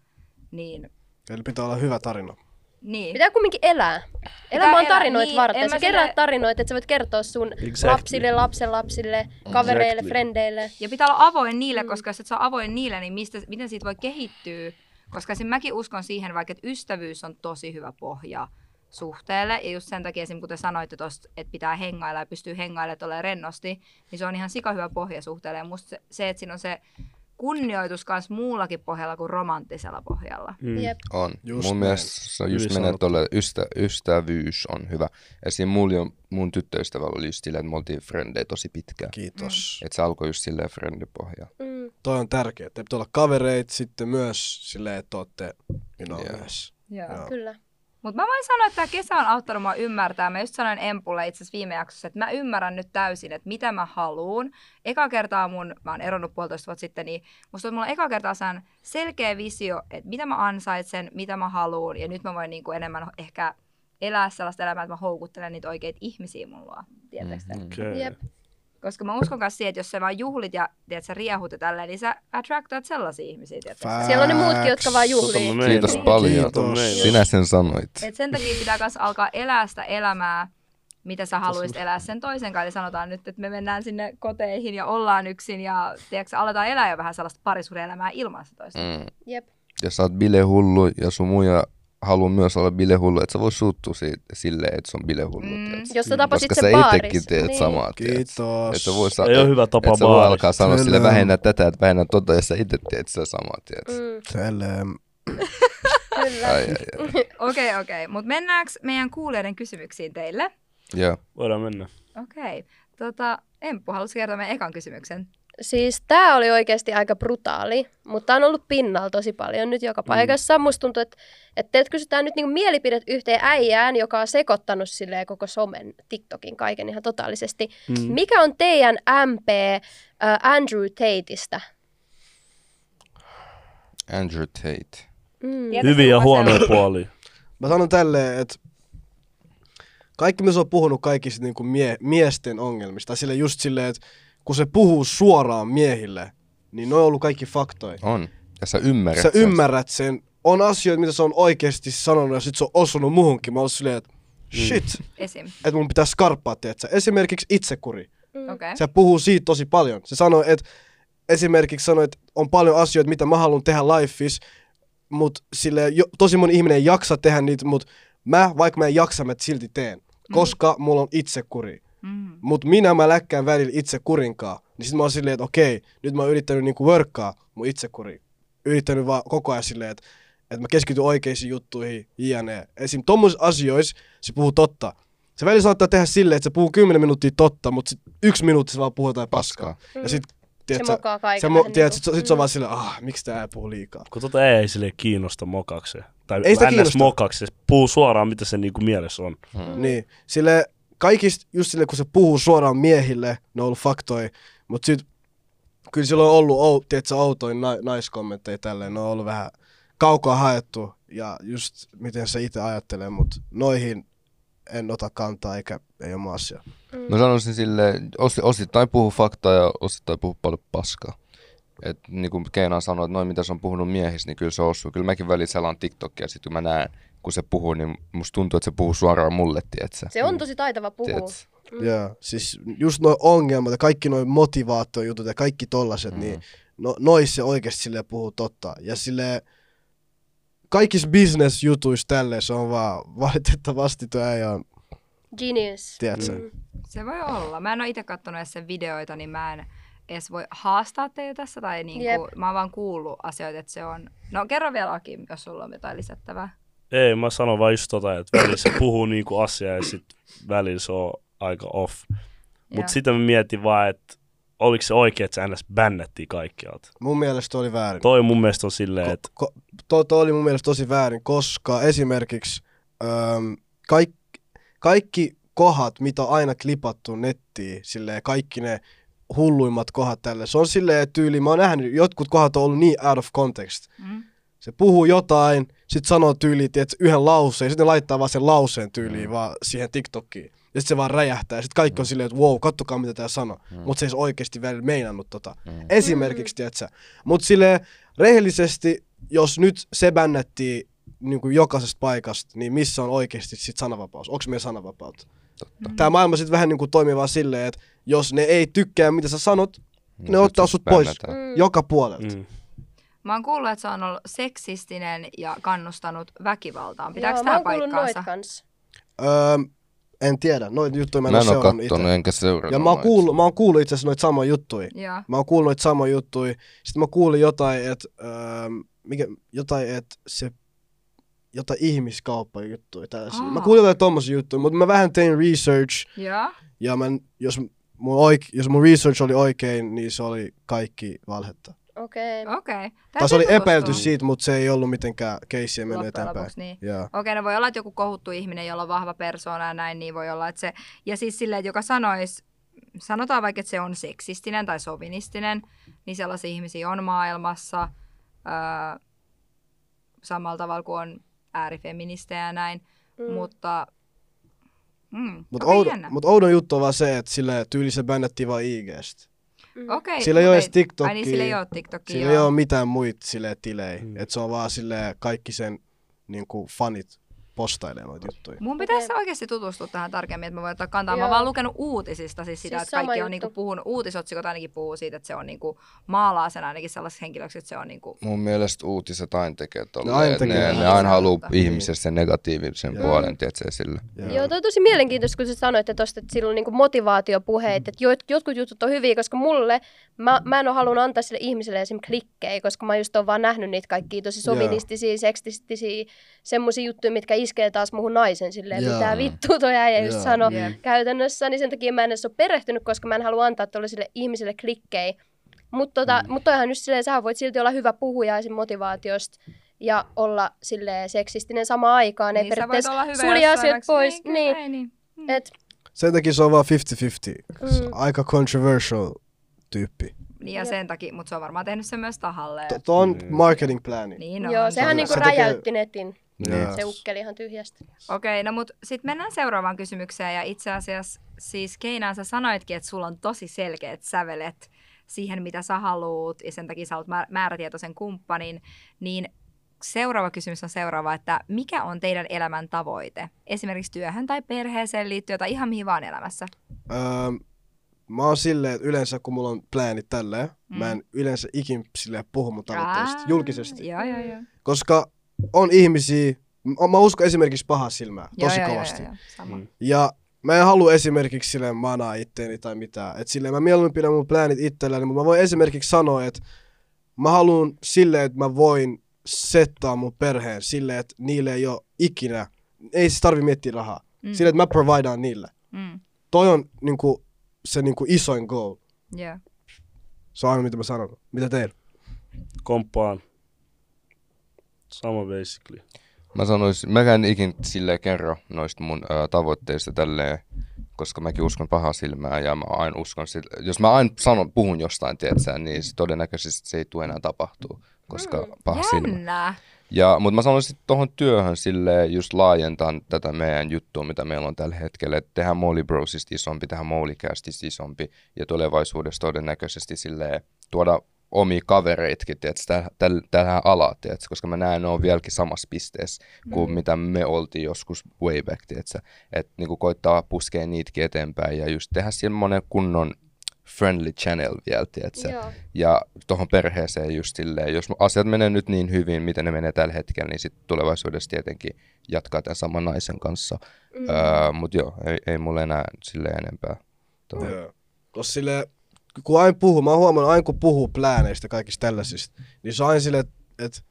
Speaker 2: niin,
Speaker 3: Eli pitää olla hyvä tarina.
Speaker 2: niin.
Speaker 1: Pitää kumminkin elää. Elämä on
Speaker 2: elää,
Speaker 1: tarinoita
Speaker 2: niin, en
Speaker 1: varten.
Speaker 2: mä
Speaker 1: Sä kerät
Speaker 2: sille-
Speaker 1: tarinoita, että sä voit kertoa sun
Speaker 5: Exactly.
Speaker 1: lapsille, lapsen lapsille, kavereille, frendeille.
Speaker 2: Ja pitää olla avoin niille, koska jos et saa avoin niille, niin mistä, miten siitä voi kehittyä? Koska esim. mäkin uskon siihen vaikka, että ystävyys on tosi hyvä pohja suhteelle. Ja just sen takia, esim. kun te sanoitte tuosta, että pitää hengailla ja pystyy hengailemaan tolleen rennosti, niin se on ihan sika hyvä pohja suhteelle. Ja musta se, se, että siinä on se kunnioitus myös muullakin pohjalla kuin romanttisella pohjalla.
Speaker 5: Mm.
Speaker 1: Jep.
Speaker 4: On.
Speaker 3: Just
Speaker 4: Just mun
Speaker 3: näin.
Speaker 4: mielestä se on just
Speaker 5: Hyvin
Speaker 4: menee
Speaker 5: sanottu.
Speaker 4: tuolle ystä, ystävyys on hyvä. Esim. mulla on, mun tyttöystävällä oli just silleen, että me oltiin frendejä tosi pitkään.
Speaker 3: Kiitos.
Speaker 4: Että se alkoi just silleen frendipohjaa.
Speaker 1: Mm.
Speaker 3: Toi on tärkeää. Te pitää olla kavereit sitten myös silleen, että olette you know,
Speaker 4: Joo.
Speaker 3: myös.
Speaker 2: Joo.
Speaker 3: Joo.
Speaker 1: Kyllä.
Speaker 2: Mutta mä voin sanoa, että tämä kesä on auttanut mua ymmärtää. Mä just sanoin Empulle itse asiassa viime jaksossa, että mä ymmärrän nyt täysin, että mitä mä haluun. Eka kertaa mun, mä oon eronnut puolitoista vuotta sitten, niin musta on mulla on eka kertaa sään selkeä visio, että mitä mä ansaitsen, mitä mä haluun. Ja nyt mä voin niinku enemmän ehkä elää sellaista elämää, että mä houkuttelen niitä oikeita ihmisiä mun luo. Tiedätkö
Speaker 4: Mm-hmm.
Speaker 2: te?
Speaker 5: Okei.
Speaker 1: Jep.
Speaker 2: Koska mä uskon myös siihen, että jos sä vaan juhlit ja tiedät, sä riehut ja tälleen, niin sä attractaat sellaisia ihmisiä. Tiedätkö? te?
Speaker 1: Siellä on ne muutkin, jotka
Speaker 3: Facts.
Speaker 1: vaan
Speaker 5: Tota mä
Speaker 1: juhlii.
Speaker 5: meinaan.
Speaker 4: Kiitos paljon.
Speaker 5: Tota mä meinaan.
Speaker 4: Sinä sen sanoit.
Speaker 2: Et sen takia pitää myös alkaa elää sitä elämää, mitä sä haluaisit elää sen toisen kanssa. Eli sanotaan nyt, että me mennään sinne koteihin ja ollaan yksin ja tiedätkö, aletaan elää jo vähän sellaista parisuhdeelämää ilman sitä toista.
Speaker 4: Mm.
Speaker 1: Jep.
Speaker 4: Jos sä oot bilehullu ja sun muija haluaa myös olla bilehullu, että sä voi suuttua siitä, silleen, että se on bilehullu.
Speaker 2: Mm.
Speaker 4: Mm.
Speaker 1: Jos sä tapasit
Speaker 4: Koska
Speaker 1: sen
Speaker 4: sä itsekin
Speaker 1: baarissa.
Speaker 4: teet niin. samaa. tiedät.
Speaker 3: Kiitos.
Speaker 4: Että voi saa,
Speaker 5: Ei oo hyvä tapa
Speaker 4: että sä voi
Speaker 5: baarissa.
Speaker 4: alkaa sanoa sille
Speaker 3: Kyllä.
Speaker 4: vähennä tätä, että vähennä tota, ja sä itse teet sitä samaa, tiedät. Mm.
Speaker 1: Mm,
Speaker 3: Tälleen.
Speaker 1: kyllä.
Speaker 4: Ai, ai, ai.
Speaker 2: Okei, okay, okei. Okay. Mutta mennäänkö meidän kuulijoiden kysymyksiin teille?
Speaker 4: Joo.
Speaker 5: Voidaan mennä.
Speaker 2: Okei. Okay. Tota, Emppu, haluaisi kertoa meidän ekan kysymyksen?
Speaker 1: Siis tää oli oikeasti aika brutaali, mutta tää on ollut pinnalla tosi paljon nyt joka paikassa. Mm. Musta tuntuu, että, että teet kysytään nyt niinku mielipidet yhteen äijään, joka on sekoittanut silleen koko somen, TikTokin, kaiken ihan totaalisesti. Mm. Mikä on teidän MP äh, Andrew Tateista?
Speaker 4: Andrew Tate.
Speaker 1: Mm.
Speaker 2: Tiedätkö,
Speaker 5: Hyviä ja
Speaker 2: kuka se on?
Speaker 5: huonoja puolia.
Speaker 3: Mä sanon tälleen, että kaikki me se on puhunut kaikista niinku mie- miesten ongelmista. Sille just silleen, että kun se puhuu suoraan miehille, niin ne on ollut kaikki faktoja.
Speaker 4: On. Ja sä ymmärrät
Speaker 3: Sä
Speaker 4: sen.
Speaker 3: ymmärrät sen. On asioita, mitä se on oikeasti sanonut ja sit se on osunut muhunkin. Mä oon silleen, että shit,
Speaker 2: Esim.
Speaker 3: että mun pitää skarppaa, tiedätkö? Esimerkiksi itsekuri.
Speaker 2: Okei.
Speaker 3: Se puhuu siitä tosi paljon. Se sanoi, että esimerkiksi sanoi, että on paljon asioita, mitä mä haluan tehdä lifeis, mutta sille jo, tosi moni ihminen ei jaksa tehdä niitä, mutta mä, vaikka mä en jaksa, mä silti teen. Koska mulla on itsekuri.
Speaker 2: Mm.
Speaker 3: Mutta minä mä läkkään välillä itse kurinkaan. Niin sit mä oon silleen, että okei, nyt mä oon yrittänyt niinku workkaa mun itsekuri. Yrittänyt vaan koko ajan silleen, että, että mä keskityn oikeisiin juttuihin, jne. Esim. tommosissa asioissa se puhuu totta. Se välillä saattaa tehdä silleen, että se puhuu 10 minuuttia totta, mutta sit yksi minuutti se vaan puhuu jotain paskaa. Ja sit, tiedät, sä-
Speaker 1: Mm. mokaa kaiken
Speaker 3: Se
Speaker 1: vähän
Speaker 3: mo- tiedät,
Speaker 1: niinku.
Speaker 3: sit, sit se on vaan silleen, ah, miksi tää ei puhu liikaa.
Speaker 5: Kun tota ei sille kiinnosta mokakseen. Tai
Speaker 3: Ei sitä
Speaker 5: ns.
Speaker 3: kiinnosta.
Speaker 5: mokakseen. Se Puhuu suoraan, mitä se niinku mielessä on.
Speaker 3: Niin, sille kaikista, just sille kun se puhuu suoraan miehille, ne on ollut faktoja, mutta sit kyllä sillä on ollut, ou, tiedätkö, outoin na- naiskommentteja tälleen, ne on ollut vähän kaukaa haettu ja just miten se itse ajattelee, mutta noihin en ota kantaa eikä ei ole asia.
Speaker 1: Mm.
Speaker 4: Mä sanoisin silleen, os, osittain puhuu faktaa ja osittain puhuu paljon paskaa. Et niin kuin Keinaan sanoi, että noin mitä se on puhunut miehistä, niin kyllä se osuu. Kyllä mäkin välillä selaan TikTokia, sit kun mä näen, kun se puhuu, niin musta tuntuu, että se puhuu suoraan mulle, tietsä.
Speaker 1: Se on tosi taitava puhua.
Speaker 4: Tietsä.
Speaker 3: Mm. Ja, siis just noi ongelmat ja kaikki noi motivaatiojutut ja kaikki tollaset, mm. niin no, noissa se oikeasti sille puhuu totta. Ja sille kaikissa bisnesjutuissa tälleen se on vaan valitettavasti tuo ei on
Speaker 1: Genius.
Speaker 3: Tiedät sen?
Speaker 1: Mm.
Speaker 2: Se voi olla. Mä en ole itse katsonut edes sen videoita, niin mä en edes voi haastaa teitä tässä. Tai niinku,
Speaker 1: Jep.
Speaker 2: mä oon vaan kuullut asioita, että se on... No kerro vielä Aki, jos sulla on jotain lisättävää.
Speaker 5: Ei, mä sanon vaan just tota, että välillä se puhuu niinku asiaa ja sit välillä se on aika off.
Speaker 2: Joo.
Speaker 5: Mut sitä mä mietin vaan, että oliko se oikein, että se ns. bännättiin kaikkialta.
Speaker 3: Mun mielestä toi oli väärin.
Speaker 5: Toi mun mielestä on silleen, että
Speaker 3: Ko- ko- to, to oli mun mielestä tosi väärin, koska esimerkiksi öö, kaik, kaikki kohat, mitä on aina klipattu nettiin, silleen kaikki ne hulluimmat kohat tälle. Se on silleen tyyli, mä oon nähnyt, jotkut kohat on ollut niin out of context.
Speaker 2: Mm.
Speaker 3: Se puhuu jotain, sit sanoo tyyliin, että yhden lauseen, sitten ne laittaa vaan sen lauseen tyyliin mm. vaan siihen TikTokiin. Ja sit se vaan räjähtää, ja sit kaikki on silleen, että wow, kattokaa mitä tää sanoo. Mm. Mut se ei oikeesti välillä meinannut tota. Mm. Esimerkiksi, tiedätkö? Mut silleen, rehellisesti, jos nyt se bännättiin niin kuin jokaisesta paikasta, niin missä on oikeasti sit sananvapaus? Onko meillä sananvapautta?
Speaker 1: Mm.
Speaker 2: mm.
Speaker 3: Totta. Tämä maailma sitten vähän niin kuin toimii vaan silleen, että jos ne ei tykkää, mitä sä sanot,
Speaker 4: Niin
Speaker 3: ne
Speaker 4: sut
Speaker 3: ottaa sut pois
Speaker 1: Mm.
Speaker 4: bännätään.
Speaker 3: joka puolelta.
Speaker 5: mm,
Speaker 2: Mä oon kuullut, että se on ollut seksistinen ja kannustanut väkivaltaan. Pitääkö
Speaker 1: Joo, mä
Speaker 2: tämä
Speaker 1: oon kuullut noit
Speaker 2: paikkaansa?
Speaker 1: kans.
Speaker 3: Öö, en tiedä, noita juttuja mä en,
Speaker 4: Mä en
Speaker 3: ole
Speaker 4: oo
Speaker 3: seurannut itse.
Speaker 4: kattonut enkä seurannut.
Speaker 3: Ja mä oon
Speaker 4: noita.
Speaker 3: kuullut, mä oon kuullut itse asiassa noita samoja juttuja.
Speaker 2: Joo.
Speaker 3: Mä oon kuullut noita samoja juttuja. Sitten mä kuulin jotain, että öö, mikä, jotain, että se jotain ihmiskauppajuttuja tällaisia. Mä
Speaker 2: Aa.
Speaker 3: kuulin jotain tommosia juttuja, mutta mä vähän tein research
Speaker 2: Joo.
Speaker 3: ja mä, en- jos, mun oike, jos mun research oli oikein, niin se oli kaikki valhetta.
Speaker 1: Okei. Okay.
Speaker 2: Okei. Okay.
Speaker 3: Tai se oli epäilty siitä, mutta se ei ollut mitenkään keissiä mennyt eteenpäin.
Speaker 2: Lopuksi, niin.
Speaker 3: Jaa.
Speaker 2: Okei, no voi olla, että joku kohuttu ihminen, jolla on vahva persoona ja näin, niin voi olla, että se... Ja siis silleen, että joka sanoisi, sanotaan vaikka, että se on seksistinen tai sovinistinen, niin sellaisia ihmisiä on maailmassa öö, samalla tavalla kuin on äärifeministejä ja näin, mm. mutta... Mm,
Speaker 3: Mutta
Speaker 2: aika
Speaker 3: oudo,
Speaker 2: jännä.
Speaker 3: mut oudon juttu on vaan se, että sillä tyyli se bännättiin vaan IGstä.
Speaker 1: Mm.
Speaker 2: Okei.
Speaker 3: Sillä ei oo edes
Speaker 2: mut Ai niin,
Speaker 3: TikTokia.
Speaker 2: sillä ei ole TikTokia.
Speaker 3: Sillä
Speaker 2: joo.
Speaker 3: ei ole mitään muita sille tilejä. Mm. Et se on vaan sille kaikki sen niinku, fanit postailee noita juttuja.
Speaker 2: Mun pitäisi okay. oikeasti tutustua tähän tarkemmin, että mä voin ottaa kantaa. Joo.
Speaker 1: Joo.
Speaker 2: Mä oon vaan lukenut uutisista siis sitä,
Speaker 1: Siis
Speaker 2: siis että
Speaker 1: sama
Speaker 2: kaikki on
Speaker 1: juttu.
Speaker 2: niinku puhunut, uutisotsikot ainakin puhuu siitä, että se on niinku, maalaa sen ainakin sellaiseksi henkilöksi, että se on niinku,
Speaker 4: Mun mielestä uutiset aina tekee tolleen.
Speaker 3: aina
Speaker 4: että
Speaker 3: tekee
Speaker 4: Ne, ne
Speaker 3: näin.
Speaker 4: aina haluu
Speaker 1: Niin.
Speaker 2: Totta.
Speaker 4: ihmisessä sen negatiivisen
Speaker 3: Joo.
Speaker 4: puolen, tiedätkö, sillä.
Speaker 1: Joo, toi on tosi mielenkiintoista, kun sä sanoitte tosta, että sillä on niinku motivaatiopuheet, että jot- jotkut jutut on hyviä, koska mulle, mä, mä en ole halunnut antaa sille ihmiselle esim. klikkejä, koska mä just oon vaan nähnyt niitä kaikkia tosi sovinistisia, seksistisiä, semmosia juttuja, mitkä iskee taas muuhun naisen silleen,
Speaker 3: Joo.
Speaker 1: yeah. mitä vittu toi äijä
Speaker 3: Joo,
Speaker 1: just sanoi
Speaker 2: jep.
Speaker 1: käytännössä, niin sen takia mä en edes ole perehtynyt, koska mä en halua antaa tuollaisille ihmisille klikkejä. Mutta tota, mm. mut toihan just silleen, sä voit silti olla hyvä puhuja esim. motivaatiosta ja olla silleen seksistinen samaan aikaan, ei
Speaker 2: niin sä voit
Speaker 1: periaatteessa
Speaker 2: olla hyvä
Speaker 1: sulje
Speaker 2: jossain,
Speaker 1: asiat
Speaker 2: vaikka-
Speaker 1: pois.
Speaker 2: Niin,
Speaker 1: Niin,
Speaker 2: kyllä, ei niin.
Speaker 1: et,
Speaker 3: Sen takia se on vaan 50-50. Mm.
Speaker 1: Mm.
Speaker 3: Aika controversial tyyppi.
Speaker 2: Niin ja sen takia, mutta se on varmaan tehnyt sen myös tahalleen.
Speaker 3: To, to on mm. marketing plani.
Speaker 2: Niin on.
Speaker 1: joo, sehän
Speaker 3: Se
Speaker 1: niinku
Speaker 3: tekee-
Speaker 1: räjäytti netin,
Speaker 3: Joo.
Speaker 1: se ukkeli ihan tyhjästä.
Speaker 2: Okei, no mut sitten mennään seuraavaan kysymykseen ja itse asiassa siis Keinaan sä sanoitkin, että sulla on tosi selkeät sävelet siihen, mitä sä haluut ja sen takia sä oot määr- määrätietoisen kumppanin, niin seuraava kysymys on seuraava, että mikä on teidän elämän tavoite? Esimerkiksi työhön tai perheeseen liittyen tai ihan mihin vaan elämässä.
Speaker 3: Öö, mä oon silleen, että yleensä kun mulla on pläänit tälleen, mm.
Speaker 2: Mm.
Speaker 3: mä en yleensä ikin silleen puhu mun tavoitteista
Speaker 2: Aa,
Speaker 3: julkisesti.
Speaker 2: Joo, joo, joo.
Speaker 3: Koska on ihmisiä, m- mä uskon esimerkiksi pahaa silmää
Speaker 2: Joo,
Speaker 3: tosi
Speaker 2: joo, joo,
Speaker 3: kovasti.
Speaker 2: joo, joo, sama.
Speaker 5: Mm.
Speaker 3: Ja mä en halua esimerkiksi silleen manaa itteeni tai mitään. Et silleen mä mieluummin pidän mun pläänit itselläni, mutta mä voin esimerkiksi sanoa, että mä haluan silleen, että mä voin settaa mun perheen silleen, että niille ei ole ikinä, ei siis tarvi miettiä rahaa. Mm.
Speaker 2: Mm.
Speaker 3: Silleen, että mä providaan niille.
Speaker 2: Mm,
Speaker 3: Toi on niinku, se niinku isoin goal.
Speaker 2: joo.
Speaker 3: Se on aina mitä mä sanon. Mitä teillä?
Speaker 5: komppaan. Sama basically.
Speaker 4: Mä sanoisin, mä en ikin silleen kerro noista mun ö, tavoitteista tälleen, koska mäkin uskon pahaa silmää ja mä aina uskon sit, jos mä aina sanon, puhun jostain, tiedätkö, niin se todennäköisesti se ei tule enää tapahtuu, koska paha silmä.
Speaker 2: Jännää.
Speaker 4: Ja, mutta mä sanoisin tuohon työhön sille just laajentaa tätä meidän juttua, mitä meillä on tällä hetkellä. Että tehdään Molly Brosista isompi, tehdään Mollycastista isompi ja tulevaisuudessa todennäköisesti sille tuoda omia kavereitkin, tiedätkö, tä- täl- tähän alaa, tiedätkö, koska mä näen, ne on vieläkin samassa pisteessä kuin mitä me oltiin joskus way niinku back, tiedätkö, että niin koittaa puskea niitäkin eteenpäin ja just tehdä semmoinen kunnon friendly channel vielä, tiedätkö?
Speaker 1: Joo.
Speaker 4: Ja tuohon perheeseen just silleen, jos asiat menee nyt niin hyvin, miten ne menee tällä hetkellä, niin sitten tulevaisuudessa tietenkin jatkaa tämän saman naisen kanssa. Mm. Öö, Mutta joo, ei, ei mulla enää sille enempää. Tuo.
Speaker 3: Joo. Koska sille, kun aina puhuu, mä oon huomannut, aina kun puhuu plääneistä kaikista tällaisista, niin se on aina silleen, että et,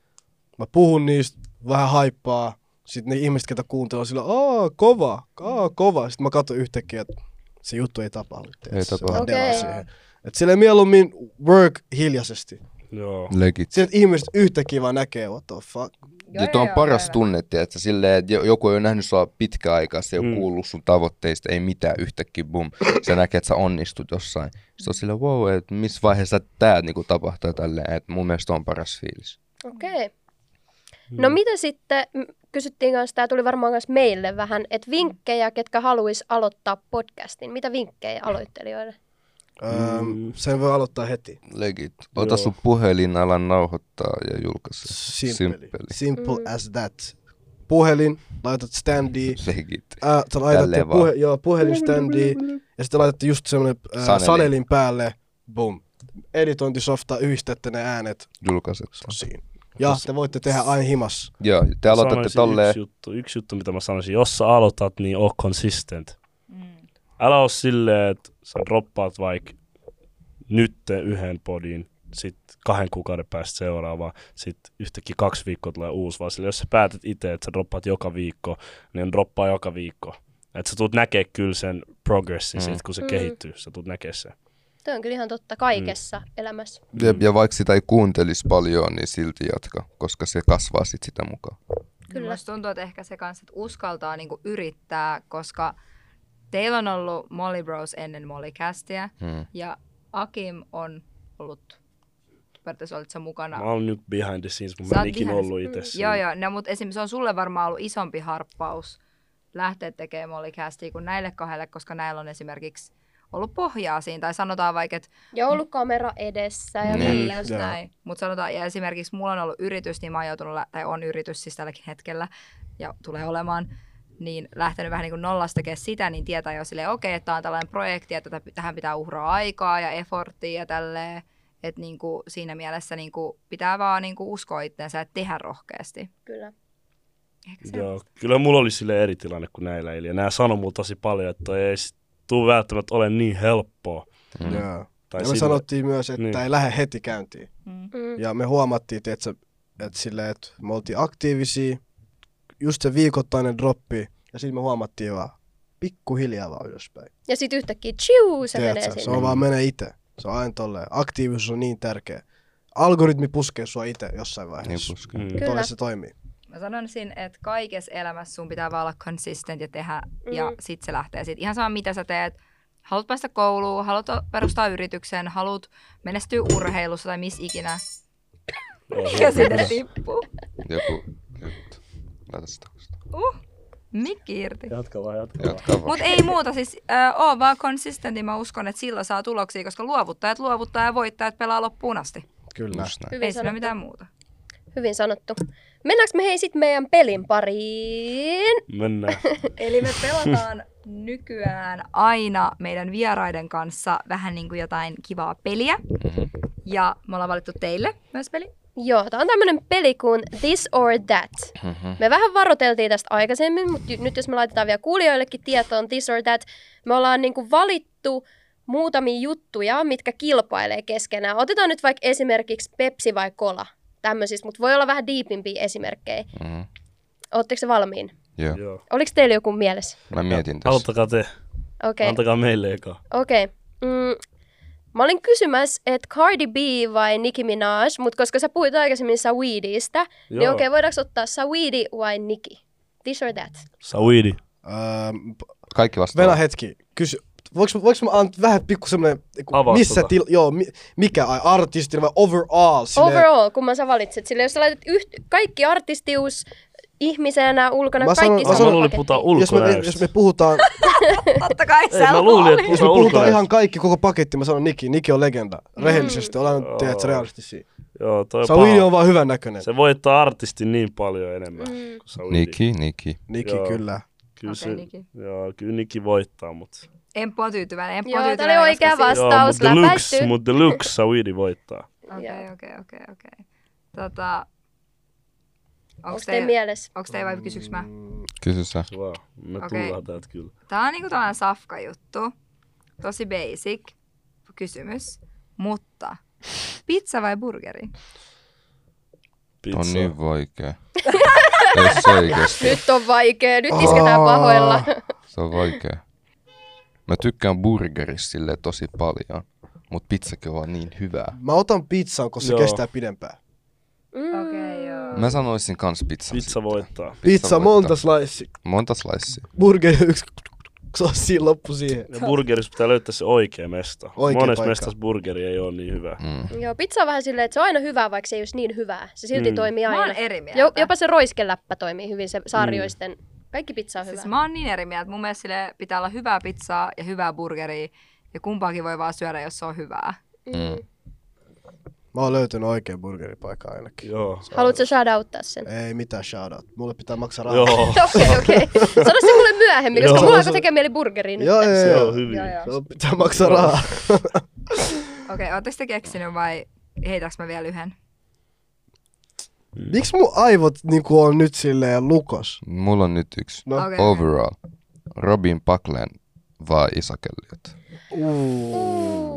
Speaker 3: mä puhun niistä, vähän haippaa, sitten ne ihmiset, ketä kuuntelee, on sillä, aa, kova, aa, kova. Sitten mä katson yhtäkkiä, että se juttu ei tapahdu. tiedätkö, se
Speaker 4: tapahdu.
Speaker 3: vaan
Speaker 1: Okei.
Speaker 3: delaa siihen. Et sille mieluummin work hiljaisesti.
Speaker 5: Joo.
Speaker 4: Legit.
Speaker 3: Sille, että ihmiset yhtäkkiä vaan näkee, what the fuck.
Speaker 2: Joo,
Speaker 4: Ja tuo on
Speaker 2: joo,
Speaker 4: paras
Speaker 2: aivan.
Speaker 4: tunne, että silleen, että jo- joku ei ole nähnyt sua pitkään aikaa, se ei ole
Speaker 5: Mm.
Speaker 4: kuullut sun tavoitteista, ei mitään yhtäkkiä, bum. Sä näkee, että sä onnistut jossain. Sitten on silleen, wow, että missä vaiheessa tää niinku tapahtuu tälleen, että mun mielestä on paras fiilis.
Speaker 2: Mm.
Speaker 1: Okei. Okay. No mitä sitten, m- kysyttiin kanssa, tämä tuli varmaan myös meille vähän, että vinkkejä, ketkä haluaisi aloittaa podcastin. Mitä vinkkejä aloittelijoille?
Speaker 3: Öö,
Speaker 5: Mm.
Speaker 3: sen voi aloittaa heti.
Speaker 4: Legit. Ota
Speaker 5: Joo.
Speaker 4: sun puhelin, ala nauhoittaa ja julkaise.
Speaker 3: Simple. Simple as that. Puhelin, laitat standiin,
Speaker 4: Legit.
Speaker 3: Äh, sä laitatte
Speaker 4: Tälleen vaan.
Speaker 3: puhe, joo, puhelinständiin ja sitten laitatte just semmonen äh,
Speaker 4: Sanelin.
Speaker 3: sanelin. päälle, boom. Editointisofta, yhdistätte ne äänet
Speaker 4: Julkaiset.
Speaker 3: siinä. Ja te voitte tehdä aina himas.
Speaker 4: Joo, te aloitatte
Speaker 5: Sanoisin
Speaker 4: tolleen.
Speaker 5: Yksi juttu, yksi juttu, mitä mä sanoisin, jos sä aloitat, niin oo consistent. Älä oo silleen, että sä droppaat vaikka nytte yhden podin, sit kahden kuukauden päästä seuraava, sit yhtäkkiä kaksi viikkoa tulee uusi, vaan sille, jos sä päätät itse, että sä droppaat joka viikko, niin droppaa joka viikko. Että sä tuut näkee kyllä sen progressin mm. sit, kun se mm. kehittyy, sä tuut näkee sen.
Speaker 1: Tuo on kyllä ihan totta kaikessa mm. elämässä.
Speaker 4: Ja, ja vaikka sitä ei kuuntelisi paljon, niin silti jatka, koska se kasvaa sit sitä mukaan.
Speaker 1: Kyllä.
Speaker 2: Kyllä. Niin Musta tuntuu, että ehkä se kanssa, että uskaltaa niinku yrittää, koska teillä on ollut Molly Bros ennen Mollycastia
Speaker 4: Hmm.
Speaker 2: ja Akim on ollut, periaatteessa olit sä mukana.
Speaker 5: Mä oon nyt behind the scenes,
Speaker 2: Sä
Speaker 5: mutta mä en
Speaker 2: oot
Speaker 5: ikinä
Speaker 2: behind the-
Speaker 5: ollut itse
Speaker 2: Joo, joo. No, mutta esimerkiksi se on sulle varmaan ollut isompi harppaus lähteä tekemään Mollycastia kuin näille kahdelle, koska näillä on esimerkiksi ollut pohjaa siinä, tai sanotaan vaikka, että
Speaker 1: Ja ollut kamera edessä ja
Speaker 4: Niin.
Speaker 1: niin.
Speaker 2: just näin. Mutta sanotaan, ja esimerkiksi mulla on ollut yritys, niin mä oon joutunut, lä- tai on yritys siis tälläkin hetkellä, ja tulee olemaan, niin lähtenyt vähän niin kuin nollasta tekemään sitä, niin tietää jo silleen, okei, että tämä on tällainen projekti, että tätä- tähän pitää uhraa aikaa ja efforttia ja tälleen. Että niin kuin siinä mielessä niin kuin pitää vaan niin kuin uskoa itseensä ja tehdä rohkeasti.
Speaker 1: Kyllä.
Speaker 2: Ehkä se.
Speaker 5: Joo, kyllä mulla oli sille eri tilanne kuin näillä eli Nämä sanoi mulla tosi paljon, että toi ei sit tuu välttämättä ole niin helppoa.
Speaker 4: Mm.
Speaker 3: Joo. Ja
Speaker 5: Tai
Speaker 3: me
Speaker 5: sille-
Speaker 3: sanottiin myös, että
Speaker 5: Niin.
Speaker 3: ei lähde heti käyntiin.
Speaker 2: Mm.
Speaker 1: Mm.
Speaker 3: Ja me huomattiin, että, se, että, sille, että me oltiin aktiivisia, just se viikoittainen droppi, ja sitten me huomattiin vaan pikkuhiljaa vaan ylöspäin.
Speaker 1: Ja sitten yhtäkkiä chiu, se
Speaker 3: Tiedätkö,
Speaker 1: menee
Speaker 3: se
Speaker 1: sinne.
Speaker 3: on vaan menee itse. Se on aina tolleen. Aktiivisuus on niin tärkeä. Algoritmi puskee sua itse jossain
Speaker 4: Niin
Speaker 3: vaiheessa.
Speaker 4: puskee.
Speaker 5: Mm.
Speaker 1: Kyllä.
Speaker 3: Tolle se toimii.
Speaker 2: Mä sanoisin, että kaikessa elämässä sun pitää vaan olla consistent ja tehdä, mm. ja
Speaker 1: Mm.
Speaker 2: sit se lähtee. Sit ihan sama, mitä sä teet. Haluat päästä kouluun, haluat o- perustaa yrityksen, haluat menestyä urheilussa tai missä ikinä. Mikä sinne tippuu?
Speaker 4: Joku juttu. Laita sitä taustaa.
Speaker 2: Uh, mikki irti.
Speaker 5: Jatka vaan, jatka vaan.
Speaker 4: Jatka vaan.
Speaker 2: Mut ei muuta, siis äh, oo vaan consistentti. Mä uskon, että sillä saa tuloksia, koska luovuttajat luovuttaa ja voittajat pelaa loppuun asti.
Speaker 5: Mm.
Speaker 3: Kyllä.
Speaker 4: Just näin.
Speaker 1: Hyvin
Speaker 2: Ei siinä
Speaker 1: sanottu.
Speaker 2: mitään muuta.
Speaker 1: Hyvin sanottu. Mennäänkö me hei sitten meidän pelin pariin?
Speaker 5: Mennään.
Speaker 2: Eli me pelataan nykyään aina meidän vieraiden kanssa vähän niin kuin jotain kivaa peliä.
Speaker 5: Mm-hmm.
Speaker 4: Mhm.
Speaker 2: Ja me ollaan valittu teille myös peli.
Speaker 1: Joo, tää on tämmönen peli kuin This or That.
Speaker 5: Mm-hmm.
Speaker 4: Mhm.
Speaker 1: Me vähän varoteltiin tästä aikaisemmin, mutta nyt jos me laitetaan vielä kuulijoillekin tietoon this or that, me ollaan niin kuin valittu muutamia juttuja, mitkä kilpailee keskenään. Otetaan nyt vaikka esimerkiksi Pepsi vai Cola, tämmöisistä, mutta voi olla vähän diipimpiä esimerkkejä.
Speaker 3: Mm-hmm.
Speaker 4: Mhm.
Speaker 1: Oletteko se valmiin?
Speaker 4: Joo.
Speaker 5: Joo.
Speaker 1: Oliko teillä joku mielessä?
Speaker 4: Mä mietin tässä.
Speaker 5: Aloittakaa te.
Speaker 1: Okei, okay.
Speaker 5: Antakaa meille eka.
Speaker 1: okei. Okay. Mm. Mä olin kysymässä, että Cardi B vai Nicki Minaj, mutta koska sä puhuit aikaisemmin Saweedista, niin
Speaker 5: Joo.
Speaker 1: okei, okay, voidaanko ottaa Saweedi vai Nicki? This or that?
Speaker 5: Sawidi.
Speaker 3: Ähm,
Speaker 4: Kaikki
Speaker 3: Venä
Speaker 4: vastaa.
Speaker 3: hetki. Kysy, voiko, voiko mä antaa vähän pikku semmonen, niinku,
Speaker 5: Avaa
Speaker 3: missä
Speaker 5: tota.
Speaker 3: til, joo, mi, mikä ai, artisti vai overall? Silleen,
Speaker 1: Overall, kumman sä valitset? Sillä jos sä laitat yht, kaikki artistius ihmisenä ulkona,
Speaker 3: Mä sanon-
Speaker 1: kaikki
Speaker 3: mä
Speaker 5: Mä
Speaker 1: samaan
Speaker 3: sanon-
Speaker 5: luulin
Speaker 1: pakettiin.
Speaker 5: puhutaan
Speaker 3: jos, me, jos me
Speaker 5: ulkonäöstä.
Speaker 3: puhutaan,
Speaker 2: Totta kai
Speaker 5: Ei, mä luulin, että
Speaker 3: jos
Speaker 5: puhutaan
Speaker 3: me puhutaan ihan
Speaker 5: ulkonäöstä.
Speaker 3: kaikki, koko paketti, mä sanon Niki, Niki on legenda.
Speaker 1: Mm.
Speaker 3: Rehellisesti, ollaan
Speaker 5: Joo.
Speaker 3: nyt, tiedät, realistisia.
Speaker 5: Joo, toi on
Speaker 3: Saudi on
Speaker 5: paha.
Speaker 3: vaan hyvän näköinen.
Speaker 5: Se voittaa artistin niin paljon enemmän kuin Saudi.
Speaker 4: Niin, Niki, Niki.
Speaker 3: Niki,
Speaker 5: Joo.
Speaker 3: kyllä.
Speaker 5: Kyllä,
Speaker 2: Okei,
Speaker 5: se,
Speaker 2: Niki.
Speaker 5: Joo, kyllä Niki voittaa, mutta...
Speaker 2: Emppu on tyytyväinen. Emppu
Speaker 1: Joo,
Speaker 2: on
Speaker 1: tää oli
Speaker 2: tyytyväinen.
Speaker 1: oikea
Speaker 2: koska si-
Speaker 5: Joo,
Speaker 1: Vastaus
Speaker 5: mutta Deluxe,
Speaker 1: läpäisty.
Speaker 5: mutta Deluxe Sawidi voittaa.
Speaker 2: Okei, okei, okei, okei. Tota...
Speaker 1: Onko
Speaker 2: Onks
Speaker 1: teidän
Speaker 2: teillä...
Speaker 1: mielessä?
Speaker 2: Onks teillä vai kysyks mä?
Speaker 4: Kysy sä.
Speaker 5: Wow, me
Speaker 2: Okei.
Speaker 5: tullaan täältä kyllä.
Speaker 2: Tää on niinku tällainen safka-juttu. Tosi basic kysymys. Mutta pizza vai burgeri?
Speaker 5: Pizza.
Speaker 4: On niin vaikea. Ei se oikeesti.
Speaker 1: Nyt on vaikea, nyt isketään pahoilla.
Speaker 4: Se on vaikea. Mä tykkään burgerista sille tosi paljon, mutta pizzakin on vaan niin hyvää.
Speaker 3: Mä otan pizzan, koska se
Speaker 5: Joo.
Speaker 3: kestää pidempään.
Speaker 1: Mm.
Speaker 2: Okei, joo.
Speaker 4: Mä sanoisin kans pizza.
Speaker 5: Pizza voittaa.
Speaker 3: Pizza, monta slice.
Speaker 4: Monta slice.
Speaker 3: Burgeri yksi. Se on siinä loppu siihen.
Speaker 5: Ja burgerissa pitää löytää se oikea mesta.
Speaker 3: Oikea
Speaker 5: Monessa
Speaker 3: paikka.
Speaker 5: mestassa burgeri ei ole niin hyvä.
Speaker 4: Mm.
Speaker 1: Joo, pizza on vähän silleen, että se on aina hyvää, vaikka se ei olisi niin hyvää. Se silti
Speaker 5: Mm.
Speaker 1: toimii
Speaker 2: Mä
Speaker 1: aina.
Speaker 2: oon eri mieltä.
Speaker 1: Jo, jopa se roiskeläppä toimii hyvin, se sarjoisten.
Speaker 3: Mm.
Speaker 1: Kaikki pizza on hyvä.
Speaker 2: Siis mä oon niin eri mieltä. Mun mielestä sille pitää olla hyvää pizzaa ja hyvää burgeria. Ja kumpaakin voi vaan syödä, jos se on hyvää.
Speaker 1: Mm.
Speaker 3: Mä oon löytänyt oikean burgeripaikan ainakin.
Speaker 5: Joo.
Speaker 1: Haluatko sä shoutouttaa sen?
Speaker 3: Ei mitään shoutout. Mulle pitää maksaa rahaa.
Speaker 5: Joo.
Speaker 1: Okei, okei. Sano se mulle myöhemmin, koska
Speaker 3: Joo.
Speaker 1: mulla
Speaker 3: Se-
Speaker 1: alkoi tekee mieli burgeriin nyt.
Speaker 3: Joo, joo,
Speaker 5: Se
Speaker 3: joo.
Speaker 5: on hyvin.
Speaker 2: Joo, joo.
Speaker 3: Se on- pitää maksaa rahaa.
Speaker 2: Okei, ootteko te keksinyt vai heitäks mä vielä yhden?
Speaker 3: Miksi mun aivot niinku on nyt silleen lukos?
Speaker 4: Mulla on nyt yksi.
Speaker 3: No.
Speaker 2: Okei.
Speaker 4: Overall. Robin Paklen vai Isa Kellyt?
Speaker 3: Oh.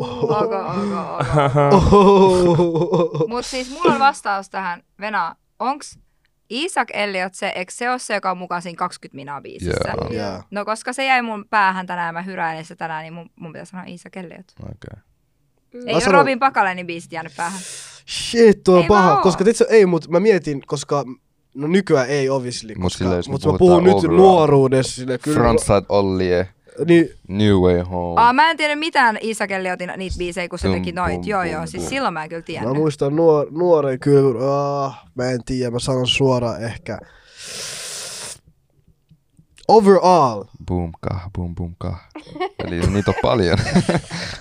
Speaker 2: Ok, ok, ok.
Speaker 3: Ohohohoho.
Speaker 2: Mut siis mulla on vastaus tähän. Vena, onks Isaac Elliot se, eikö se ole se, joka on mukaan siinä 20 minaa biisissä?
Speaker 4: Joo.
Speaker 3: Jaa.
Speaker 2: No koska se jäi mun päähän tänään, mä hyräilin sitä tänään, niin mun, mun pitää sanoa Isaac Elliot.
Speaker 4: Okay.
Speaker 2: Ei
Speaker 3: Mä
Speaker 2: ole
Speaker 3: sanon-
Speaker 2: Robin Pakalenin biisit jäänyt päähän.
Speaker 3: Shit, tuo on
Speaker 2: Ei vaan
Speaker 3: paha.
Speaker 2: oo.
Speaker 3: Koska itse ei, mut mä mietin, koska... No nykyään ei obviously,
Speaker 4: Mut
Speaker 3: koska,
Speaker 4: sillä jos me
Speaker 3: mut mä puhun
Speaker 4: puhutaan
Speaker 3: nyt
Speaker 4: overall.
Speaker 3: nuoruudessa sille kyllä.
Speaker 4: Frontside Ollie,
Speaker 3: Niin,
Speaker 4: New Way Home.
Speaker 2: Aa, mä en tiedä mitään Isaac Elliotin niitä biisejä, kun se
Speaker 4: Tum,
Speaker 2: teki
Speaker 4: pum,
Speaker 2: noit. Joo,
Speaker 4: pum,
Speaker 2: joo, siis
Speaker 4: pum.
Speaker 2: silloin mä en kyllä
Speaker 3: mä
Speaker 2: tiennyt.
Speaker 3: muistan nuor, nuoren kyllä, ah, mä en tiedä, mä sanon suoraan ehkä. Overall.
Speaker 4: Boom kah, boom boom kah. Eli niitä on paljon.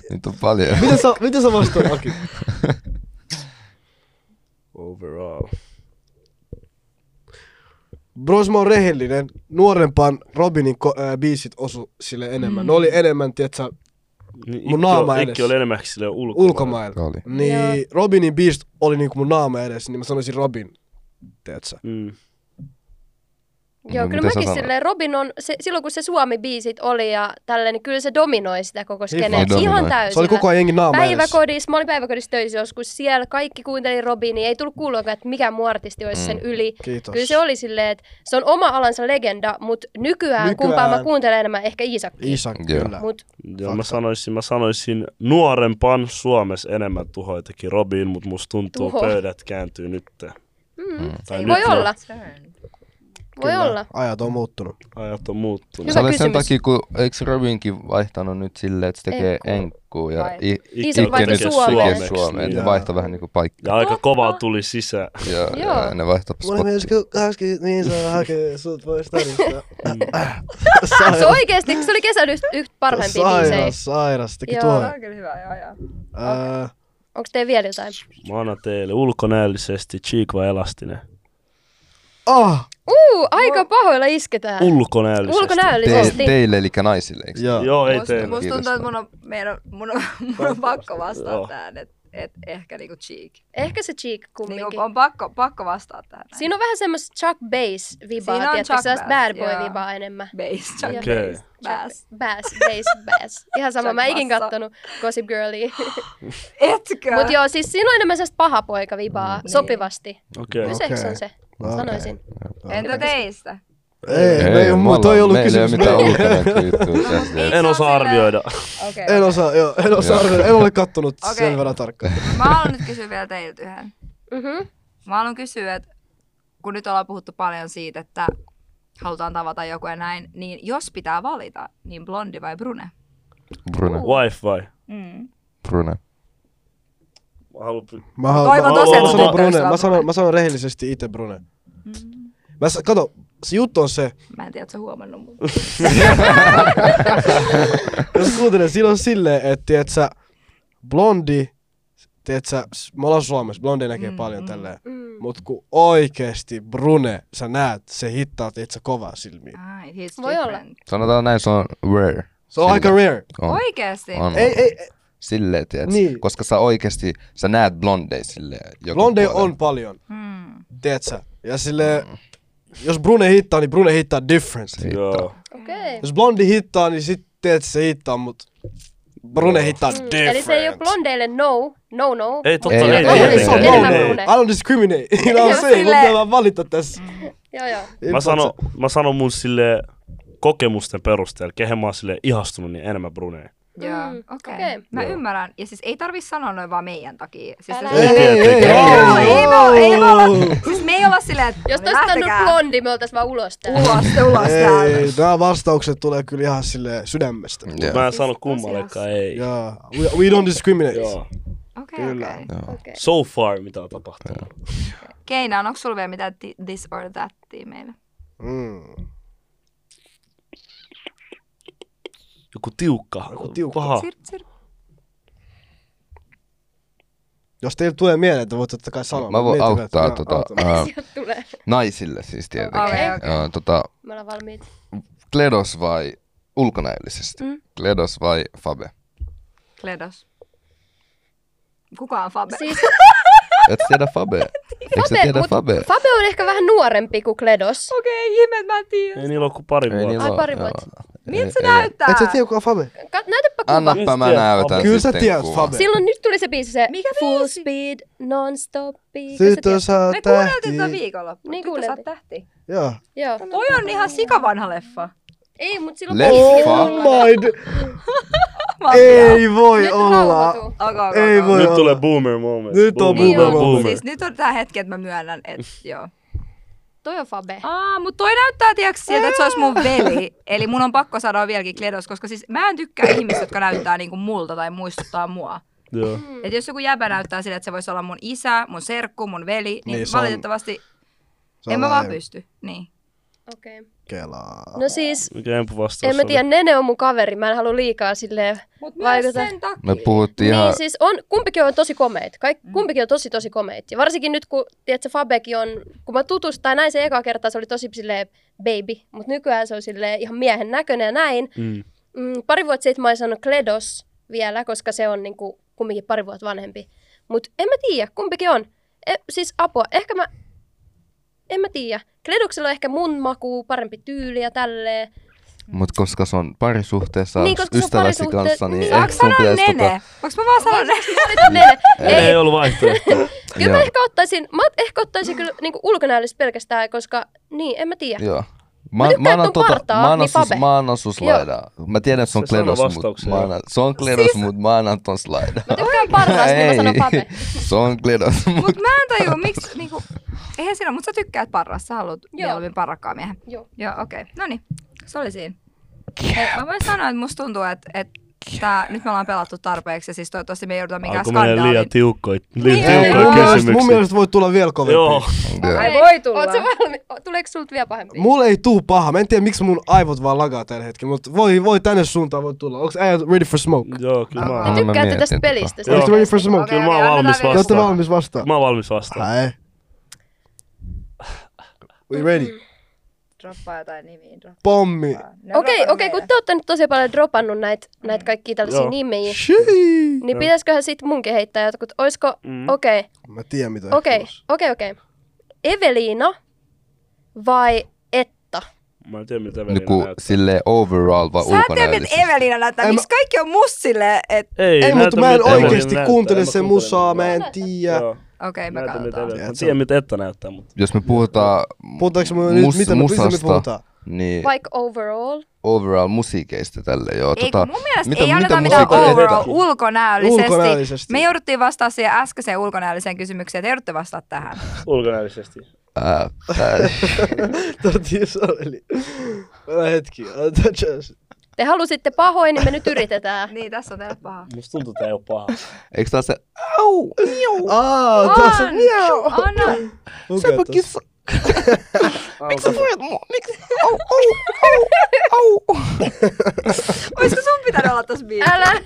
Speaker 4: niitä on paljon.
Speaker 3: Miten sä, miten sä vastaat, Aki?
Speaker 5: Overall.
Speaker 3: Bros, mä oon rehellinen. Nuorempaan Robinin ko- äh, biisit osu sille enemmän. Mm. Ne oli enemmän, tietsä,
Speaker 5: Niin,
Speaker 3: Mun naama
Speaker 5: ikki,
Speaker 3: edes.
Speaker 5: ikki oli enemmän sille ulkomailla.
Speaker 3: ulkomailla.
Speaker 4: Oli.
Speaker 3: Niin
Speaker 1: Joo.
Speaker 3: Robinin biisit oli niinku mun naama edessä, niin mä sanoisin Robin, tietsä.
Speaker 5: Mm.
Speaker 1: Joo,
Speaker 4: No,
Speaker 1: kyllä
Speaker 4: mitä sä
Speaker 1: mäkin
Speaker 4: sanoit?
Speaker 1: silleen, Robin on, se, silloin kun se Suomi-biisit oli ja tälleen, niin kyllä se dominoi sitä koko
Speaker 3: Niin
Speaker 1: skeneä.
Speaker 4: vaan. Se
Speaker 1: Ihan
Speaker 4: dominoi.
Speaker 1: täysillä.
Speaker 3: Se oli koko ajan jengi naama edessä.
Speaker 1: Päiväkodissa, mä olin päiväkodissa töissä joskus, siellä kaikki kuunteli Robinia, ei tullut kuulokaa, että mikä muu artisti olisi
Speaker 3: Mm.
Speaker 1: sen yli.
Speaker 3: Kiitos.
Speaker 1: Kyllä se oli silleen, että se on oma alansa legenda, mutta nykyään,
Speaker 3: Nykyään.
Speaker 1: nykyään. kumpaa mä kuuntelen enemmän, ehkä Iisakki.
Speaker 3: Isak,
Speaker 4: Joo.
Speaker 3: kyllä.
Speaker 1: Mut,
Speaker 5: Joo, mä sanoisin, mä sanoisin nuorempan Suomessa enemmän tuhoja teki Robin, mutta musta tuntuu
Speaker 1: Tuho.
Speaker 5: pöydät kääntyy nyt.
Speaker 1: mm,
Speaker 5: Tai
Speaker 1: ei
Speaker 5: nyt
Speaker 1: voi
Speaker 5: ne
Speaker 1: olla, voi
Speaker 3: Kyllä.
Speaker 1: olla.
Speaker 3: Ajat on muuttunut.
Speaker 5: Ajat on muuttunut.
Speaker 1: Hyvä
Speaker 4: se oli sen
Speaker 1: kysymys.
Speaker 4: takia, kun eikö Robinkin vaihtanut nyt silleen, että se tekee
Speaker 1: Enkkuu.
Speaker 4: enkkuu ja
Speaker 2: Vai-
Speaker 4: i-
Speaker 1: Isä
Speaker 4: Ikke
Speaker 1: vaihtoi
Speaker 4: nyt
Speaker 1: suomeksi.
Speaker 4: Ike Suomeen.
Speaker 5: Niin.
Speaker 4: Ne vaihto vähän niinku paikkaa.
Speaker 5: Ja aika kovaa tuli sisään.
Speaker 4: Ja,
Speaker 1: Joo.
Speaker 4: ja, ne vaihto
Speaker 3: Mulla
Speaker 4: spot.
Speaker 3: meni 80, niin saa hakee, sut voi starista.
Speaker 1: Se oikeesti, se oli kesän yksi yht parhaimpia biisejä.
Speaker 3: Sairas, sairas, teki
Speaker 1: Joo. no,
Speaker 3: tuo.
Speaker 2: Tää on kyllä hyvä, joo, joo.
Speaker 3: Ää,
Speaker 1: Onko teillä vielä jotain?
Speaker 5: Mä annan teille ulkonäöllisesti Cheek vai Elastinen.
Speaker 3: Ah!
Speaker 1: Uu, aika pahoilla isketään.
Speaker 5: Ulkonäöllisesti.
Speaker 4: Te,
Speaker 1: Äh, Ulkonäöllisesti.
Speaker 4: teille, eli naisille, eikö?
Speaker 3: Joo.
Speaker 5: Joo, ei
Speaker 2: Musta,
Speaker 5: teille.
Speaker 2: musta tuntuu,
Speaker 4: Kiitos.
Speaker 2: että mun on, meidän, on- mun on, mun on pakko vastata
Speaker 5: Joo.
Speaker 2: tähän, että et ehkä niinku cheek.
Speaker 1: Ehkä se cheek kumminkin.
Speaker 2: Niinku on pakka, pakko vastata tähän. näin.
Speaker 1: Siinä on vähän semmoista Chuck Bass vibaa,
Speaker 2: Siinä on
Speaker 1: tiedätkö,
Speaker 2: Chuck
Speaker 1: sellaista
Speaker 2: Bass,
Speaker 1: bad boy
Speaker 2: joo.
Speaker 1: vibaa enemmän.
Speaker 2: Base, Chuck
Speaker 5: Okei.
Speaker 2: Bass. Bass.
Speaker 1: Chuck Bass, bass, bass. Ihan sama,
Speaker 2: Chuck
Speaker 1: mä en ikin
Speaker 2: Bassa.
Speaker 1: kattonut Gossip Girlia.
Speaker 2: Etkö?
Speaker 1: Mut joo, siis siinä on enemmän sellaista paha poika vibaa,
Speaker 2: Niin.
Speaker 1: sopivasti.
Speaker 5: Okei.
Speaker 1: Kyllä
Speaker 5: Okay.
Speaker 1: se
Speaker 3: Okei.
Speaker 1: se on se,
Speaker 3: Okei.
Speaker 1: sanoisin.
Speaker 2: Entä teistä?
Speaker 3: Ei, no ei, ei,
Speaker 4: mulla-
Speaker 3: mu- toi ei ollut
Speaker 4: meillä
Speaker 3: kysymys.
Speaker 4: Meillä ei ole mitään
Speaker 2: ei.
Speaker 4: ulkonäöllistä.
Speaker 5: En osaa
Speaker 2: Saa sille-
Speaker 5: arvioida.
Speaker 2: Okei.
Speaker 3: En osaa, joo, en osaa arvioida. En ole kattonut
Speaker 2: Okei.
Speaker 3: sen verran tarkkaan.
Speaker 2: Mä haluan nyt kysyä vielä teiltä yhden.
Speaker 1: Mhm.
Speaker 2: Mä haluan kysyä, että kun nyt ollaan puhuttu paljon siitä, että halutaan tavata joku ja näin, niin jos pitää valita, niin blondi vai brune?
Speaker 4: Brune.
Speaker 5: Wife vai?
Speaker 2: Mm.
Speaker 4: Brune.
Speaker 5: Mä haluan py-
Speaker 3: Mä, haluan-
Speaker 2: Toivon
Speaker 3: mä,
Speaker 5: tosiaan,
Speaker 3: mä, sanon
Speaker 5: että
Speaker 2: tyttöystävä
Speaker 3: Brune. Mä,
Speaker 2: Brune.
Speaker 3: sanon, mä sanon rehellisesti itse Brune.
Speaker 1: Mm.
Speaker 3: Mä, sa- kato, se juttu on se,
Speaker 2: Mä en tiedä, että sä huomannut mun.
Speaker 3: jos kuuntelen, siinä on silleen, että tiedät sä, blondi, tiedät sä, s- me ollaan Suomessa, blondi näkee paljon tälleen.
Speaker 1: Mm.
Speaker 3: Mut kun oikeesti Brune, sä näet, se hittaa tiedät sä kovaa silmiä.
Speaker 2: Ah, he's
Speaker 1: Voi olla.
Speaker 2: different.
Speaker 4: Sanotaan näin, se on rare.
Speaker 3: Se on aika rare.
Speaker 4: On.
Speaker 2: Oikeesti?
Speaker 4: On,
Speaker 3: Ei,
Speaker 4: on.
Speaker 3: ei, ei.
Speaker 4: Silleen, tiedät,
Speaker 3: Niin.
Speaker 4: niin. koska sä oikeesti, sä näet blondeja silleen. joka
Speaker 3: Blonde
Speaker 4: puolella.
Speaker 3: on paljon,
Speaker 2: Mm.
Speaker 3: tiedätkö? Ja sille, jos Brune hittaa, niin Brune hittaa difference.
Speaker 5: Joo.
Speaker 1: Okei. Mm.
Speaker 3: Jos blondi hittaa, niin sit teet se hittaa, mut Brune hittaa
Speaker 1: Mm,
Speaker 3: different.
Speaker 1: Eli se ei ole blondeille no, no no.
Speaker 5: Ei totta,
Speaker 4: Ei,
Speaker 5: ei,
Speaker 4: ei,
Speaker 5: ei,
Speaker 3: Ei, ei, se on
Speaker 5: tietenkään.
Speaker 1: Enemmän
Speaker 3: no, no.
Speaker 1: Brune.
Speaker 3: I don't discriminate. You know what I'm saying?
Speaker 2: Silleen-
Speaker 3: Mutta mä valita tässä.
Speaker 1: Mm. Joo joo.
Speaker 5: Mä sanon, mä sanon mun sille kokemusten perusteella, kehen mä oon sille ihastunut, niin enemmän Bruneen.
Speaker 2: Joo,
Speaker 1: Mm,
Speaker 2: okei.
Speaker 1: okei.
Speaker 2: Mä
Speaker 5: Joo.
Speaker 2: ymmärrän. Ja siis ei tarvi sanoa noin vaan meidän takia. Siis,
Speaker 1: Älä.
Speaker 2: jos-
Speaker 3: Ei, ei, ei,
Speaker 5: Ei,
Speaker 2: Joo,
Speaker 5: ei,
Speaker 2: ei me olla- ei me olla- Siis me ei olla silleen, että
Speaker 1: Jos
Speaker 2: no
Speaker 1: tästä on nyt
Speaker 2: lähtekää.
Speaker 1: blondi, me oltais vaan ulos täällä.
Speaker 2: Ulos, te ulos
Speaker 3: Ei,
Speaker 2: täältä.
Speaker 3: nämä vastaukset tulee kyllä ihan sille sydämestä.
Speaker 4: Joo.
Speaker 5: Mä en
Speaker 2: Siis
Speaker 5: sano kummallekaan ei.
Speaker 3: Yeah. We, we don't discriminate.
Speaker 5: Joo.
Speaker 2: Okei,
Speaker 3: Kyllä.
Speaker 2: okei.
Speaker 4: Joo.
Speaker 1: Okei.
Speaker 5: So far, mitä on tapahtunut.
Speaker 2: Keinaan, onko sulla vielä mitään ti- this or that meille?
Speaker 3: No. Mm.
Speaker 5: Joku tiukka.
Speaker 3: Joku tiukka.
Speaker 5: Paha.
Speaker 2: Sirp, sirp.
Speaker 3: Jos teillä tulee mieleen, että voitte totta kai sanoa.
Speaker 4: Mä voin
Speaker 3: Miettikää,
Speaker 4: auttaa
Speaker 3: että-
Speaker 4: tota,
Speaker 3: autan.
Speaker 4: ää,
Speaker 1: Sieltä tulee.
Speaker 4: naisille siis tietenkin.
Speaker 2: Okei, okei.
Speaker 4: Ää, tota,
Speaker 1: Me ollaan valmiit.
Speaker 4: Kledos vai ulkonäöllisesti?
Speaker 1: Mm.
Speaker 4: Kledos vai Fabe?
Speaker 2: Kledos. Kuka on Fabe?
Speaker 1: Siis
Speaker 4: Et tiedä Fabe. Eikö sä
Speaker 1: Fabe,
Speaker 4: tiedä
Speaker 1: mut
Speaker 4: Fabe?
Speaker 1: Fabe on ehkä vähän nuorempi kuin Kledos.
Speaker 2: Okei, ihme, mä en tiedä.
Speaker 5: Ei niillä ole kuin pari
Speaker 4: Ei niillä
Speaker 5: vuotta.
Speaker 1: Ai,
Speaker 4: oo,
Speaker 1: pari
Speaker 4: joo.
Speaker 1: vuotta.
Speaker 2: Miltä se
Speaker 4: Ei, ei.
Speaker 2: näyttää?
Speaker 3: Et sä tiedä, kuka on Fabe?
Speaker 1: Kat, näytäpä kuva.
Speaker 4: Annappa mä
Speaker 5: Kyllä sä
Speaker 4: näytän
Speaker 5: tiedät,
Speaker 3: Kyllä sä
Speaker 4: sitten
Speaker 3: tiedät
Speaker 4: kuvan.
Speaker 3: Fabe.
Speaker 1: Silloin nyt tuli se biisi se
Speaker 2: Mikä
Speaker 1: Full
Speaker 2: biisi?
Speaker 1: speed, non stop beat.
Speaker 3: Tyttö saa
Speaker 2: Me kuunneltiin tätä
Speaker 3: tähti.
Speaker 2: viikonloppuna.
Speaker 1: Niin
Speaker 2: Niin kuunneltiin.
Speaker 1: kuunneltiin.
Speaker 2: tähti.
Speaker 3: Joo.
Speaker 1: Joo.
Speaker 2: Toi on ihan sikavanha leffa.
Speaker 1: Ei, mut silloin
Speaker 4: Leffa.
Speaker 3: Oh my... d- Ei voi
Speaker 1: Nyt
Speaker 3: olla.
Speaker 1: rauhoituu.
Speaker 2: Okay, okay,
Speaker 3: Ei voi
Speaker 5: Nyt
Speaker 3: olla.
Speaker 5: tulee boomer moment.
Speaker 3: Nyt on
Speaker 2: Niin
Speaker 3: boomer
Speaker 2: on.
Speaker 3: moment.
Speaker 2: Siis nyt on tää hetki, että mä myönnän, että joo.
Speaker 1: Toi on Fabe.
Speaker 2: Aa, mut toi näyttää, tiiäks, sieltä, että se olisi mun veli. Eli mun on pakko sanoa vieläkin kledos, koska siis mä en tykkää ihmistä, jotka näyttää niinku multa tai muistuttaa mua.
Speaker 5: Joo.
Speaker 2: Et jos joku jäbä näyttää sille, että se voisi olla mun isä, mun serkku, mun veli, niin,
Speaker 3: Niin, se on-
Speaker 2: valitettavasti
Speaker 3: Se on
Speaker 2: en mä vaan
Speaker 3: vähän
Speaker 2: pysty. Niin.
Speaker 1: Okei. Okay.
Speaker 3: Kelaa.
Speaker 1: No siis,
Speaker 5: Mikä empu vastaus
Speaker 1: en mä
Speaker 5: oli?
Speaker 1: tiedä, Nene on mun kaveri. Mä en halua liikaa silleen
Speaker 2: Mut myös
Speaker 1: vaikuta.
Speaker 2: sen takia.
Speaker 4: Me puhuttiin ihan...
Speaker 1: Niin siis on, kumpikin on tosi komeit. Kaik, kumpikin on tosi tosi komeit. Ja varsinkin nyt kun, tiedätkö, Fabekin on, kun mä tutustuin tai näin sen eka kertaa, se oli tosi silleen baby. Mutta nykyään se on silleen ihan miehen näköinen ja näin.
Speaker 5: Mm.
Speaker 1: Mm, pari vuotta sitten mä oon sanonut Kledos vielä, koska se on niinku kumminkin pari vuotta vanhempi. Mutta en mä tiedä, kumpikin on. E, siis apua, ehkä mä... En mä tiedä. Kledoksella on ehkä mun maku, parempi tyyli ja tälleen.
Speaker 4: Mut koska se on parisuhteessa
Speaker 1: Niin, koska se on
Speaker 4: ystäväsi
Speaker 1: parisuhte-
Speaker 4: kanssa, niin
Speaker 1: Niin.
Speaker 4: ehkä
Speaker 2: Saanko
Speaker 4: sun
Speaker 2: sanoa
Speaker 4: pitäisi
Speaker 2: nene?
Speaker 4: tota...
Speaker 2: Voinko mä vaan sanoa nene?
Speaker 1: Nene, ei,
Speaker 5: Ei, ei ollut vaihtoehtoa.
Speaker 1: Kyllä mä
Speaker 4: Joo.
Speaker 1: ehkä ottaisin, mä ehkä ottaisin kyllä niinku ulkonäöllisesti pelkästään, koska niin, en mä tiedä.
Speaker 4: Joo.
Speaker 1: Mä
Speaker 4: Mä,
Speaker 1: tykkään,
Speaker 4: mä
Speaker 1: että
Speaker 4: annan
Speaker 1: on
Speaker 4: tota,
Speaker 1: partaa,
Speaker 4: mä annan
Speaker 1: niin
Speaker 4: sus,
Speaker 1: Fabe.
Speaker 4: mä annan sus
Speaker 1: Joo.
Speaker 4: laidaa. Mä tiedän, että se on
Speaker 5: Se sanoo
Speaker 4: kledos, mut
Speaker 5: vastauksen,
Speaker 4: mä
Speaker 5: joo.
Speaker 4: annan, se on kledos, mut mä annan ton slaidaa.
Speaker 1: Siis- Mä tykkään parhaasta, niin mä sanon Fabe.
Speaker 4: se on kledos, mut
Speaker 2: Mut mä en tajua, miksi niinku... Eihän siinä, mut sä tykkäät parrasta, sä haluat
Speaker 1: Joo.
Speaker 2: mieluummin parrakkaa miehen.
Speaker 1: Joo.
Speaker 2: Joo, okei. Okay. No niin, se oli siinä. Hei, mä voin sanoa, että musta tuntuu, että, että tää, nyt me ollaan pelattu tarpeeksi ja siis toivottavasti me ei jouduta mikään
Speaker 5: Alkoi mennä liian
Speaker 2: skandaaliin.
Speaker 5: tiukkoja, liian
Speaker 2: Niin.
Speaker 3: Ei, mun
Speaker 5: tiukkoja
Speaker 3: mielestä, mun
Speaker 5: kysymyksiä.
Speaker 3: mielestä voi tulla vielä kovempi.
Speaker 5: Joo.
Speaker 4: Joo.
Speaker 2: Ai voi tulla.
Speaker 1: Oot sä valmi? o- Tuleeko sulta vielä pahempi?
Speaker 3: Mulle ei tuu paha. Mä en tiedä, miksi mun aivot vaan lagaa tällä hetkellä, mutta voi, voi tänne suuntaan voi tulla. Onks äijät ready for smoke?
Speaker 5: Joo, kyllä mä
Speaker 1: Mä
Speaker 5: oon.
Speaker 4: Mä
Speaker 1: tykkään
Speaker 4: mietin
Speaker 1: tästä
Speaker 4: tota.
Speaker 1: pelistä.
Speaker 5: Joo.
Speaker 3: Onks ready for smoke?
Speaker 2: Okei,
Speaker 5: Kyllä mä oon
Speaker 2: okei,
Speaker 5: valmis
Speaker 2: annetaan
Speaker 3: Te ootte
Speaker 5: vastaan.
Speaker 3: valmis vastaan?
Speaker 5: Mä oon valmis vastaan.
Speaker 3: Ai. We ready?
Speaker 2: vielä. Droppaa jotain nimiä. droppaa.
Speaker 3: Pommi.
Speaker 2: Ne
Speaker 1: Okei,
Speaker 2: droppaa
Speaker 1: okei, kun
Speaker 2: meille.
Speaker 1: te ootte nyt tosi paljon dropannut näitä näit kaikkia tällaisia
Speaker 5: Joo.
Speaker 1: nimiä,
Speaker 3: Shii.
Speaker 1: niin pitäisiköhän sit munkin heittää jotkut, oisko,
Speaker 5: Mm.
Speaker 1: okei,
Speaker 3: Mä tiedän mitä. ehkä
Speaker 1: okei,
Speaker 3: tulossa.
Speaker 1: okei, okei. Eveliina vai Etta?
Speaker 5: Mä en tiedä, mitä Evelina
Speaker 4: niinku
Speaker 5: näyttää.
Speaker 4: sille overall vai
Speaker 2: Sä et tiedä,
Speaker 4: ulkonäöllisesti.
Speaker 2: mitä Evelina näyttää,
Speaker 3: En
Speaker 2: miksi kaikki on musta silleen, että...
Speaker 3: Ei, mutta
Speaker 5: näytä,
Speaker 3: mä en
Speaker 5: mitä Evelina
Speaker 3: oikeesti
Speaker 5: näyttää.
Speaker 3: kuuntele
Speaker 5: En mä
Speaker 3: sen
Speaker 5: kuuntele
Speaker 3: musaa,
Speaker 5: mitään.
Speaker 3: mä en tiedä.
Speaker 5: Joo.
Speaker 2: Okei, me
Speaker 5: Näytä, mitä
Speaker 2: katsotaan.
Speaker 5: Evelina- Mä
Speaker 3: Tiedät sä?
Speaker 5: tiedän, mitä Etta näyttää, mutta...
Speaker 4: Jos me puhutaan
Speaker 3: Puhutaanko me nyt,
Speaker 4: mus,
Speaker 3: mitä me, mistä me
Speaker 4: musasta,
Speaker 3: puhutaan?
Speaker 4: niin
Speaker 1: Vaikka overall?
Speaker 4: overall musiikeista tälle joo.
Speaker 2: Ei,
Speaker 4: tota,
Speaker 2: kun mun mielestä
Speaker 4: mitä-
Speaker 2: ei
Speaker 4: mitä
Speaker 2: anneta mitään
Speaker 4: musiikkia
Speaker 2: overall
Speaker 4: tehdään?
Speaker 2: ulkonäöllisesti.
Speaker 3: Ulkonäöllisesti.
Speaker 2: Me jouduttiin vastaa siihen äskeiseen ulkonäölliseen kysymykseen, te joudutte vastaa tähän.
Speaker 5: Ulkonäöllisesti.
Speaker 4: Ää, ää,
Speaker 5: niin
Speaker 3: Tartiin soreli. Älä hetki, ota chance.
Speaker 1: Te halusitte pahoin, niin me nyt yritetään.
Speaker 2: Niin, tässä on teille paha.
Speaker 5: Musta tuntuu, että ei oo paha.
Speaker 4: Eikö tää se... Au!
Speaker 3: Aa, taas on miau.
Speaker 2: Anna!
Speaker 3: Lukee tossa.
Speaker 4: Miksi sä puhut mua? Miksi? Au, au, au, au!
Speaker 2: Olisiko sun pitänyt olla tossa biisissä?
Speaker 1: Älä!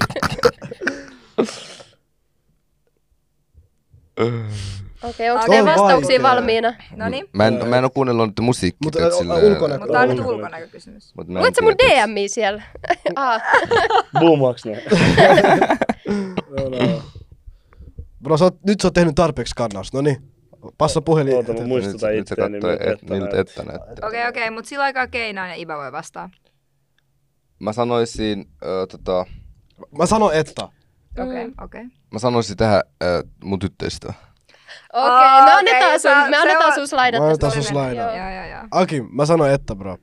Speaker 1: Okei, onko
Speaker 2: On
Speaker 1: teidän vastauksia
Speaker 3: vaikea.
Speaker 1: valmiina?
Speaker 2: No niin.
Speaker 4: Mä en, mä en oo kuunnellut nyt musiikkia.
Speaker 3: Mutta,
Speaker 4: tiedät,
Speaker 3: ä,
Speaker 4: sillä-
Speaker 3: ulkona-
Speaker 2: Mutta tämä on niinku- nyt
Speaker 5: Ulkona.
Speaker 2: ulkonäkökysymys.
Speaker 4: mut mä en
Speaker 1: Luet sä mun
Speaker 4: tiedä, tiedät.
Speaker 1: DMiä siellä? ah,
Speaker 5: Boomaks ne? No,
Speaker 3: Bro, sä oot, nyt sä oot tehnyt tarpeeksi kannaus, no niin. Passa puhelin.
Speaker 5: Oota, no, mä
Speaker 4: Nyt-
Speaker 5: muistutan
Speaker 4: nyt se
Speaker 5: itseäni,
Speaker 4: kattoo,
Speaker 5: miltä
Speaker 4: et-
Speaker 5: että
Speaker 4: miltä
Speaker 5: näyttää.
Speaker 4: että näyttää.
Speaker 2: Okei, okei, mutta sillä aikaa Keinainen ja Iba voi vastaa.
Speaker 4: Mä sanoisin, ö, tota,
Speaker 3: Mä sanon että.
Speaker 2: Okei, okei.
Speaker 4: mä sanoisin tähän ö, mun tyttöystävä.
Speaker 1: okei, me
Speaker 2: Okei,
Speaker 1: annetaan
Speaker 2: se on-
Speaker 1: sun, me
Speaker 2: se
Speaker 1: annetaan
Speaker 2: on-
Speaker 1: sun slaidat.
Speaker 3: Mä annetaan
Speaker 1: tästä.
Speaker 3: sun slaidat.
Speaker 1: Joo.
Speaker 2: Joo, joo, joo.
Speaker 3: Aki, mä sanon että bro.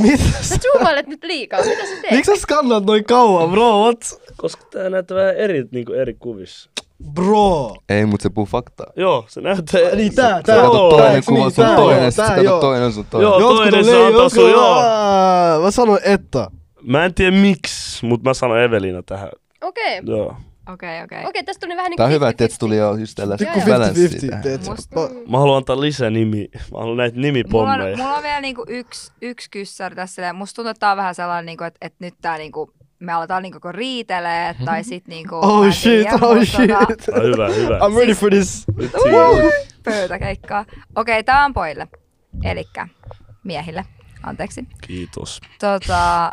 Speaker 3: Mitä?
Speaker 1: Sä zoomailet nyt liikaa, mitä sä teet?
Speaker 3: Miksi sä skannaat noin kauan, bro? What?
Speaker 5: Koska tää näyttää vähän eri, niinku eri kuvissa.
Speaker 3: Bro.
Speaker 4: Ei, mut se puhuu faktaa.
Speaker 5: Joo, se näyttää eri.
Speaker 3: Niin tää,
Speaker 4: Sä
Speaker 3: tää.
Speaker 4: katot toinen
Speaker 3: eikö
Speaker 4: kuva,
Speaker 3: niin?
Speaker 4: sun
Speaker 3: Tää,
Speaker 4: toinen, sit
Speaker 3: tää,
Speaker 4: sä katot
Speaker 3: joo.
Speaker 4: toinen, sun toinen.
Speaker 5: Joo.
Speaker 3: Jotkut
Speaker 5: toinen,
Speaker 3: on
Speaker 5: se
Speaker 3: lei-
Speaker 5: antaa
Speaker 3: jotkut
Speaker 5: sun,
Speaker 3: on-
Speaker 5: joo.
Speaker 3: Aa, Mä sanon että.
Speaker 5: Mä en tiedä miksi, mut mä sanon Evelina tähän.
Speaker 1: Okei,
Speaker 5: Joo.
Speaker 2: Okei, okei.
Speaker 1: okei, tästä tuli vähän niin
Speaker 4: Tää on hyvä, että
Speaker 1: 50-50.
Speaker 4: et tuli jo just tällä
Speaker 3: Pikku
Speaker 4: balanssia
Speaker 3: 50-50.
Speaker 4: tähän.
Speaker 3: teet sä.
Speaker 2: Musta-
Speaker 3: Pa-
Speaker 5: Mä haluan antaa lisää nimi. Mä haluan näitä
Speaker 2: Mulla on,
Speaker 5: nimipommeja.
Speaker 2: mulla on vielä niinku yksi, yksi kyssäri tässä. silleen. Musta tuntuu, että tää on vähän sellainen, niinku, että, että nyt tää niinku, me aletaan niinku joko riitelee tai sit niinku... mä
Speaker 3: Oh
Speaker 2: en
Speaker 3: shit,
Speaker 2: tiedä,
Speaker 3: oh
Speaker 2: mutta tota,
Speaker 3: shit.
Speaker 5: Ah, hyvä, hyvä.
Speaker 3: I'm ready for this.
Speaker 5: Nyt siinä.
Speaker 2: Pöytäkeikkaa. Okei, tää on poille. Elikkä miehille. Anteeksi.
Speaker 5: Kiitos.
Speaker 2: Tota...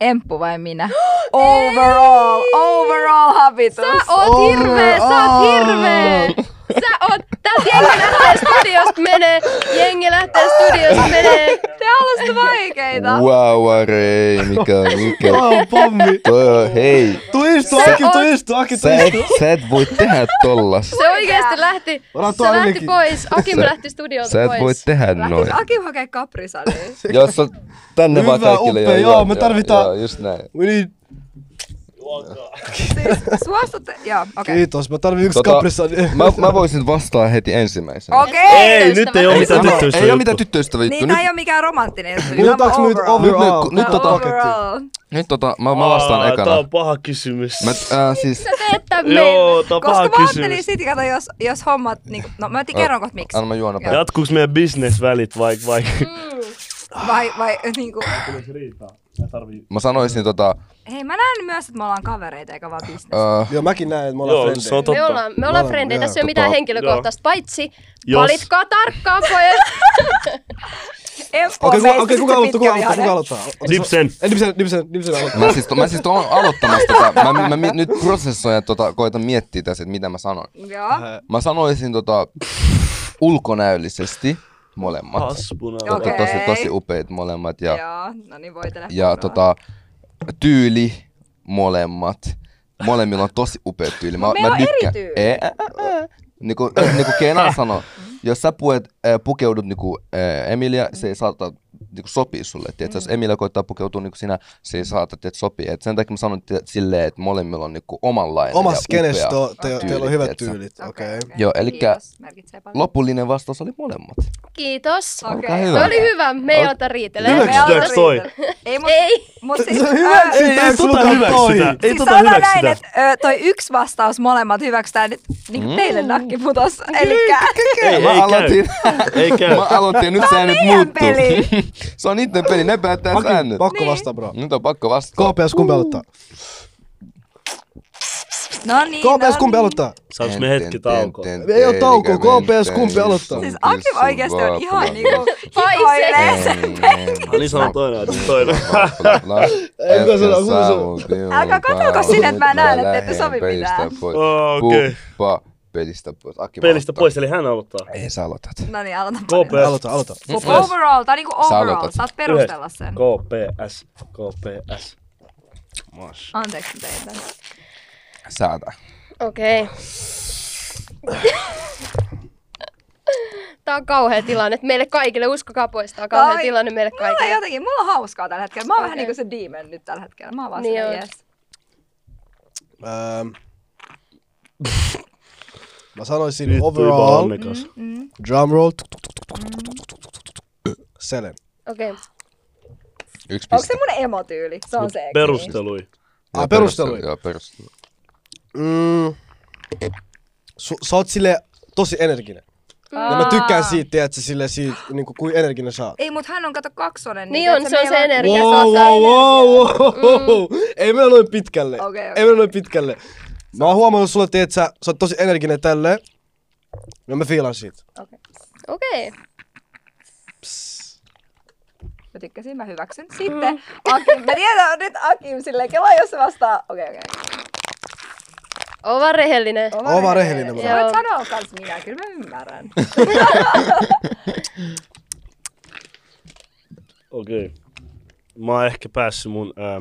Speaker 2: Emppu vai minä? Overall, overall habitus.
Speaker 1: Sä oot
Speaker 3: Oh,
Speaker 1: hirvee, sä oot
Speaker 3: oh.
Speaker 1: hirvee! Sä oot, täältä jengi lähtee studiosta menee, jengi lähtee studiosta menee.
Speaker 2: Te halusitte vaikeita.
Speaker 4: Wow, Ari, mikä, mikä.
Speaker 3: Tää on pommi.
Speaker 4: Toi, on- hei,
Speaker 3: Tuu istu, Aki, tuu istu, Aki, tuu
Speaker 4: sä et,
Speaker 3: istu.
Speaker 4: sä et voi tehdä tollas.
Speaker 1: Se oikeesti lähti,
Speaker 3: Ota tuo
Speaker 1: se lähti
Speaker 3: Ylläkin.
Speaker 1: pois, Akim
Speaker 4: Sä-
Speaker 1: lähti studiolta
Speaker 4: Sä et voi
Speaker 1: pois.
Speaker 4: tehdä noin.
Speaker 2: Lähtis Siis Aki hakee Siis kaprisaliin.
Speaker 4: Jos on tänne vaan
Speaker 3: Hyvä,
Speaker 4: kaikille.
Speaker 3: upea, joo, me tarvitaan-
Speaker 4: Joo, just näin.
Speaker 3: We need...
Speaker 2: Siis suostutte, joo, okei.
Speaker 3: Kiitos, mä tarvin yksi
Speaker 4: Tota,
Speaker 3: kaprissa.
Speaker 4: Mä, mä voisin vastaa heti ensimmäisenä.
Speaker 2: Okei!
Speaker 5: Ei, nyt ei oo mitään
Speaker 4: tämä-
Speaker 5: tyttöystä
Speaker 4: ei oo
Speaker 5: juttu.
Speaker 4: mitään tyttöystävä juttu.
Speaker 2: Niin
Speaker 4: Nyt,
Speaker 2: tää ei oo mikään romanttinen juttu.
Speaker 3: Nyt
Speaker 2: Tämä
Speaker 3: onks
Speaker 2: on
Speaker 3: nyt
Speaker 2: overall.
Speaker 3: overall?
Speaker 4: Nyt- nyt-
Speaker 2: Tää on
Speaker 4: tota-
Speaker 2: overall.
Speaker 4: nyt tota, mä, mä vastaan
Speaker 5: Aa, Tää
Speaker 4: ekana.
Speaker 5: on paha kysymys.
Speaker 4: Mä, äh, siis,
Speaker 1: Sä teet tän meille.
Speaker 5: Joo, tää on paha
Speaker 2: Koska mä ajattelin
Speaker 5: kysymys.
Speaker 2: sit, kato, jos, jos hommat, niin, no mä en tiedä, kerron kohta miksi.
Speaker 4: anna mä juona päälle.
Speaker 5: Jatkuuks meidän bisnesvälit vaikka vai?
Speaker 2: Mm. Vai, vai niinku,
Speaker 4: Mä sanoisin tota,
Speaker 2: hei mä näen myös, että me ollaan kavereita eikä vaan business.
Speaker 4: äh,
Speaker 3: Joo, mäkin näen, että me ollaan
Speaker 5: Joo, se
Speaker 3: frendejä.
Speaker 5: on
Speaker 1: Me
Speaker 5: totta.
Speaker 1: ollaan, me ollaan
Speaker 3: Joo,
Speaker 1: frendejä, tässä ei
Speaker 4: joo,
Speaker 1: ole mitään
Speaker 4: tota,
Speaker 1: henkilökohtaista, paitsi
Speaker 5: Jos-
Speaker 1: valitkaa tarkkaan pojat.
Speaker 2: Espoo
Speaker 3: Okei,
Speaker 2: meistä
Speaker 3: kuka, okei, kuka
Speaker 2: sitten
Speaker 3: aloittaa, kuka aloittaa,
Speaker 2: pitkävihainen.
Speaker 3: kuka aloittaa? Ota-
Speaker 5: Nipsen.
Speaker 3: Ei, Nipsen, Nipsen, Nipsen aloittaa.
Speaker 4: Mä siis, mä siis oon aloittamassa tätä. Mä, mä, mi- nyt prosessoin ja tota, koitan miettiä tässä, että mitä mä sanon.
Speaker 2: Joo.
Speaker 4: Mä sanoisin tota, ulkonäöllisesti molemmat.
Speaker 5: Aspuna.
Speaker 4: Tosi,
Speaker 2: Okei.
Speaker 4: tosi, tosi upeat molemmat. Ja, ja,
Speaker 2: Joo, no niin voitele.
Speaker 4: ja tota, tyyli molemmat. Molemmilla on tosi upea tyyli. Mä,
Speaker 2: meillä
Speaker 4: mä
Speaker 2: on eri
Speaker 4: tykkään.
Speaker 2: tyyli.
Speaker 4: Ei, ä, ä, ä. Niinku, niinku Kenan sanoi, jos sä puet, äh, pukeudut niinku, äh, Emilia, se ei saata niinku, sopii sulle. Tiedät,
Speaker 2: Mm.
Speaker 4: Jos Emilia koittaa pukeutua niinku sinä, se ei saata tiedät, sopii. Et sen takia mä sanon tiedät, silleen, että molemmilla on niinku, omanlainen ja
Speaker 3: Omassa
Speaker 4: upea
Speaker 3: skenestä te-
Speaker 4: tyyli,
Speaker 3: teillä on hyvät
Speaker 4: tiedätkö?
Speaker 3: tyylit, okei.
Speaker 4: Joo, elikkä-
Speaker 2: Kiitos, merkitsee paljon.
Speaker 4: Lopullinen vastaus oli molemmat.
Speaker 1: Kiitos.
Speaker 2: Okei.
Speaker 4: Olkaa hyvä.
Speaker 1: Se oli hyvä, me ei ota riitelee.
Speaker 5: Hyväksi.
Speaker 2: Me aletaan
Speaker 5: Hyväksytäänkö toi?
Speaker 2: riitellä. Ei, mut,
Speaker 1: Ei.
Speaker 2: mut siis,
Speaker 3: Sä
Speaker 2: ää,
Speaker 3: hyväksyt,
Speaker 5: Ei, ei
Speaker 3: tää
Speaker 5: tota
Speaker 3: suka
Speaker 5: hyväksytä.
Speaker 3: toi.
Speaker 5: Ei
Speaker 2: siis
Speaker 5: tota
Speaker 2: sanotaan näin,
Speaker 5: hyväksytä.
Speaker 2: että ö, toi yksi vastaus molemmat hyväksytään, nyt niinku
Speaker 4: Mm.
Speaker 2: teille nakki putos. Elikkä,
Speaker 5: Ei,
Speaker 4: mä
Speaker 5: ei
Speaker 4: aloitin.
Speaker 5: käy. Ei käy.
Speaker 4: Mä aloitin, nyt säännöt
Speaker 2: meidän
Speaker 4: muuttuu.
Speaker 2: peli.
Speaker 4: se on niiden peli, ne päättää
Speaker 3: Aki,
Speaker 4: säännöt.
Speaker 3: pakko vastaa, bro.
Speaker 4: Nyt on pakko vastata.
Speaker 3: KPS, kumpi aloittaa?
Speaker 2: Niin, no niin, no
Speaker 3: KPS, kumpi
Speaker 2: niin.
Speaker 3: aloittaa?
Speaker 5: Saaks me hetki taukoa?
Speaker 3: Ei oo taukoa, KPS, kumpi aloittaa?
Speaker 2: Siis Aki oikeesti on ihan niinku
Speaker 1: Paiselee
Speaker 2: hikoilee sen
Speaker 5: Ai niin sano toinen, että toinen.
Speaker 3: Ei, kuka sanoo, kuka sanoo?
Speaker 2: Älkää katselko sinne, että mä näen, että ette sovi mitään.
Speaker 5: Okei.
Speaker 4: Puppa, pelistä pois. Aki vaan
Speaker 5: Pelistä
Speaker 4: aloittaa.
Speaker 5: pois, eli hän aloittaa.
Speaker 4: Ei sä aloitat.
Speaker 2: No niin, aloita.
Speaker 5: KPS.
Speaker 3: Aloita, aloita.
Speaker 5: KPS.
Speaker 2: Overall, tää on niinku overall,
Speaker 4: Mm, aloitat.
Speaker 2: saat perustella sen.
Speaker 5: KPS. KPS. Mosh.
Speaker 2: Anteeksi teitä.
Speaker 4: Säätä.
Speaker 1: Okei. Tää on kauhea tilanne. Meille kaikille, uskokaa pois, tää on kauhea
Speaker 2: Ai.
Speaker 1: tilanne meille
Speaker 2: Mulla on
Speaker 1: kaikille.
Speaker 2: jotenkin, mulla on hauskaa tällä hetkellä. Mä oon vähän
Speaker 1: Okei.
Speaker 2: niinku se demon nyt tällä hetkellä. Mä oon vaan
Speaker 1: Niin
Speaker 2: silleen,
Speaker 1: oot.
Speaker 2: yes.
Speaker 3: Ähm, Mä sanoisin
Speaker 5: Nyt tuli vaan
Speaker 3: overall,
Speaker 5: onnekas.
Speaker 2: Mm.
Speaker 3: drumroll, tuk, tuk, tuk, tuk, tuk, tuk, tuk, tuk, tuk, tuk, tuk. Selen.
Speaker 1: Okei. Okay.
Speaker 4: Yksi
Speaker 2: Onko se
Speaker 4: piste.
Speaker 2: mun emotyyli? Se on se. eikö niin?
Speaker 5: Perustelui.
Speaker 3: Ah, perustelu.
Speaker 4: Joo, perustelu.
Speaker 3: Mm, su- Sä oot sille tosi energinen. Ja mä tykkään siitä, tiedätkö, sille siitä, niin kuin, kuin energinen saa.
Speaker 2: Ei, mutta hän on kato kaksonen.
Speaker 1: Niin on, se on se
Speaker 2: meillä
Speaker 1: energia.
Speaker 3: Wow,
Speaker 1: saa
Speaker 3: wow, wow, wow. Ei mennä noin pitkälle.
Speaker 2: Okei, okei.
Speaker 3: Ei mennä noin pitkälle. Mä oon huomannut sulle, tiedät, sä, sä oot tosi energinen tälleen. No mä fiilan siitä.
Speaker 2: Okei.
Speaker 1: Okei.
Speaker 2: Mä tykkäsin, mä hyväksyn. Sitten
Speaker 1: Mm-hmm.
Speaker 2: Akim, mä tiedän nyt Akim silleen, kela jos se vastaa. Okei, okei.
Speaker 1: Oo vaan rehellinen.
Speaker 3: Oon vaan rehellinen, mä
Speaker 2: Sä voit
Speaker 1: Joo.
Speaker 2: sanoa kans minä, kyllä mä ymmärrän.
Speaker 5: Okei. Okay. Mä oon ehkä päässyt mun, ää,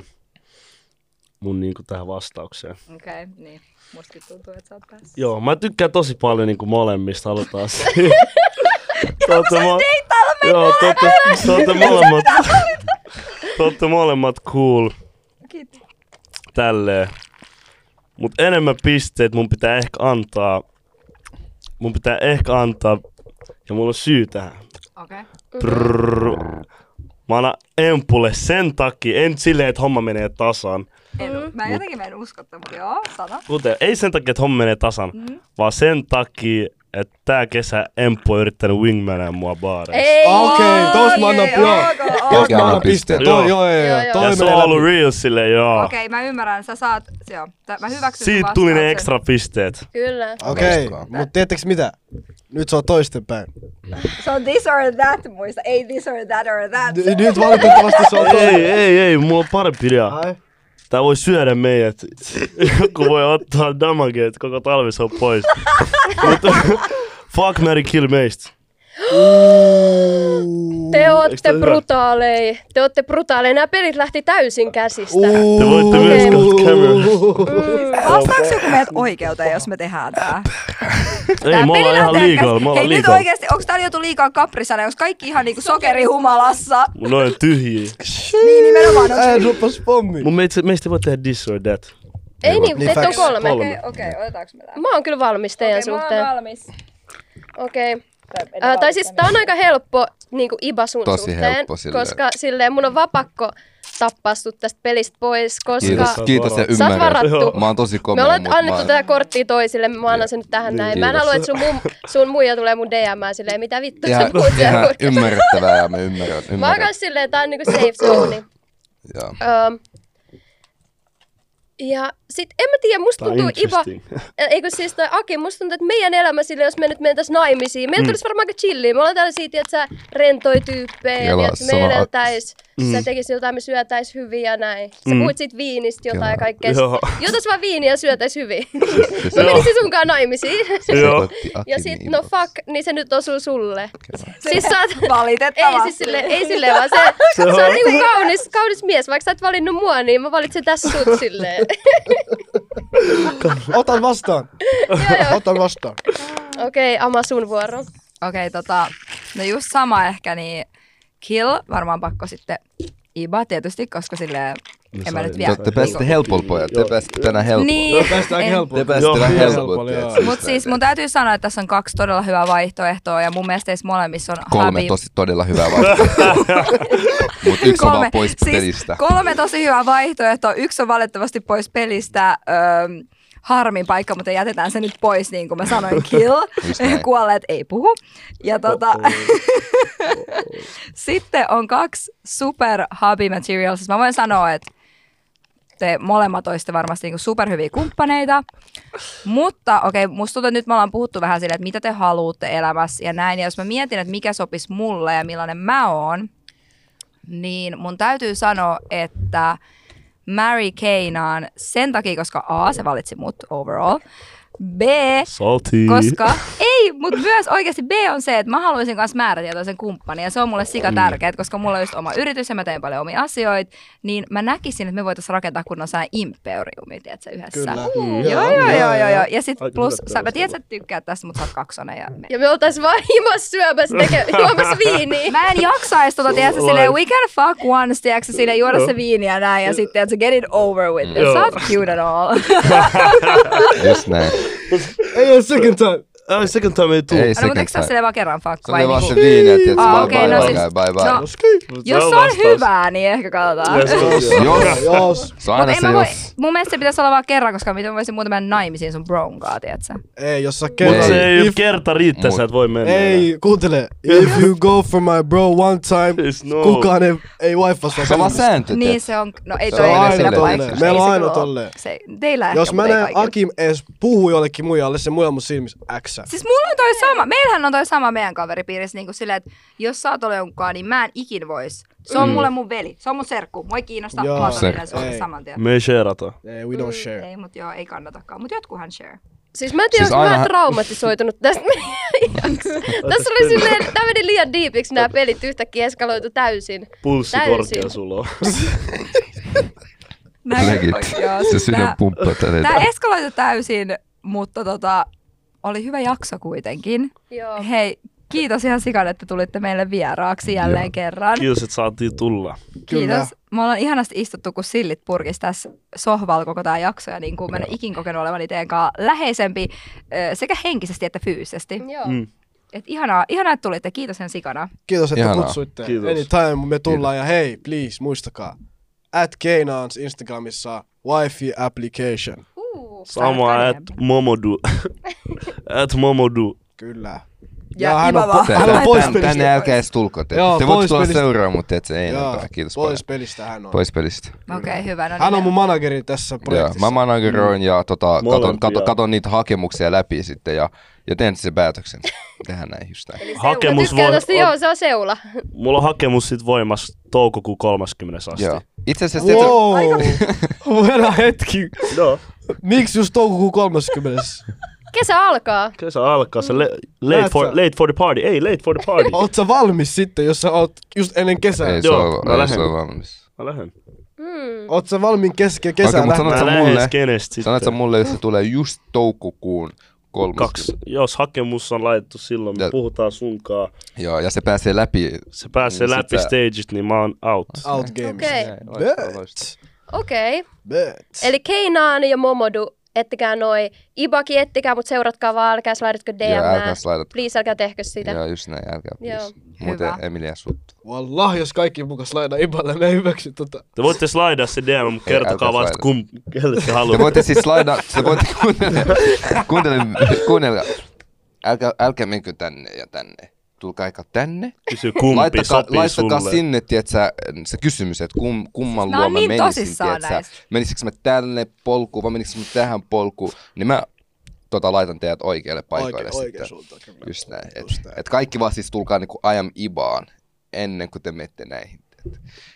Speaker 5: mun niinku tähän vastaukseen.
Speaker 2: Okei, niin. Mustakin tuntuu, että sä oot päässyt.
Speaker 5: Joo, mä tykkään tosi paljon niinku molemmista, halutaan se. Onko mo- Joo, te ootte, te ootte molemmat. te ootte molemmat cool
Speaker 2: Kiitos.
Speaker 5: tälleen. Mut enemmän pisteet mun pitää ehkä antaa. Mun pitää ehkä antaa, ja mulla on syy tähän.
Speaker 2: Okei.
Speaker 5: Prrrr. Mä annan Empulle sen takia, en silleen, että homma menee tasan.
Speaker 2: En,
Speaker 1: Mm.
Speaker 2: mä jotenkin mä en usko, että mutta joo, sano.
Speaker 5: Kuten, ei sen takia, että homma menee tasan, mm. vaan sen takia, että tää kesä Empu on yrittänyt wingmanaa mua baareissa.
Speaker 1: Ei.
Speaker 3: Okei, tos mä annan,
Speaker 2: Okei,
Speaker 3: joo.
Speaker 2: ok, ok.
Speaker 4: Tos
Speaker 3: Mä annan pisteen. Toi, joo, joo,
Speaker 1: Joo,
Speaker 3: joo.
Speaker 1: joo.
Speaker 3: Toi
Speaker 5: Ja se on
Speaker 3: menee
Speaker 5: ollut
Speaker 3: läpi.
Speaker 5: real sille, joo.
Speaker 2: Okei, mä ymmärrän, sä saat, joo. Tää- Mä hyväksyn sun
Speaker 5: Siitä tuli ne
Speaker 2: vastauksen.
Speaker 5: ekstra pisteet.
Speaker 1: Kyllä.
Speaker 3: Okei,
Speaker 4: Hauskaa.
Speaker 3: mut tiedättekö mitä? Nyt se on toisten päin.
Speaker 2: Se on this or that, muista. Ei this or that or that.
Speaker 3: N- nyt valitettavasti se on
Speaker 5: Ei,
Speaker 3: toinen.
Speaker 5: ei, ei, mulla on parempi idea.
Speaker 3: Ai.
Speaker 5: Tää voi syödä meidät. Joku voi ottaa damage, että koko talvi se on pois. Mutta fuck, Mary kill meistä.
Speaker 1: Te
Speaker 5: Eiks tää
Speaker 1: ootte
Speaker 5: hyvä?
Speaker 1: brutaaleja. Te ootte brutaaleja. Nämä pelit lähti täysin käsistä.
Speaker 5: Te voitte myös katsoa cameras.
Speaker 2: Vastaako joku meidät oikeuteen, jos me tehdään tää?
Speaker 5: Ei,
Speaker 2: Tää
Speaker 5: me ollaan
Speaker 2: peli
Speaker 5: ihan
Speaker 2: lähtee
Speaker 5: liikalla,
Speaker 2: käs-
Speaker 5: me ollaan
Speaker 2: Hei nyt
Speaker 5: liikalla.
Speaker 2: oikeesti, onks täällä joutu liikaa kaprisana, jos kaikki ihan niinku sokerihumalassa?
Speaker 5: Mun on tyhjiä.
Speaker 6: Siis
Speaker 2: Niin nimenomaan onks...
Speaker 3: Ää, droppas pommi.
Speaker 5: Mun meistä, meistä ei voi tehdä this or that.
Speaker 1: Ei niin,
Speaker 3: Niin,
Speaker 1: teitä on
Speaker 3: facts.
Speaker 1: kolme.
Speaker 5: Kolme.
Speaker 2: okei, otetaanko me tää?
Speaker 1: Mä oon kyllä valmis teidän suhteen.
Speaker 2: valmis.
Speaker 1: Okei. Äh, tai siis tää on aika helppo niinku Iba sun
Speaker 4: Tosi
Speaker 1: suhteen,
Speaker 4: helppo silleen.
Speaker 1: koska silleen mun on vapakko tappaa sut tästä pelistä pois, koska
Speaker 4: Kiitos, kiitos ja
Speaker 1: sä oot
Speaker 4: ymmärrän.
Speaker 1: varattu.
Speaker 4: Mä oon tosi komea.
Speaker 1: Me ollaan
Speaker 4: mut
Speaker 1: annettu
Speaker 4: mä- Niin,
Speaker 1: tätä korttia toisille, mä annan sen nyt tähän näin. Mä en
Speaker 4: kiitos.
Speaker 1: halua, että sun, mum, sun muija tulee mun DM ään silleen, mitä vittu sä
Speaker 4: Ihan,
Speaker 1: puhut siellä
Speaker 4: ihan
Speaker 1: kurkassa.
Speaker 4: ymmärrettävää ja mä ymmärrän.
Speaker 1: Mä oon
Speaker 4: ymmärrän.
Speaker 1: kans silleen, tää on niinku safe zone.
Speaker 4: Joo.
Speaker 1: Öm, ja sit en mä tiedä, musta
Speaker 5: Tää on
Speaker 1: tuntuu Iba,
Speaker 5: interesting.
Speaker 1: eikö siis toi Aki, musta tuntuu, että meidän elämä sille, jos me nyt mentäis naimisiin, meillä mm. tulisi varmaan aika chilliä. Me ollaan tällaisia, että sä rentoja tyyppejä, ja
Speaker 4: Joo,
Speaker 1: tiedät, me
Speaker 4: sama-
Speaker 1: edeltäis, mm. sä tekis jotain, me syötäis hyvin ja näin. Sä mm. puhuit siitä viinistä jotain ja kaikkea.
Speaker 5: Joo.
Speaker 1: Jotais vaan viiniä ja syötäis hyvin.
Speaker 4: Se-
Speaker 1: mä menisin sunkaan naimisiin.
Speaker 4: se
Speaker 5: Joo.
Speaker 4: otti
Speaker 1: ja
Speaker 4: Akimin
Speaker 1: sit, no
Speaker 4: inbox.
Speaker 1: fuck, niin se nyt osuu sulle. Siis sä oot,
Speaker 2: Valitettavasti.
Speaker 1: ei siis sille, ei silleen, vaan se, se on,
Speaker 5: on-
Speaker 1: niinku kaunis, kaunis mies. Vaikka sä et valinnut mua, niin mä valitsen tässä sut silleen.
Speaker 3: Otan vastaan. Otan vastaan.
Speaker 1: Okei, okay, Ama sun vuoro.
Speaker 2: Okei, tota, no just sama ehkä, niin kill varmaan pakko sitten Iba tietysti, koska silleen en mä nyt vielä.
Speaker 4: No Te pääsitte helpolla pojat, te pääsitte tänään helpolla.
Speaker 2: Niin, en-
Speaker 4: Te
Speaker 5: Joo,
Speaker 4: pääsitte tänään
Speaker 5: kyllä
Speaker 4: helpolla.
Speaker 3: helpolla,
Speaker 4: tiedät
Speaker 3: joo.
Speaker 4: sä.
Speaker 2: Mut siis mun täytyy sanoa, että tässä on kaksi todella hyvää vaihtoehtoa ja mun mielestä teissä molemmissa on
Speaker 4: Kolme
Speaker 2: Habib.
Speaker 4: tosi todella hyvää vaihtoehtoa. Mut yksi on vaan pois
Speaker 2: siis
Speaker 4: pelistä.
Speaker 2: Kolme tosi hyvää vaihtoehtoa. Yksi on valitettavasti pois pelistä. Öö, harmin paikka, mutta jätetään se nyt pois, niin kuin mä sanoin, kill.
Speaker 4: Just näin.
Speaker 2: Kuolleet ei puhu. Ja tota, sitten on kaksi super hubby materials. Siis Mä voin sanoa, että te molemmat olisitte varmasti niinku superhyviä kumppaneita. Mutta okei, okay, musta tuntuu, että nyt me ollaan puhuttu vähän silleen, että mitä te haluatte elämässä ja näin. Ja jos mä mietin, että mikä sopisi mulle ja millainen mä oon, niin mun täytyy sanoa, että Mary Kaynaan sen takia, koska A, se valitsi mut overall, B,
Speaker 5: Salty.
Speaker 2: koska ei, mutta myös oikeasti B on se, että mä haluaisin myös määrätietoisen kumppanin ja se on mulle sika tärkeää, koska mulla on just oma yritys ja mä teen paljon omia asioita, niin mä näkisin, että me voitaisiin rakentaa kunnon sellainen imperiumi, tiedätkö, yhdessä.
Speaker 3: Kyllä.
Speaker 2: Joo, joo, joo, joo, joo, joo. Ja sit
Speaker 5: Aika
Speaker 2: plus,
Speaker 5: hyvät
Speaker 2: sä, mä
Speaker 5: perustelut.
Speaker 2: tiedän, että tykkäät tästä, mutta sä oot kaksonen. Ja me...
Speaker 1: Ja me oltais vaan himossa syömässä teke- juomassa viiniä.
Speaker 2: Mä en jaksa edes tota, tiedätkö, silleen, we can fuck once, tiedätkö, silleen juoda
Speaker 5: Joo.
Speaker 2: se viiniä näin, ja sitten, tiedätkö, get it over with.
Speaker 5: Joo.
Speaker 2: It's not cute at all.
Speaker 4: Just näin.
Speaker 3: Ei oo second time.
Speaker 6: Ai, second time ei tuu.
Speaker 4: Ei
Speaker 2: No, mutta eikö se ole
Speaker 4: time.
Speaker 2: silleen vaan kerran fuck?
Speaker 4: Se
Speaker 2: vai
Speaker 4: oli vaan se
Speaker 2: niinku-
Speaker 4: viini, että
Speaker 2: Aa,
Speaker 4: bye
Speaker 2: okei,
Speaker 4: bye,
Speaker 2: no
Speaker 4: bye
Speaker 2: siis-
Speaker 4: bye, bye
Speaker 2: no,
Speaker 4: bye.
Speaker 2: Jos se on hyvää, niin ehkä katsotaan.
Speaker 6: Let's go.
Speaker 4: Jos,
Speaker 3: Jos.
Speaker 4: se on
Speaker 2: Mut
Speaker 4: aina
Speaker 2: en
Speaker 4: se
Speaker 2: mä voi,
Speaker 4: jos.
Speaker 2: mun mielestä se pitäisi olla vaan kerran, koska miten mä voisin muuten mennä naimisiin sun bronkaa, tiedätkö?
Speaker 3: Ei, jos sä
Speaker 4: Mut
Speaker 3: kerran.
Speaker 6: Mutta se ei ole
Speaker 3: if-
Speaker 6: kerta riittää, sä et voi mennä.
Speaker 3: Ei, kuuntele. If you go for my bro one time,
Speaker 6: Yes, no.
Speaker 3: kukaan ei, ei wife vastaa
Speaker 4: Se on vaan
Speaker 3: kysymykseen.
Speaker 4: sääntö.
Speaker 2: Niin
Speaker 4: tiedätkö?
Speaker 2: se on, no ei
Speaker 4: Se
Speaker 2: toi
Speaker 4: on
Speaker 2: ei
Speaker 4: aina
Speaker 2: kyllä
Speaker 4: tolleen.
Speaker 2: paikkaa.
Speaker 3: Meillä
Speaker 2: Ei
Speaker 3: on
Speaker 2: se
Speaker 3: aina
Speaker 2: kyllä oo.
Speaker 3: tolleen.
Speaker 2: Se, teillä ehkä,
Speaker 3: Jos mä
Speaker 2: mut ei
Speaker 3: näen
Speaker 2: kaikilla.
Speaker 3: Akim ees puhuu jollekin muijalle, se muija on mun silmissä X.
Speaker 2: Siis mulla on toi sama, meillähän on toi sama meidän kaveripiirissä niin kuin silleen, että jos sä oot ollut jonkunkaan, niin mä en ikin vois. Se on mulle mun veli, se on mun serkku, mua ei kiinnosta,
Speaker 3: Joo.
Speaker 2: mä otan
Speaker 4: Serkku.
Speaker 2: niille sulle
Speaker 3: Ei. Mm.
Speaker 2: saman tien.
Speaker 6: Me ei shareata.
Speaker 3: Ei, Eh, we don't share.
Speaker 2: Ei, mut joo, ei kannatakaan, mut jotkuhan share.
Speaker 1: Siis mä en tiedä,
Speaker 4: Siis
Speaker 1: siis aina... mä
Speaker 4: ainahan-
Speaker 1: oon traumatisoitunut tästä meidän jaksosta. Tässä oli silleen, tää meni liian diipiksi nämä pelit yhtäkkiä eskaloitu täysin.
Speaker 6: Pulssi
Speaker 1: Täysin.
Speaker 6: korkea sulla on.
Speaker 4: Legit.
Speaker 2: Joo,
Speaker 4: Se
Speaker 2: siis
Speaker 4: sydän
Speaker 2: tää,
Speaker 4: pumppaa tätä.
Speaker 2: tää eskaloitu täysin, mutta tota, oli hyvä jakso kuitenkin.
Speaker 1: Joo.
Speaker 2: Hei, kiitos ihan sikan, että tulitte meille vieraaksi jälleen kerran.
Speaker 6: Kiitos, että saatiin tulla.
Speaker 3: Kyllä.
Speaker 2: Kiitos. Me ollaan ihanasti istuttu kuin sillit purkis tässä sohvalla koko tämä jakso ja niin kuin mä en ikin kokenut olevani teidän kanssa läheisempi ö, sekä henkisesti että fyysisesti.
Speaker 1: Joo.
Speaker 6: Mm.
Speaker 2: Et ihanaa, ihanaa, että tulitte. Kiitos sen sikana.
Speaker 3: Kiitos, että
Speaker 4: Ihanaa.
Speaker 3: kutsuitte.
Speaker 6: Kiitos.
Speaker 3: Anytime me tullaan ja hei, please, muistakaa. At Keinaans Instagramissa wifi application.
Speaker 1: Uh.
Speaker 6: Sama,
Speaker 2: Sarkania.
Speaker 6: at Momodu. at Momodu.
Speaker 3: Kyllä.
Speaker 2: Ja
Speaker 3: hän on,
Speaker 2: Iva vaan.
Speaker 3: po- hän on pois pelistä.
Speaker 4: Tänne älkää edes tulko. Te,
Speaker 3: Joo,
Speaker 4: te voitte
Speaker 3: pois
Speaker 4: tulla
Speaker 3: pelistä.
Speaker 4: seuraamaan, mutta et se ei
Speaker 3: Joo,
Speaker 4: enempää. Kiitos paljon.
Speaker 3: pois pelistä hän on.
Speaker 4: Pois pelistä.
Speaker 2: Okei, okay, hyvä. No niin.
Speaker 3: Hän on mun manageri tässä
Speaker 4: Joo,
Speaker 3: projektissa.
Speaker 4: mä manageroin ja tota, katon, katon,
Speaker 6: Molempia.
Speaker 4: katon, niitä hakemuksia läpi sitten ja, ja teen sen päätöksen. Tehdään näin just näin.
Speaker 1: Eli seula.
Speaker 6: Hakemus
Speaker 1: Tykkää
Speaker 6: voi-
Speaker 1: tosta,
Speaker 6: on-
Speaker 1: joo, se on seula.
Speaker 6: Mulla on hakemus sit voimassa toukokuun 30. asti.
Speaker 4: Joo. Itse asiassa tieto-
Speaker 3: Wow! Herra hetki.
Speaker 6: No,
Speaker 3: Miksi just toukokuun 30?
Speaker 1: Kesä alkaa.
Speaker 6: kesä alkaa se le- late,
Speaker 3: Näet
Speaker 6: for,
Speaker 3: sä?
Speaker 6: late for the party. Ei, late for the party.
Speaker 3: Oot sä valmis sitten, jos sä oot just ennen kesää?
Speaker 4: ei se
Speaker 6: Joo,
Speaker 4: ole,
Speaker 6: mä
Speaker 4: ei se
Speaker 6: lähden.
Speaker 4: ole valmis.
Speaker 6: Mä lähden.
Speaker 1: Mm.
Speaker 3: Oot sä valmiin kesken kesää
Speaker 4: Okei, mut
Speaker 3: okay,
Speaker 4: sanot
Speaker 6: Mä
Speaker 4: sä
Speaker 6: lähden
Speaker 4: mulle,
Speaker 6: skenestä sitten.
Speaker 4: sanot sä mulle, jos se tulee just toukokuun kolmas.
Speaker 6: Kaksi. Jos hakemus on laitettu silloin, me
Speaker 4: Ja-
Speaker 6: puhutaan sunkaan.
Speaker 4: Joo, ja se pääsee läpi.
Speaker 6: Se pääsee
Speaker 4: Niin sit
Speaker 6: läpi
Speaker 4: sä-
Speaker 6: stageit, niin mä oon out.
Speaker 3: out games.
Speaker 1: Okei.
Speaker 3: Bet.
Speaker 1: Okei. Okay.
Speaker 3: Bet.
Speaker 1: Eli Keinaani ja Momodu, ettekää noi. Ibaki ettekää, mutta seuratkaa vaan, älkää slaidatko DM.
Speaker 4: Joo, älkää slaidatko.
Speaker 1: Please, älkää tehkö sitä.
Speaker 4: Joo, just näin, älkää please.
Speaker 2: Hyvä.
Speaker 4: Muuten Emilia sut.
Speaker 3: Wallah, jos kaikki mukas laina iballe, ne ei hyväksy tota.
Speaker 6: Te voitte slaidaa se DM, mutta
Speaker 4: Ei,
Speaker 6: kertokaa
Speaker 4: älkää
Speaker 6: vasta
Speaker 4: slaidaa.
Speaker 6: kum, kelle te
Speaker 4: Te
Speaker 6: haluatte.
Speaker 4: voitte siis laida, te voitte kuunnella, kuunnella, kuunnella. Älkää, älkää menkö tänne ja tänne. Tulkaa aika tänne.
Speaker 6: Kysy kumpi
Speaker 4: Laittakaa,
Speaker 6: sopii
Speaker 4: laittakaa
Speaker 6: sulle.
Speaker 4: sinne, tietsä, se kysymys, että kum, kumman
Speaker 2: Nää
Speaker 4: luo
Speaker 2: on
Speaker 4: mä
Speaker 2: niin
Speaker 4: menisin,
Speaker 2: tosissaan
Speaker 4: tietsä.
Speaker 2: näistä.
Speaker 4: Menisikö mä tänne polkuun vai menisikö mä tähän polkuun, niin mä tota, laitan teidät oikealle paikoille
Speaker 3: Oikein, oikein
Speaker 4: sitten.
Speaker 3: suuntaan. kyllä.
Speaker 4: Just näin. Et,
Speaker 3: Just näin.
Speaker 4: et kaikki vaan siis tulkaa niinku ajan ibaan ennen kuin te menette näihin.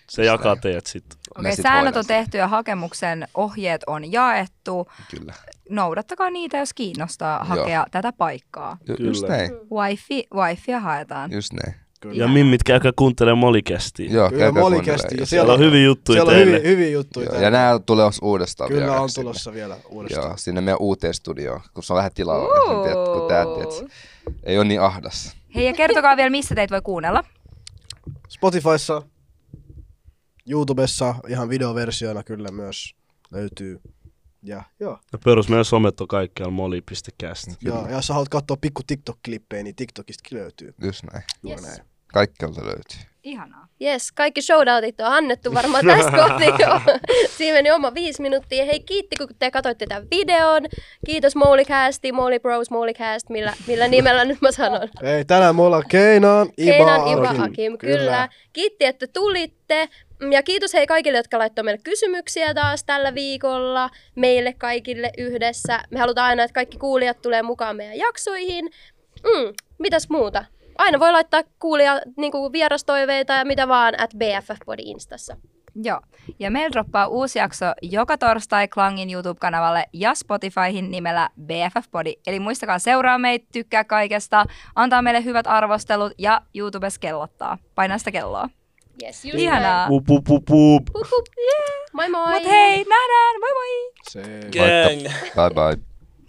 Speaker 6: Se jakaa teidät sitten.
Speaker 2: Okei,
Speaker 4: sit
Speaker 2: säännöt
Speaker 4: voidaan
Speaker 2: on tehty ja hakemuksen ohjeet on jaettu.
Speaker 4: Kyllä.
Speaker 2: Noudattakaa niitä, jos kiinnostaa hakea tätä paikkaa.
Speaker 4: Ju- Just
Speaker 6: Kyllä.
Speaker 4: näin.
Speaker 2: Wifi, wifia haetaan.
Speaker 4: Just näin.
Speaker 6: Ja mimmit, käykää kuuntelemaan molikästiä.
Speaker 4: Joo,
Speaker 3: Kyllä,
Speaker 4: käykää
Speaker 3: molikästi. Ja
Speaker 4: kuunnella.
Speaker 6: Siellä on hyviä juttuja
Speaker 3: Siellä on
Speaker 6: teille.
Speaker 3: hyviä, hyviä juttuja.
Speaker 4: Joo,
Speaker 3: täällä.
Speaker 4: ja nämä tulee uudestaan
Speaker 3: Kyllä
Speaker 4: vielä
Speaker 3: on
Speaker 4: sinne.
Speaker 3: tulossa vielä uudestaan.
Speaker 4: Joo, sinne meidän uuteen studioon, kun se on vähän tilaa. Uh. Tiedät, kun tää, tiedät, ei ole niin ahdas.
Speaker 2: Hei ja kertokaa vielä, missä teitä voi kuunnella.
Speaker 3: Spotifyssa, YouTubessa ihan videoversioina kyllä myös löytyy. Ja, joo.
Speaker 6: Ja perus meidän somet on kaikkialla moli.cast.
Speaker 3: ja, ja jos sä haluat katsoa pikku TikTok-klippejä, niin TikTokista löytyy.
Speaker 4: Just näin.
Speaker 3: Juuri
Speaker 1: Yes.
Speaker 3: näin.
Speaker 4: Kaikkialta löytyy.
Speaker 2: Ihanaa.
Speaker 1: Yes, kaikki shoutoutit on annettu varmaan tässä kohti jo. Siinä meni oma viisi minuuttia. Hei, kiitti kun te katsoitte tämän videon. Kiitos Moulikästi, Mouli Bros, Moulikäst, millä, millä nimellä nyt mä sanon.
Speaker 3: Hei, tänään me ollaan Keinaan, Iba,
Speaker 1: Keinan Iba
Speaker 3: Arkin.
Speaker 1: Hakim, kyllä. kyllä. Kiitti, että tulitte. Mm, Ja kiitos hei kaikille, jotka laittoi meille kysymyksiä taas tällä viikolla, meille kaikille yhdessä. Me halutaan aina, että kaikki kuulijat tulee mukaan meidän jaksoihin. Mm, mitäs muuta? Aina voi laittaa kuulia niin kuin vierastoiveita ja mitä vaan at BFF Body Instassa.
Speaker 2: Joo. Ja meillä droppaa uusi jakso joka torstai Klangin YouTube-kanavalle ja Spotifyhin nimellä BFF Body. Eli muistakaa seuraa meitä, tykkää kaikesta, antaa meille hyvät arvostelut ja YouTubessa kellottaa. Painaa sitä kelloa.
Speaker 1: Yes, just näin.
Speaker 2: Ihanaa.
Speaker 6: Pup, pup, pup, pup.
Speaker 1: Hup, hup. Moi moi!
Speaker 2: Mut hei, nähdään, moi moi!
Speaker 3: Se-
Speaker 4: Moikka. Bye bye.